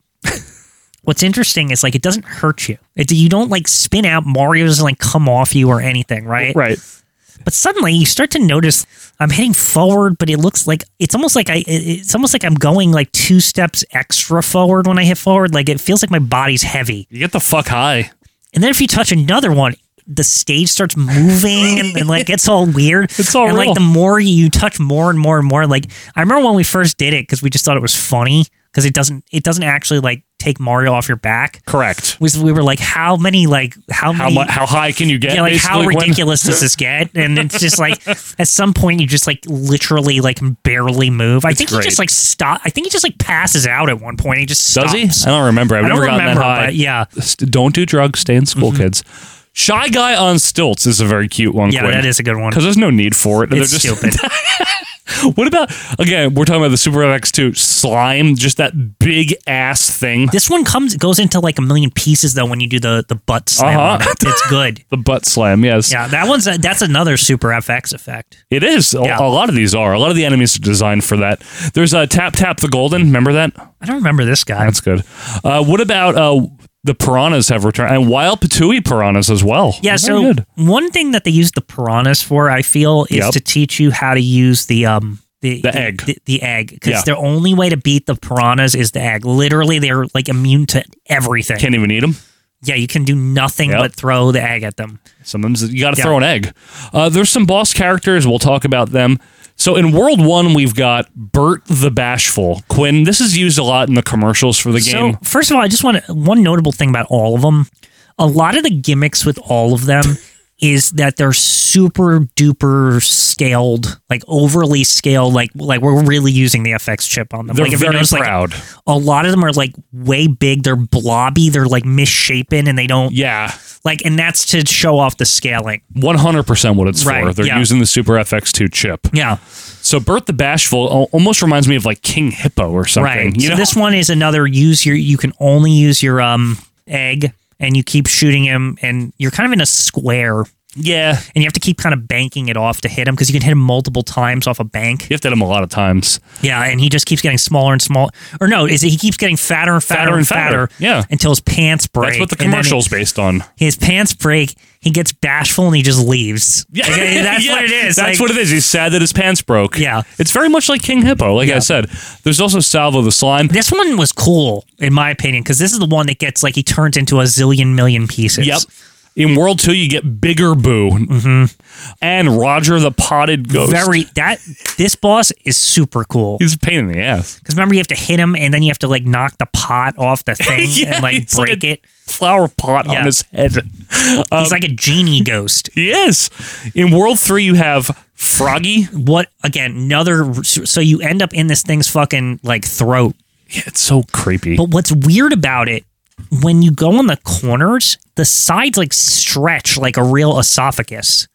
Speaker 3: <laughs> what's interesting is like it doesn't hurt you. It, you don't like spin out. Mario doesn't like come off you or anything, right?
Speaker 2: Right.
Speaker 3: But suddenly you start to notice I'm heading forward, but it looks like it's almost like I it- it's almost like I'm going like two steps extra forward when I hit forward. Like it feels like my body's heavy.
Speaker 2: You get the fuck high.
Speaker 3: And then if you touch another one, the stage starts moving and, and, like gets all weird.
Speaker 2: <laughs> It's all
Speaker 3: and
Speaker 2: real.
Speaker 3: like the more you touch more and more and more, like I remember when we first did it because we just thought it was funny because it doesn't it doesn't actually like take Mario off your back.
Speaker 2: Correct.
Speaker 3: Was we were like how many like how
Speaker 2: How
Speaker 3: many
Speaker 2: mu- how high can you get?
Speaker 3: yeah, like how
Speaker 2: basically, when-
Speaker 3: ridiculous does this get? And it's just like
Speaker 2: <laughs>
Speaker 3: at some point you just like literally like barely move. I think he
Speaker 2: great.
Speaker 3: just like stop. I think he just like passes out at one point. He just stops.
Speaker 2: Does he? I don't remember. I've
Speaker 3: I
Speaker 2: never
Speaker 3: don't
Speaker 2: gotten
Speaker 3: remember,
Speaker 2: that high.
Speaker 3: but yeah. Mm-hmm.
Speaker 2: St- don't do drugs. Stay in school, kids. Shy guy on stilts is a very cute one.
Speaker 3: Yeah, that is a good one.
Speaker 2: Because there's no need for it.
Speaker 3: It's
Speaker 2: They're just-
Speaker 3: stupid.
Speaker 2: <laughs> What about again? We're talking about the Super MX2 slime, just that big ass thing.
Speaker 3: This one comes goes into like a million pieces though when you do the the butt slam. on
Speaker 2: Uh-huh.
Speaker 3: it.
Speaker 2: <laughs>
Speaker 3: It's good.
Speaker 2: the butt slam. Yes,
Speaker 3: Yeah, that one's a, that's another Super FX effect.
Speaker 2: it is. A-
Speaker 3: Yeah.
Speaker 2: A, lot of these are. A lot of the enemies are designed for that. There's a uh, tap tap the golden. Remember that?
Speaker 3: I don't remember this guy.
Speaker 2: That's good. Uh, what about uh, the piranhas have returned and wild patui piranhas as well?
Speaker 3: Yeah,
Speaker 2: Very
Speaker 3: so
Speaker 2: good.
Speaker 3: one thing that they use the piranhas for, I feel, is
Speaker 2: Yep.
Speaker 3: to teach you how to use the um the,
Speaker 2: The egg.
Speaker 3: the, the egg because
Speaker 2: Yeah.
Speaker 3: the only way to beat the piranhas is the egg. Literally, they're like immune to everything.
Speaker 2: can't even eat them.
Speaker 3: yeah, you can do nothing
Speaker 2: Yep.
Speaker 3: but throw the egg at them.
Speaker 2: Sometimes you got to
Speaker 3: Yeah.
Speaker 2: throw an egg. Uh, there's some boss characters. We'll talk about them. So in World One, we've got Bert the Bashful. Quinn, this is used a lot in the commercials for the game.
Speaker 3: So first of all, I just want to, one notable thing about all of them. A lot of the gimmicks with all of
Speaker 2: <laughs>
Speaker 3: them is that they're super duper scaled, like overly scaled. Like like we're really using the FX chip on them.
Speaker 2: They're
Speaker 3: like
Speaker 2: very
Speaker 3: notice, like,
Speaker 2: proud.
Speaker 3: a lot of them are like way big. They're blobby. They're like misshapen, and they don't.
Speaker 2: Yeah.
Speaker 3: Like, and that's to show off the scaling.
Speaker 2: 100% what it's for.
Speaker 3: Right,
Speaker 2: They're
Speaker 3: yeah.
Speaker 2: using the Super FX2 chip.
Speaker 3: Yeah.
Speaker 2: So Bert the Bashful al- almost reminds me of like King Hippo or something.
Speaker 3: Right.
Speaker 2: You
Speaker 3: so
Speaker 2: know?
Speaker 3: this one is another use your you can only use your um egg and you keep shooting him and you're kind of in a square.
Speaker 2: Yeah.
Speaker 3: And you have to keep kind of banking it off to hit him because you can hit him multiple times off a bank.
Speaker 2: you have to hit him a lot of times.
Speaker 3: Yeah, and he just keeps getting smaller and smaller. Or no, is it he keeps getting fatter and fatter,
Speaker 2: Fatter and fatter. Yeah.
Speaker 3: until his pants break.
Speaker 2: That's what the
Speaker 3: and then he-
Speaker 2: commercial's based
Speaker 3: <laughs>
Speaker 2: on.
Speaker 3: His pants break. He gets bashful and he just leaves. Okay,
Speaker 2: <laughs>
Speaker 3: that's
Speaker 2: Yeah,
Speaker 3: what it is.
Speaker 2: That's
Speaker 3: Like,
Speaker 2: what it is. He's sad that his pants broke.
Speaker 3: Yeah.
Speaker 2: It's very much like King Hippo, like I said. There's also Salvo the Slime.
Speaker 3: This one was cool, in my opinion, because this is the one that gets like he turns into a zillion million pieces.
Speaker 2: Yep. In World 2, you get Bigger Boo and Roger the Potted Ghost.
Speaker 3: Mm-hmm. Very that this boss is super cool.
Speaker 2: He's a pain in the ass.
Speaker 3: Because remember, you have to hit him, and then you have to like knock the pot
Speaker 2: <laughs>
Speaker 3: off the thing
Speaker 2: Yeah,
Speaker 3: and like
Speaker 2: he's like
Speaker 3: break
Speaker 2: a
Speaker 3: it.
Speaker 2: Flower pot
Speaker 3: Yeah.
Speaker 2: on his head.
Speaker 3: He's like a genie ghost.
Speaker 2: He is. In World 3, you have Froggy.
Speaker 3: What again? Another. So you end up in this thing's fucking like throat.
Speaker 2: Yeah, it's so creepy.
Speaker 3: But what's weird about it, when you go in the corners, the sides like stretch like a real esophagus.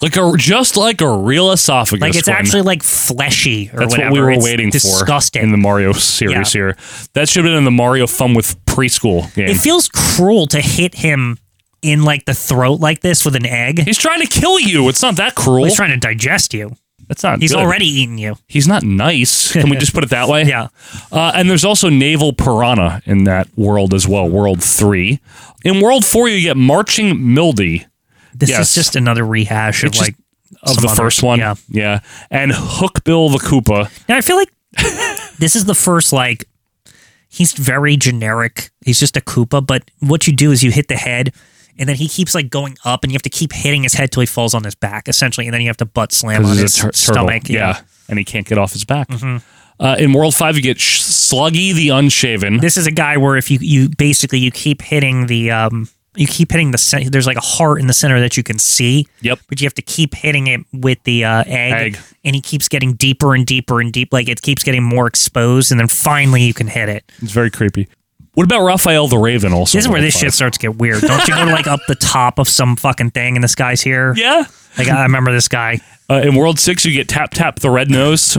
Speaker 2: like a just like a real esophagus.
Speaker 3: Like it's
Speaker 2: Gwen.
Speaker 3: actually like fleshy or
Speaker 2: that's
Speaker 3: whatever.
Speaker 2: what we were
Speaker 3: It's
Speaker 2: waiting
Speaker 3: disgusting.
Speaker 2: for in the Mario series here. That should have been in the Mario Fun with Preschool game.
Speaker 3: It feels cruel to hit him in like the throat like this with an egg.
Speaker 2: he's trying to kill you. It's not that cruel.
Speaker 3: He's trying to digest you.
Speaker 2: That's not.
Speaker 3: He's
Speaker 2: good.
Speaker 3: already eating you.
Speaker 2: He's not nice. Can we just put it that way?
Speaker 3: <laughs> Yeah.
Speaker 2: Uh, and there's also Naval Piranha in that world as well. World three. In World four, you get Marching Mildy.
Speaker 3: This
Speaker 2: Yes.
Speaker 3: is just another rehash
Speaker 2: It's
Speaker 3: of
Speaker 2: just-
Speaker 3: like
Speaker 2: Of
Speaker 3: some
Speaker 2: the
Speaker 3: other-
Speaker 2: first one,
Speaker 3: Yeah.
Speaker 2: yeah, and Hookbill the Koopa.
Speaker 3: Now I feel like <laughs> this is the first like he's very generic. He's just a Koopa, but what you do is you hit the head and then he keeps like going up and you have to keep hitting his head till he falls on his back essentially and then you have to butt slam on
Speaker 2: because
Speaker 3: his
Speaker 2: he's a tur- turtle.
Speaker 3: stomach. Mm-hmm.
Speaker 2: Yeah. and he can't get off his back. Uh, in World Five, you get Sh- Sluggy the Unshaven.
Speaker 3: This is a guy where if you you basically you keep hitting the um you keep hitting the cen- there's like a heart in the center that you can see.
Speaker 2: Yep.
Speaker 3: But you have to keep hitting it with the uh, egg,
Speaker 2: Egg.
Speaker 3: and he keeps getting deeper and deeper and deep. Like it keeps getting more exposed, and then finally you can hit it.
Speaker 2: It's very creepy. What about Raphael the Raven? Also,
Speaker 3: This is
Speaker 2: in
Speaker 3: where
Speaker 2: World
Speaker 3: this shit
Speaker 2: Five?
Speaker 3: starts to get weird. Don't you go like up the top of some fucking thing and this guy's here?
Speaker 2: Yeah.
Speaker 3: Like I remember this guy.
Speaker 2: Uh, in World Six, you get Tap Tap the Red Nose, <laughs>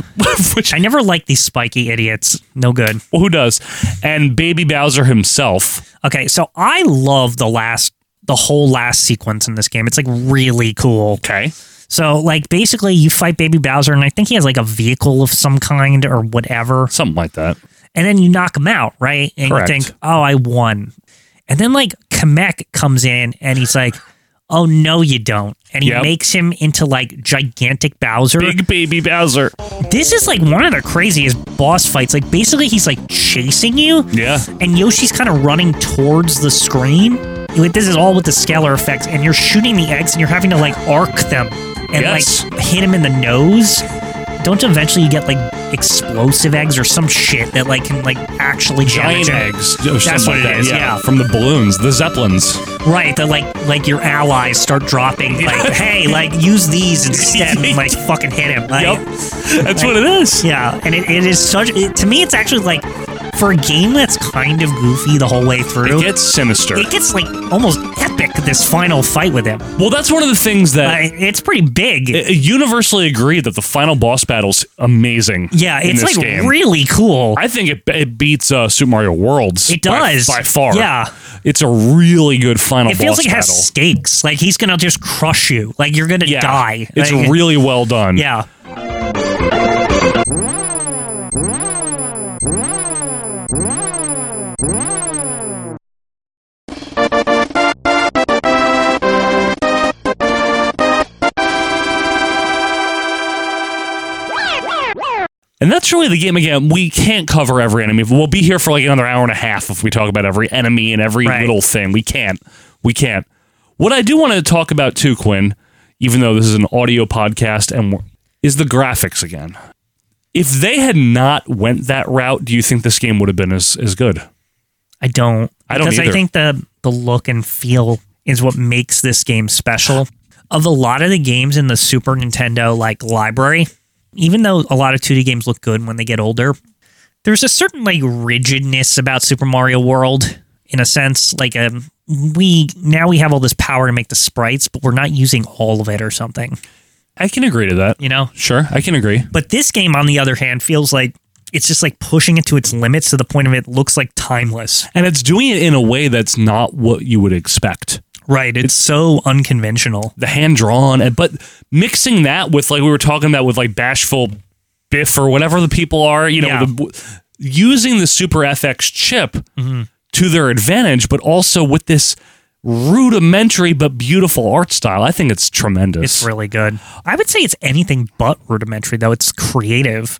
Speaker 2: which
Speaker 3: I never liked these spiky idiots. No good.
Speaker 2: who does? And Baby Bowser himself.
Speaker 3: Okay, so I love the last the whole last sequence in this game. It's like really cool.
Speaker 2: Okay.
Speaker 3: So like basically you fight baby Bowser and I think he has like a vehicle of some kind or whatever.
Speaker 2: Something like that.
Speaker 3: And then you knock him out, right? And
Speaker 2: Correct.
Speaker 3: you think, "Oh, I won." And then like Kamek comes in and he's like, "Oh no, you don't." And he
Speaker 2: Yep.
Speaker 3: makes him into like gigantic Bowser.
Speaker 2: Big Baby Bowser.
Speaker 3: This is like one of the craziest boss fights. Like basically he's like chasing you
Speaker 2: Yeah.
Speaker 3: and Yoshi's kind of running towards the screen. Like, This is all with the scalar effects, and you're shooting the eggs, and you're having to like arc them and
Speaker 2: Yes.
Speaker 3: like hit him in the nose. Don't you eventually get like explosive eggs or some shit that like can like actually
Speaker 2: Giant
Speaker 3: damage him?
Speaker 2: eggs. or
Speaker 3: That's
Speaker 2: something
Speaker 3: what
Speaker 2: like
Speaker 3: it
Speaker 2: that.
Speaker 3: is. Yeah.
Speaker 2: From the balloons, the zeppelins.
Speaker 3: right. That like like your allies start dropping. Like, hey, like use
Speaker 2: <laughs>
Speaker 3: these instead. and, like fucking hit him. Like,
Speaker 2: That's what it is.
Speaker 3: Yeah, and it, it is such. It, to me, it's actually like for a game that's kind of goofy the whole way through. It
Speaker 2: gets sinister.
Speaker 3: It gets like almost epic this final fight with him. Uh,
Speaker 2: Well, that's one of the things that
Speaker 3: it's pretty big.
Speaker 2: universally agreed that the final boss battle's amazing.
Speaker 3: Yeah,
Speaker 2: in
Speaker 3: it's,
Speaker 2: this
Speaker 3: like,
Speaker 2: game.
Speaker 3: really cool.
Speaker 2: I think it, it beats uh, Super Mario Worlds.
Speaker 3: It
Speaker 2: by-
Speaker 3: does.
Speaker 2: by, far.
Speaker 3: Yeah.
Speaker 2: it's a really good final.
Speaker 3: It feels
Speaker 2: boss
Speaker 3: like it has
Speaker 2: battle.
Speaker 3: stakes. Like he's gonna just crush you. Like you're gonna die.
Speaker 2: It's
Speaker 3: Like-
Speaker 2: really well done.
Speaker 3: Yeah.
Speaker 2: And that's really the game again. We can't cover every enemy. We'll be here for like another hour and a half if we talk about every enemy and every little thing. We can't. We can't. What I do want to talk about too, Quinn, even though this is an audio podcast, and we're- is the graphics again. If they had not went that route, do you think this game would have been as, as good?
Speaker 3: I don't.
Speaker 2: I don't
Speaker 3: because
Speaker 2: either.
Speaker 3: I think the the look and feel is what makes this game special. Of a lot of the games in the Super Nintendo like library, even though a lot of 2D games look good when they get older, there's a certain like rigidness about Super Mario World in a sense. Like um, we now we have all this power to make the sprites, but we're not using all of it or something.
Speaker 2: I can agree to that.
Speaker 3: You know,
Speaker 2: Sure, I can agree.
Speaker 3: but this game, on the other hand, feels like it's just like pushing it to its limits to the point of it looks like timeless.
Speaker 2: And it's doing it in a way that's not what you would expect.
Speaker 3: Right. It's, so unconventional.
Speaker 2: The hand drawn, and- but mixing that with like we were talking about with like bashful Biff or whatever the people are, you know,
Speaker 3: Yeah.
Speaker 2: the, using the Super FX chip
Speaker 3: Mm-hmm.
Speaker 2: to their advantage, but also with this rudimentary but beautiful art style. I think it's tremendous.
Speaker 3: It's really good. I would say it's anything but rudimentary, though. It's creative.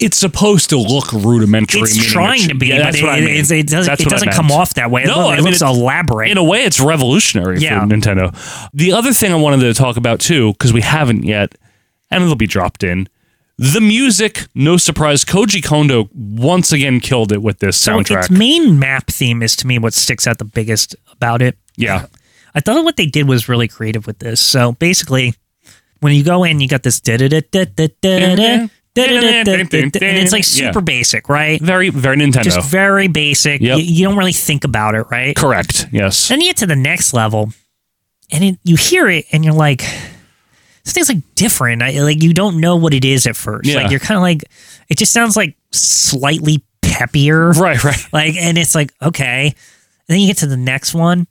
Speaker 2: It's supposed to look rudimentary.
Speaker 3: It's
Speaker 2: meaning
Speaker 3: trying
Speaker 2: it's-
Speaker 3: to be,
Speaker 2: Yeah,
Speaker 3: but
Speaker 2: that's
Speaker 3: it-
Speaker 2: what I mean.
Speaker 3: it- it doesn't-
Speaker 2: That's
Speaker 3: it
Speaker 2: what I
Speaker 3: doesn't
Speaker 2: meant.
Speaker 3: come off that way. It
Speaker 2: No,
Speaker 3: lo- it
Speaker 2: I mean,
Speaker 3: looks elaborate.
Speaker 2: In a way, it's revolutionary
Speaker 3: Yeah.
Speaker 2: for Nintendo. The other thing I wanted to talk about too, because we haven't yet, and it'll be dropped in. The music, no surprise, Koji Kondo once again killed it with this
Speaker 3: So
Speaker 2: soundtrack.
Speaker 3: its main map theme is to me what sticks out the biggest about it.
Speaker 2: Yeah.
Speaker 3: I thought what they did was really creative with this. So basically, when you go in, you got this da da da da da da da. And it's like super
Speaker 2: Yeah.
Speaker 3: basic, right?
Speaker 2: Very, very Nintendo.
Speaker 3: Just very basic.
Speaker 2: Yep.
Speaker 3: You, you don't really think about it, right?
Speaker 2: Correct. Yes.
Speaker 3: Then you get to the next level, and it, you hear it, and you're like, "This thing's like different." I, like you don't know what it is at first.
Speaker 2: Yeah.
Speaker 3: Like you're kind of like, it just sounds like slightly peppier,
Speaker 2: right? Right.
Speaker 3: Like, and it's like okay. And then you get to the next one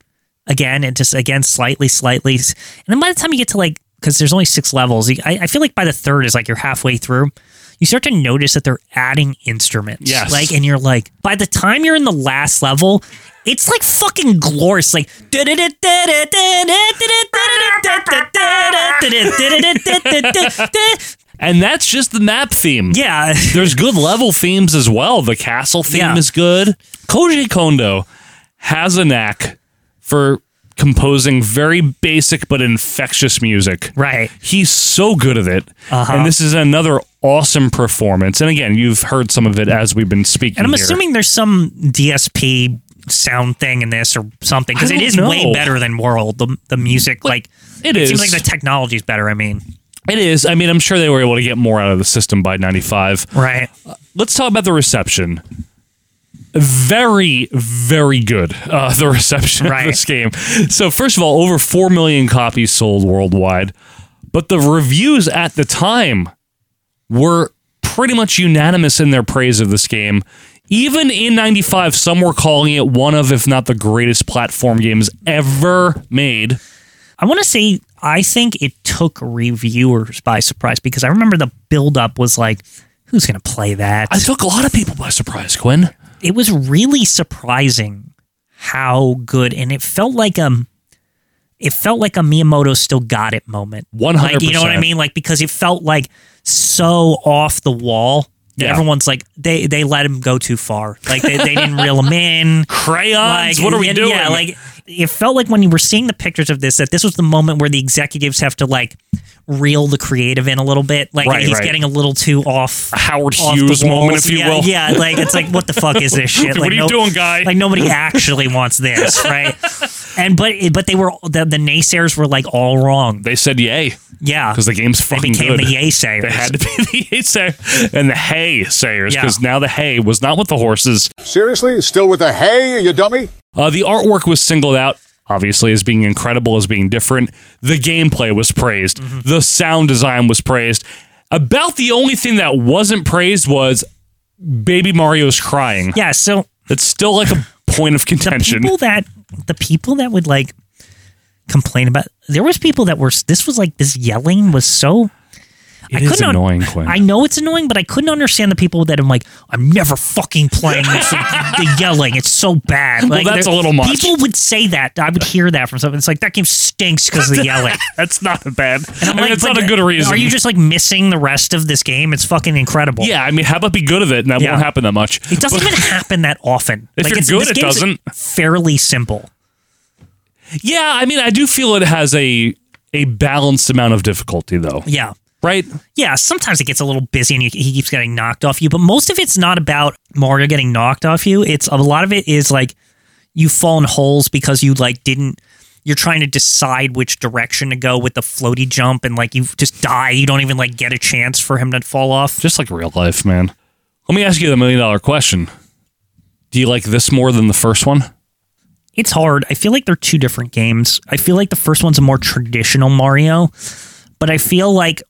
Speaker 3: again, and just again slightly, slightly, and then by the time you get to like, because there's only six levels, you- I, I feel like by the third is like you're halfway through. You start to notice that they're adding instruments.
Speaker 2: Yes.
Speaker 3: Like, and you're like, by the time you're in the last level, it's like fucking glorious. Like, <laughs>
Speaker 2: And that's just the map theme.
Speaker 3: Yeah.
Speaker 2: There's good level themes as well. The castle theme is good. Koji Kondo has a knack for composing very basic but infectious music.
Speaker 3: Right.
Speaker 2: He's so good at it.
Speaker 3: Uh-huh.
Speaker 2: And this is another awesome performance. And again, you've heard some of it as we've been speaking.
Speaker 3: and I'm
Speaker 2: here.
Speaker 3: assuming there's some DSP sound thing in this or something because
Speaker 2: I
Speaker 3: it
Speaker 2: don't
Speaker 3: is way
Speaker 2: know.
Speaker 3: better than World. The the music, like
Speaker 2: it
Speaker 3: seems
Speaker 2: is.
Speaker 3: like the technology's better. I mean,
Speaker 2: It is. I mean, I'm sure they were able to get more out of the system by 95.
Speaker 3: Right.
Speaker 2: Let's talk about the reception. Very, very good. Uh, the reception of this game. So, first of all, over 4 million copies sold worldwide. But the reviews at the time were pretty much unanimous in their praise of this game. Even in 95, some were calling it one of, if not the greatest platform games ever made.
Speaker 3: I want to say I think it took reviewers by surprise because I remember the build up was like, who's going to play that? I
Speaker 2: took a lot of people by surprise, Quinn.
Speaker 3: It was really surprising how good, and it felt like um, it felt like a Miyamoto still got it moment.
Speaker 2: 100%.
Speaker 3: Like, you know what I mean? Like because it felt like so off the wall. that
Speaker 2: Yeah.
Speaker 3: Everyone's like they they let him go too far. Like they, they didn't reel him in.
Speaker 2: <laughs> Crayons, what are we
Speaker 3: and-
Speaker 2: doing?
Speaker 3: Yeah, like it felt like when you were seeing the pictures of this that this was the moment where the executives have to like reel the creative in a little bit. Like
Speaker 2: Right,
Speaker 3: he's
Speaker 2: right.
Speaker 3: getting a little too off Howard
Speaker 2: Hughes moment, if you
Speaker 3: yeah,
Speaker 2: will.
Speaker 3: Yeah, like it's like what the fuck is this
Speaker 2: <laughs>
Speaker 3: shit?
Speaker 2: What
Speaker 3: Like,
Speaker 2: are you doing, guy?
Speaker 3: Like
Speaker 2: <laughs>
Speaker 3: nobody actually wants this, right? and but but they were the, the naysayers were like all wrong.
Speaker 2: They said yay.
Speaker 3: Yeah,
Speaker 2: because the game's fucking
Speaker 3: They became
Speaker 2: good.
Speaker 3: the yay sayers.
Speaker 2: They had to be the yay sayer and the hay sayers
Speaker 6: Yeah.
Speaker 2: because now the hay was not with the horses.
Speaker 6: Seriously? Still with the hay, you dummy?
Speaker 2: Uh, the artwork was singled out, obviously, as being incredible, as being different. The gameplay was praised.
Speaker 3: Mm-hmm.
Speaker 2: The sound design was praised. About the only thing that wasn't praised was Baby Mario's crying.
Speaker 3: Yeah, so
Speaker 2: it's still like a point of contention. <laughs>
Speaker 3: <laughs> people that the people that would like complain about there was people that were this was like this yelling was so
Speaker 2: It is
Speaker 3: couldn't un-
Speaker 2: annoying, Quinn.
Speaker 3: I know it's annoying, but I couldn't understand the people that I'm like, I'm never fucking playing this. the yelling, it's so bad.
Speaker 2: Well,
Speaker 3: Like,
Speaker 2: that's
Speaker 3: there-
Speaker 2: a little much.
Speaker 3: People would say that. I would hear that from someone. It's like that game stinks because of the yelling.
Speaker 2: that's not bad. <laughs>
Speaker 3: And
Speaker 2: I mean, it's
Speaker 3: but
Speaker 2: not a good reason.
Speaker 3: Are you just like missing the rest of this game? It's fucking incredible.
Speaker 2: yeah, I mean, how about be good at it, and that
Speaker 3: Yeah.
Speaker 2: won't happen that much.
Speaker 3: It doesn't even happen that often.
Speaker 2: <laughs> If you're
Speaker 3: it's-
Speaker 2: good,
Speaker 3: this
Speaker 2: it
Speaker 3: game's
Speaker 2: doesn't.
Speaker 3: Fairly simple.
Speaker 2: Yeah, I mean, I do feel it has a a balanced amount of difficulty, though.
Speaker 3: Yeah.
Speaker 2: Right?
Speaker 3: Yeah. Sometimes it gets a little busy and you, he keeps getting knocked off you, but most of it's not about Mario getting knocked off you. It's a lot of it is like you fall in holes because you like didn't. You're trying to decide which direction to go with the floaty jump, and like you just die. You don't even like get a chance for him to fall off.
Speaker 2: Just like real life, man. Let me ask you the million dollar question. Do you like this more than the first one?
Speaker 3: It's hard. I feel like they're two different games. I feel like the first one's a more traditional Mario, but I feel like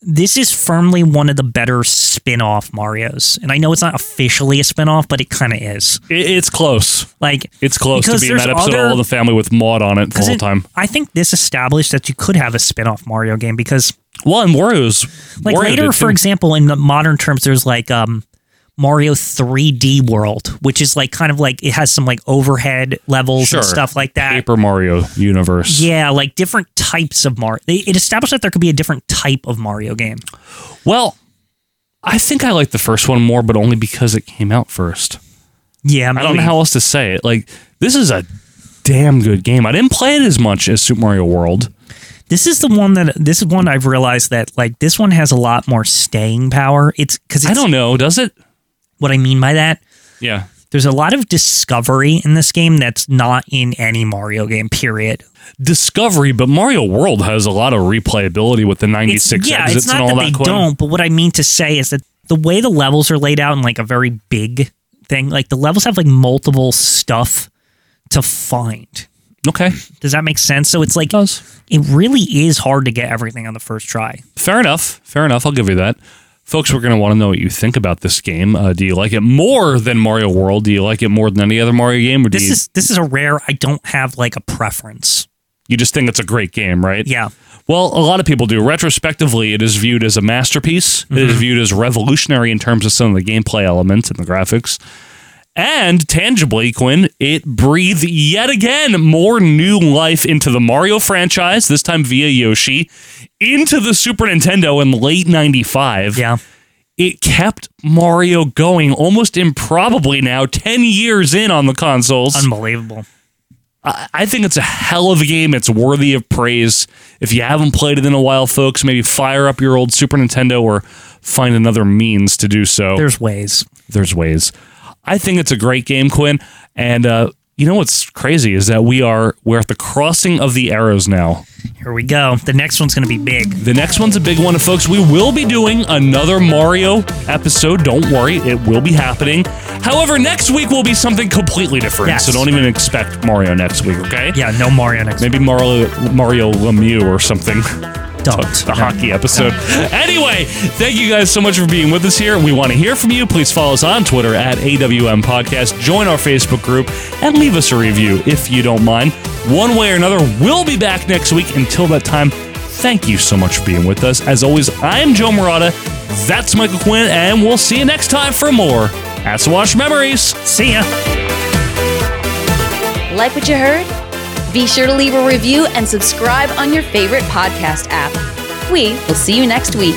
Speaker 3: this is firmly one of the better spin-off Marios. And I know it's not officially a spin-off, but it kind of is.
Speaker 2: It, it's close.
Speaker 3: Like
Speaker 2: It's close to
Speaker 3: because
Speaker 2: being that
Speaker 3: there's
Speaker 2: episode of
Speaker 3: other-
Speaker 2: All in the Family with Maud on it the
Speaker 3: 'cause
Speaker 2: whole
Speaker 3: it-
Speaker 2: time.
Speaker 3: I think this established that you could have a spin-off Mario game because
Speaker 2: well, and Wario's
Speaker 3: like
Speaker 2: Wario
Speaker 3: later,
Speaker 2: did
Speaker 3: for
Speaker 2: too.
Speaker 3: example, in the modern terms, there's like um Mario 3D World, which is like kind of like it has some like overhead levels and stuff like that.
Speaker 2: Paper Mario universe.
Speaker 3: Yeah, like different types of Mario. It established that there could be a different type of Mario game.
Speaker 2: Well, I think I like the first one more, but only because it came out first.
Speaker 3: Yeah,
Speaker 2: I don't know
Speaker 3: maybe.
Speaker 2: how else to say it. Like this is a damn good game. I didn't play it as much as Super Mario World.
Speaker 3: This is the one that this is one I've realized that like this one has a lot more staying power. It's because I don't
Speaker 2: know, does it?
Speaker 3: What I mean by that,
Speaker 2: Yeah.
Speaker 3: there's a lot of discovery in this game that's not in any Mario game. Period.
Speaker 2: Discovery, but Mario World has a lot of replayability with the 96
Speaker 3: yeah,
Speaker 2: exits
Speaker 3: it's not
Speaker 2: and all
Speaker 3: that they
Speaker 2: Quinn.
Speaker 3: don't, but what I mean to say is that the way the levels are laid out in like a very big thing, like the levels have like multiple stuff to find.
Speaker 2: Okay.
Speaker 3: Does that make sense? So it's like it really is hard to get everything on the first try.
Speaker 2: Fair enough. Fair enough. I'll give you that. Folks, we're going to want to know what you think about this game. Uh, do you like it more than Mario World? Do you like it more than any other Mario game? Or do
Speaker 3: This
Speaker 2: you,
Speaker 3: is this is a rare I don't have like a preference.
Speaker 2: you just think it's a great game, right?
Speaker 3: Yeah.
Speaker 2: Well, a lot of people do. Retrospectively, it is viewed as a masterpiece. It is viewed as revolutionary in terms of some of the gameplay elements and the graphics. And tangibly, Quinn, it breathed yet again more new life into the Mario franchise, this time via Yoshi, into the Super Nintendo in late 95.
Speaker 3: Yeah.
Speaker 2: It kept Mario going almost improbably now, 10 years in on the consoles.
Speaker 3: Unbelievable.
Speaker 2: I I think it's a hell of a game. It's worthy of praise. If you haven't played it in a while, folks, maybe fire up your old Super Nintendo or find another means to do so.
Speaker 3: There's ways.
Speaker 2: There's ways. I think it's a great game, Quinn. And uh, you know what's crazy is that we are we're at the crossing of the arrows now.
Speaker 3: Here we go. The next one's going to be big.
Speaker 2: The next one's a big one, and folks. We will be doing another Mario episode. Don't worry, it will be happening. However, next week will be something completely different.
Speaker 3: Yes.
Speaker 2: So don't even expect Mario next week, okay?
Speaker 3: Yeah, no Mario next
Speaker 2: Maybe Mario, Mario Lemieux or something.
Speaker 3: Don't.
Speaker 2: The hockey episode. <laughs> Anyway, thank you guys so much for being with us here. We want to hear from you. Please follow us on Twitter at AWM Podcast. Join our Facebook group and leave us a review if you don't mind. One way or another, we'll be back next week. Until that time, thank you so much for being with us. As always, I'm Joe Morata. That's Michael Quinn, and we'll see you next time for more Watch Memories. See
Speaker 3: ya.
Speaker 1: Like what you heard? Be sure to leave a review and subscribe on your favorite podcast app. We will see you next week.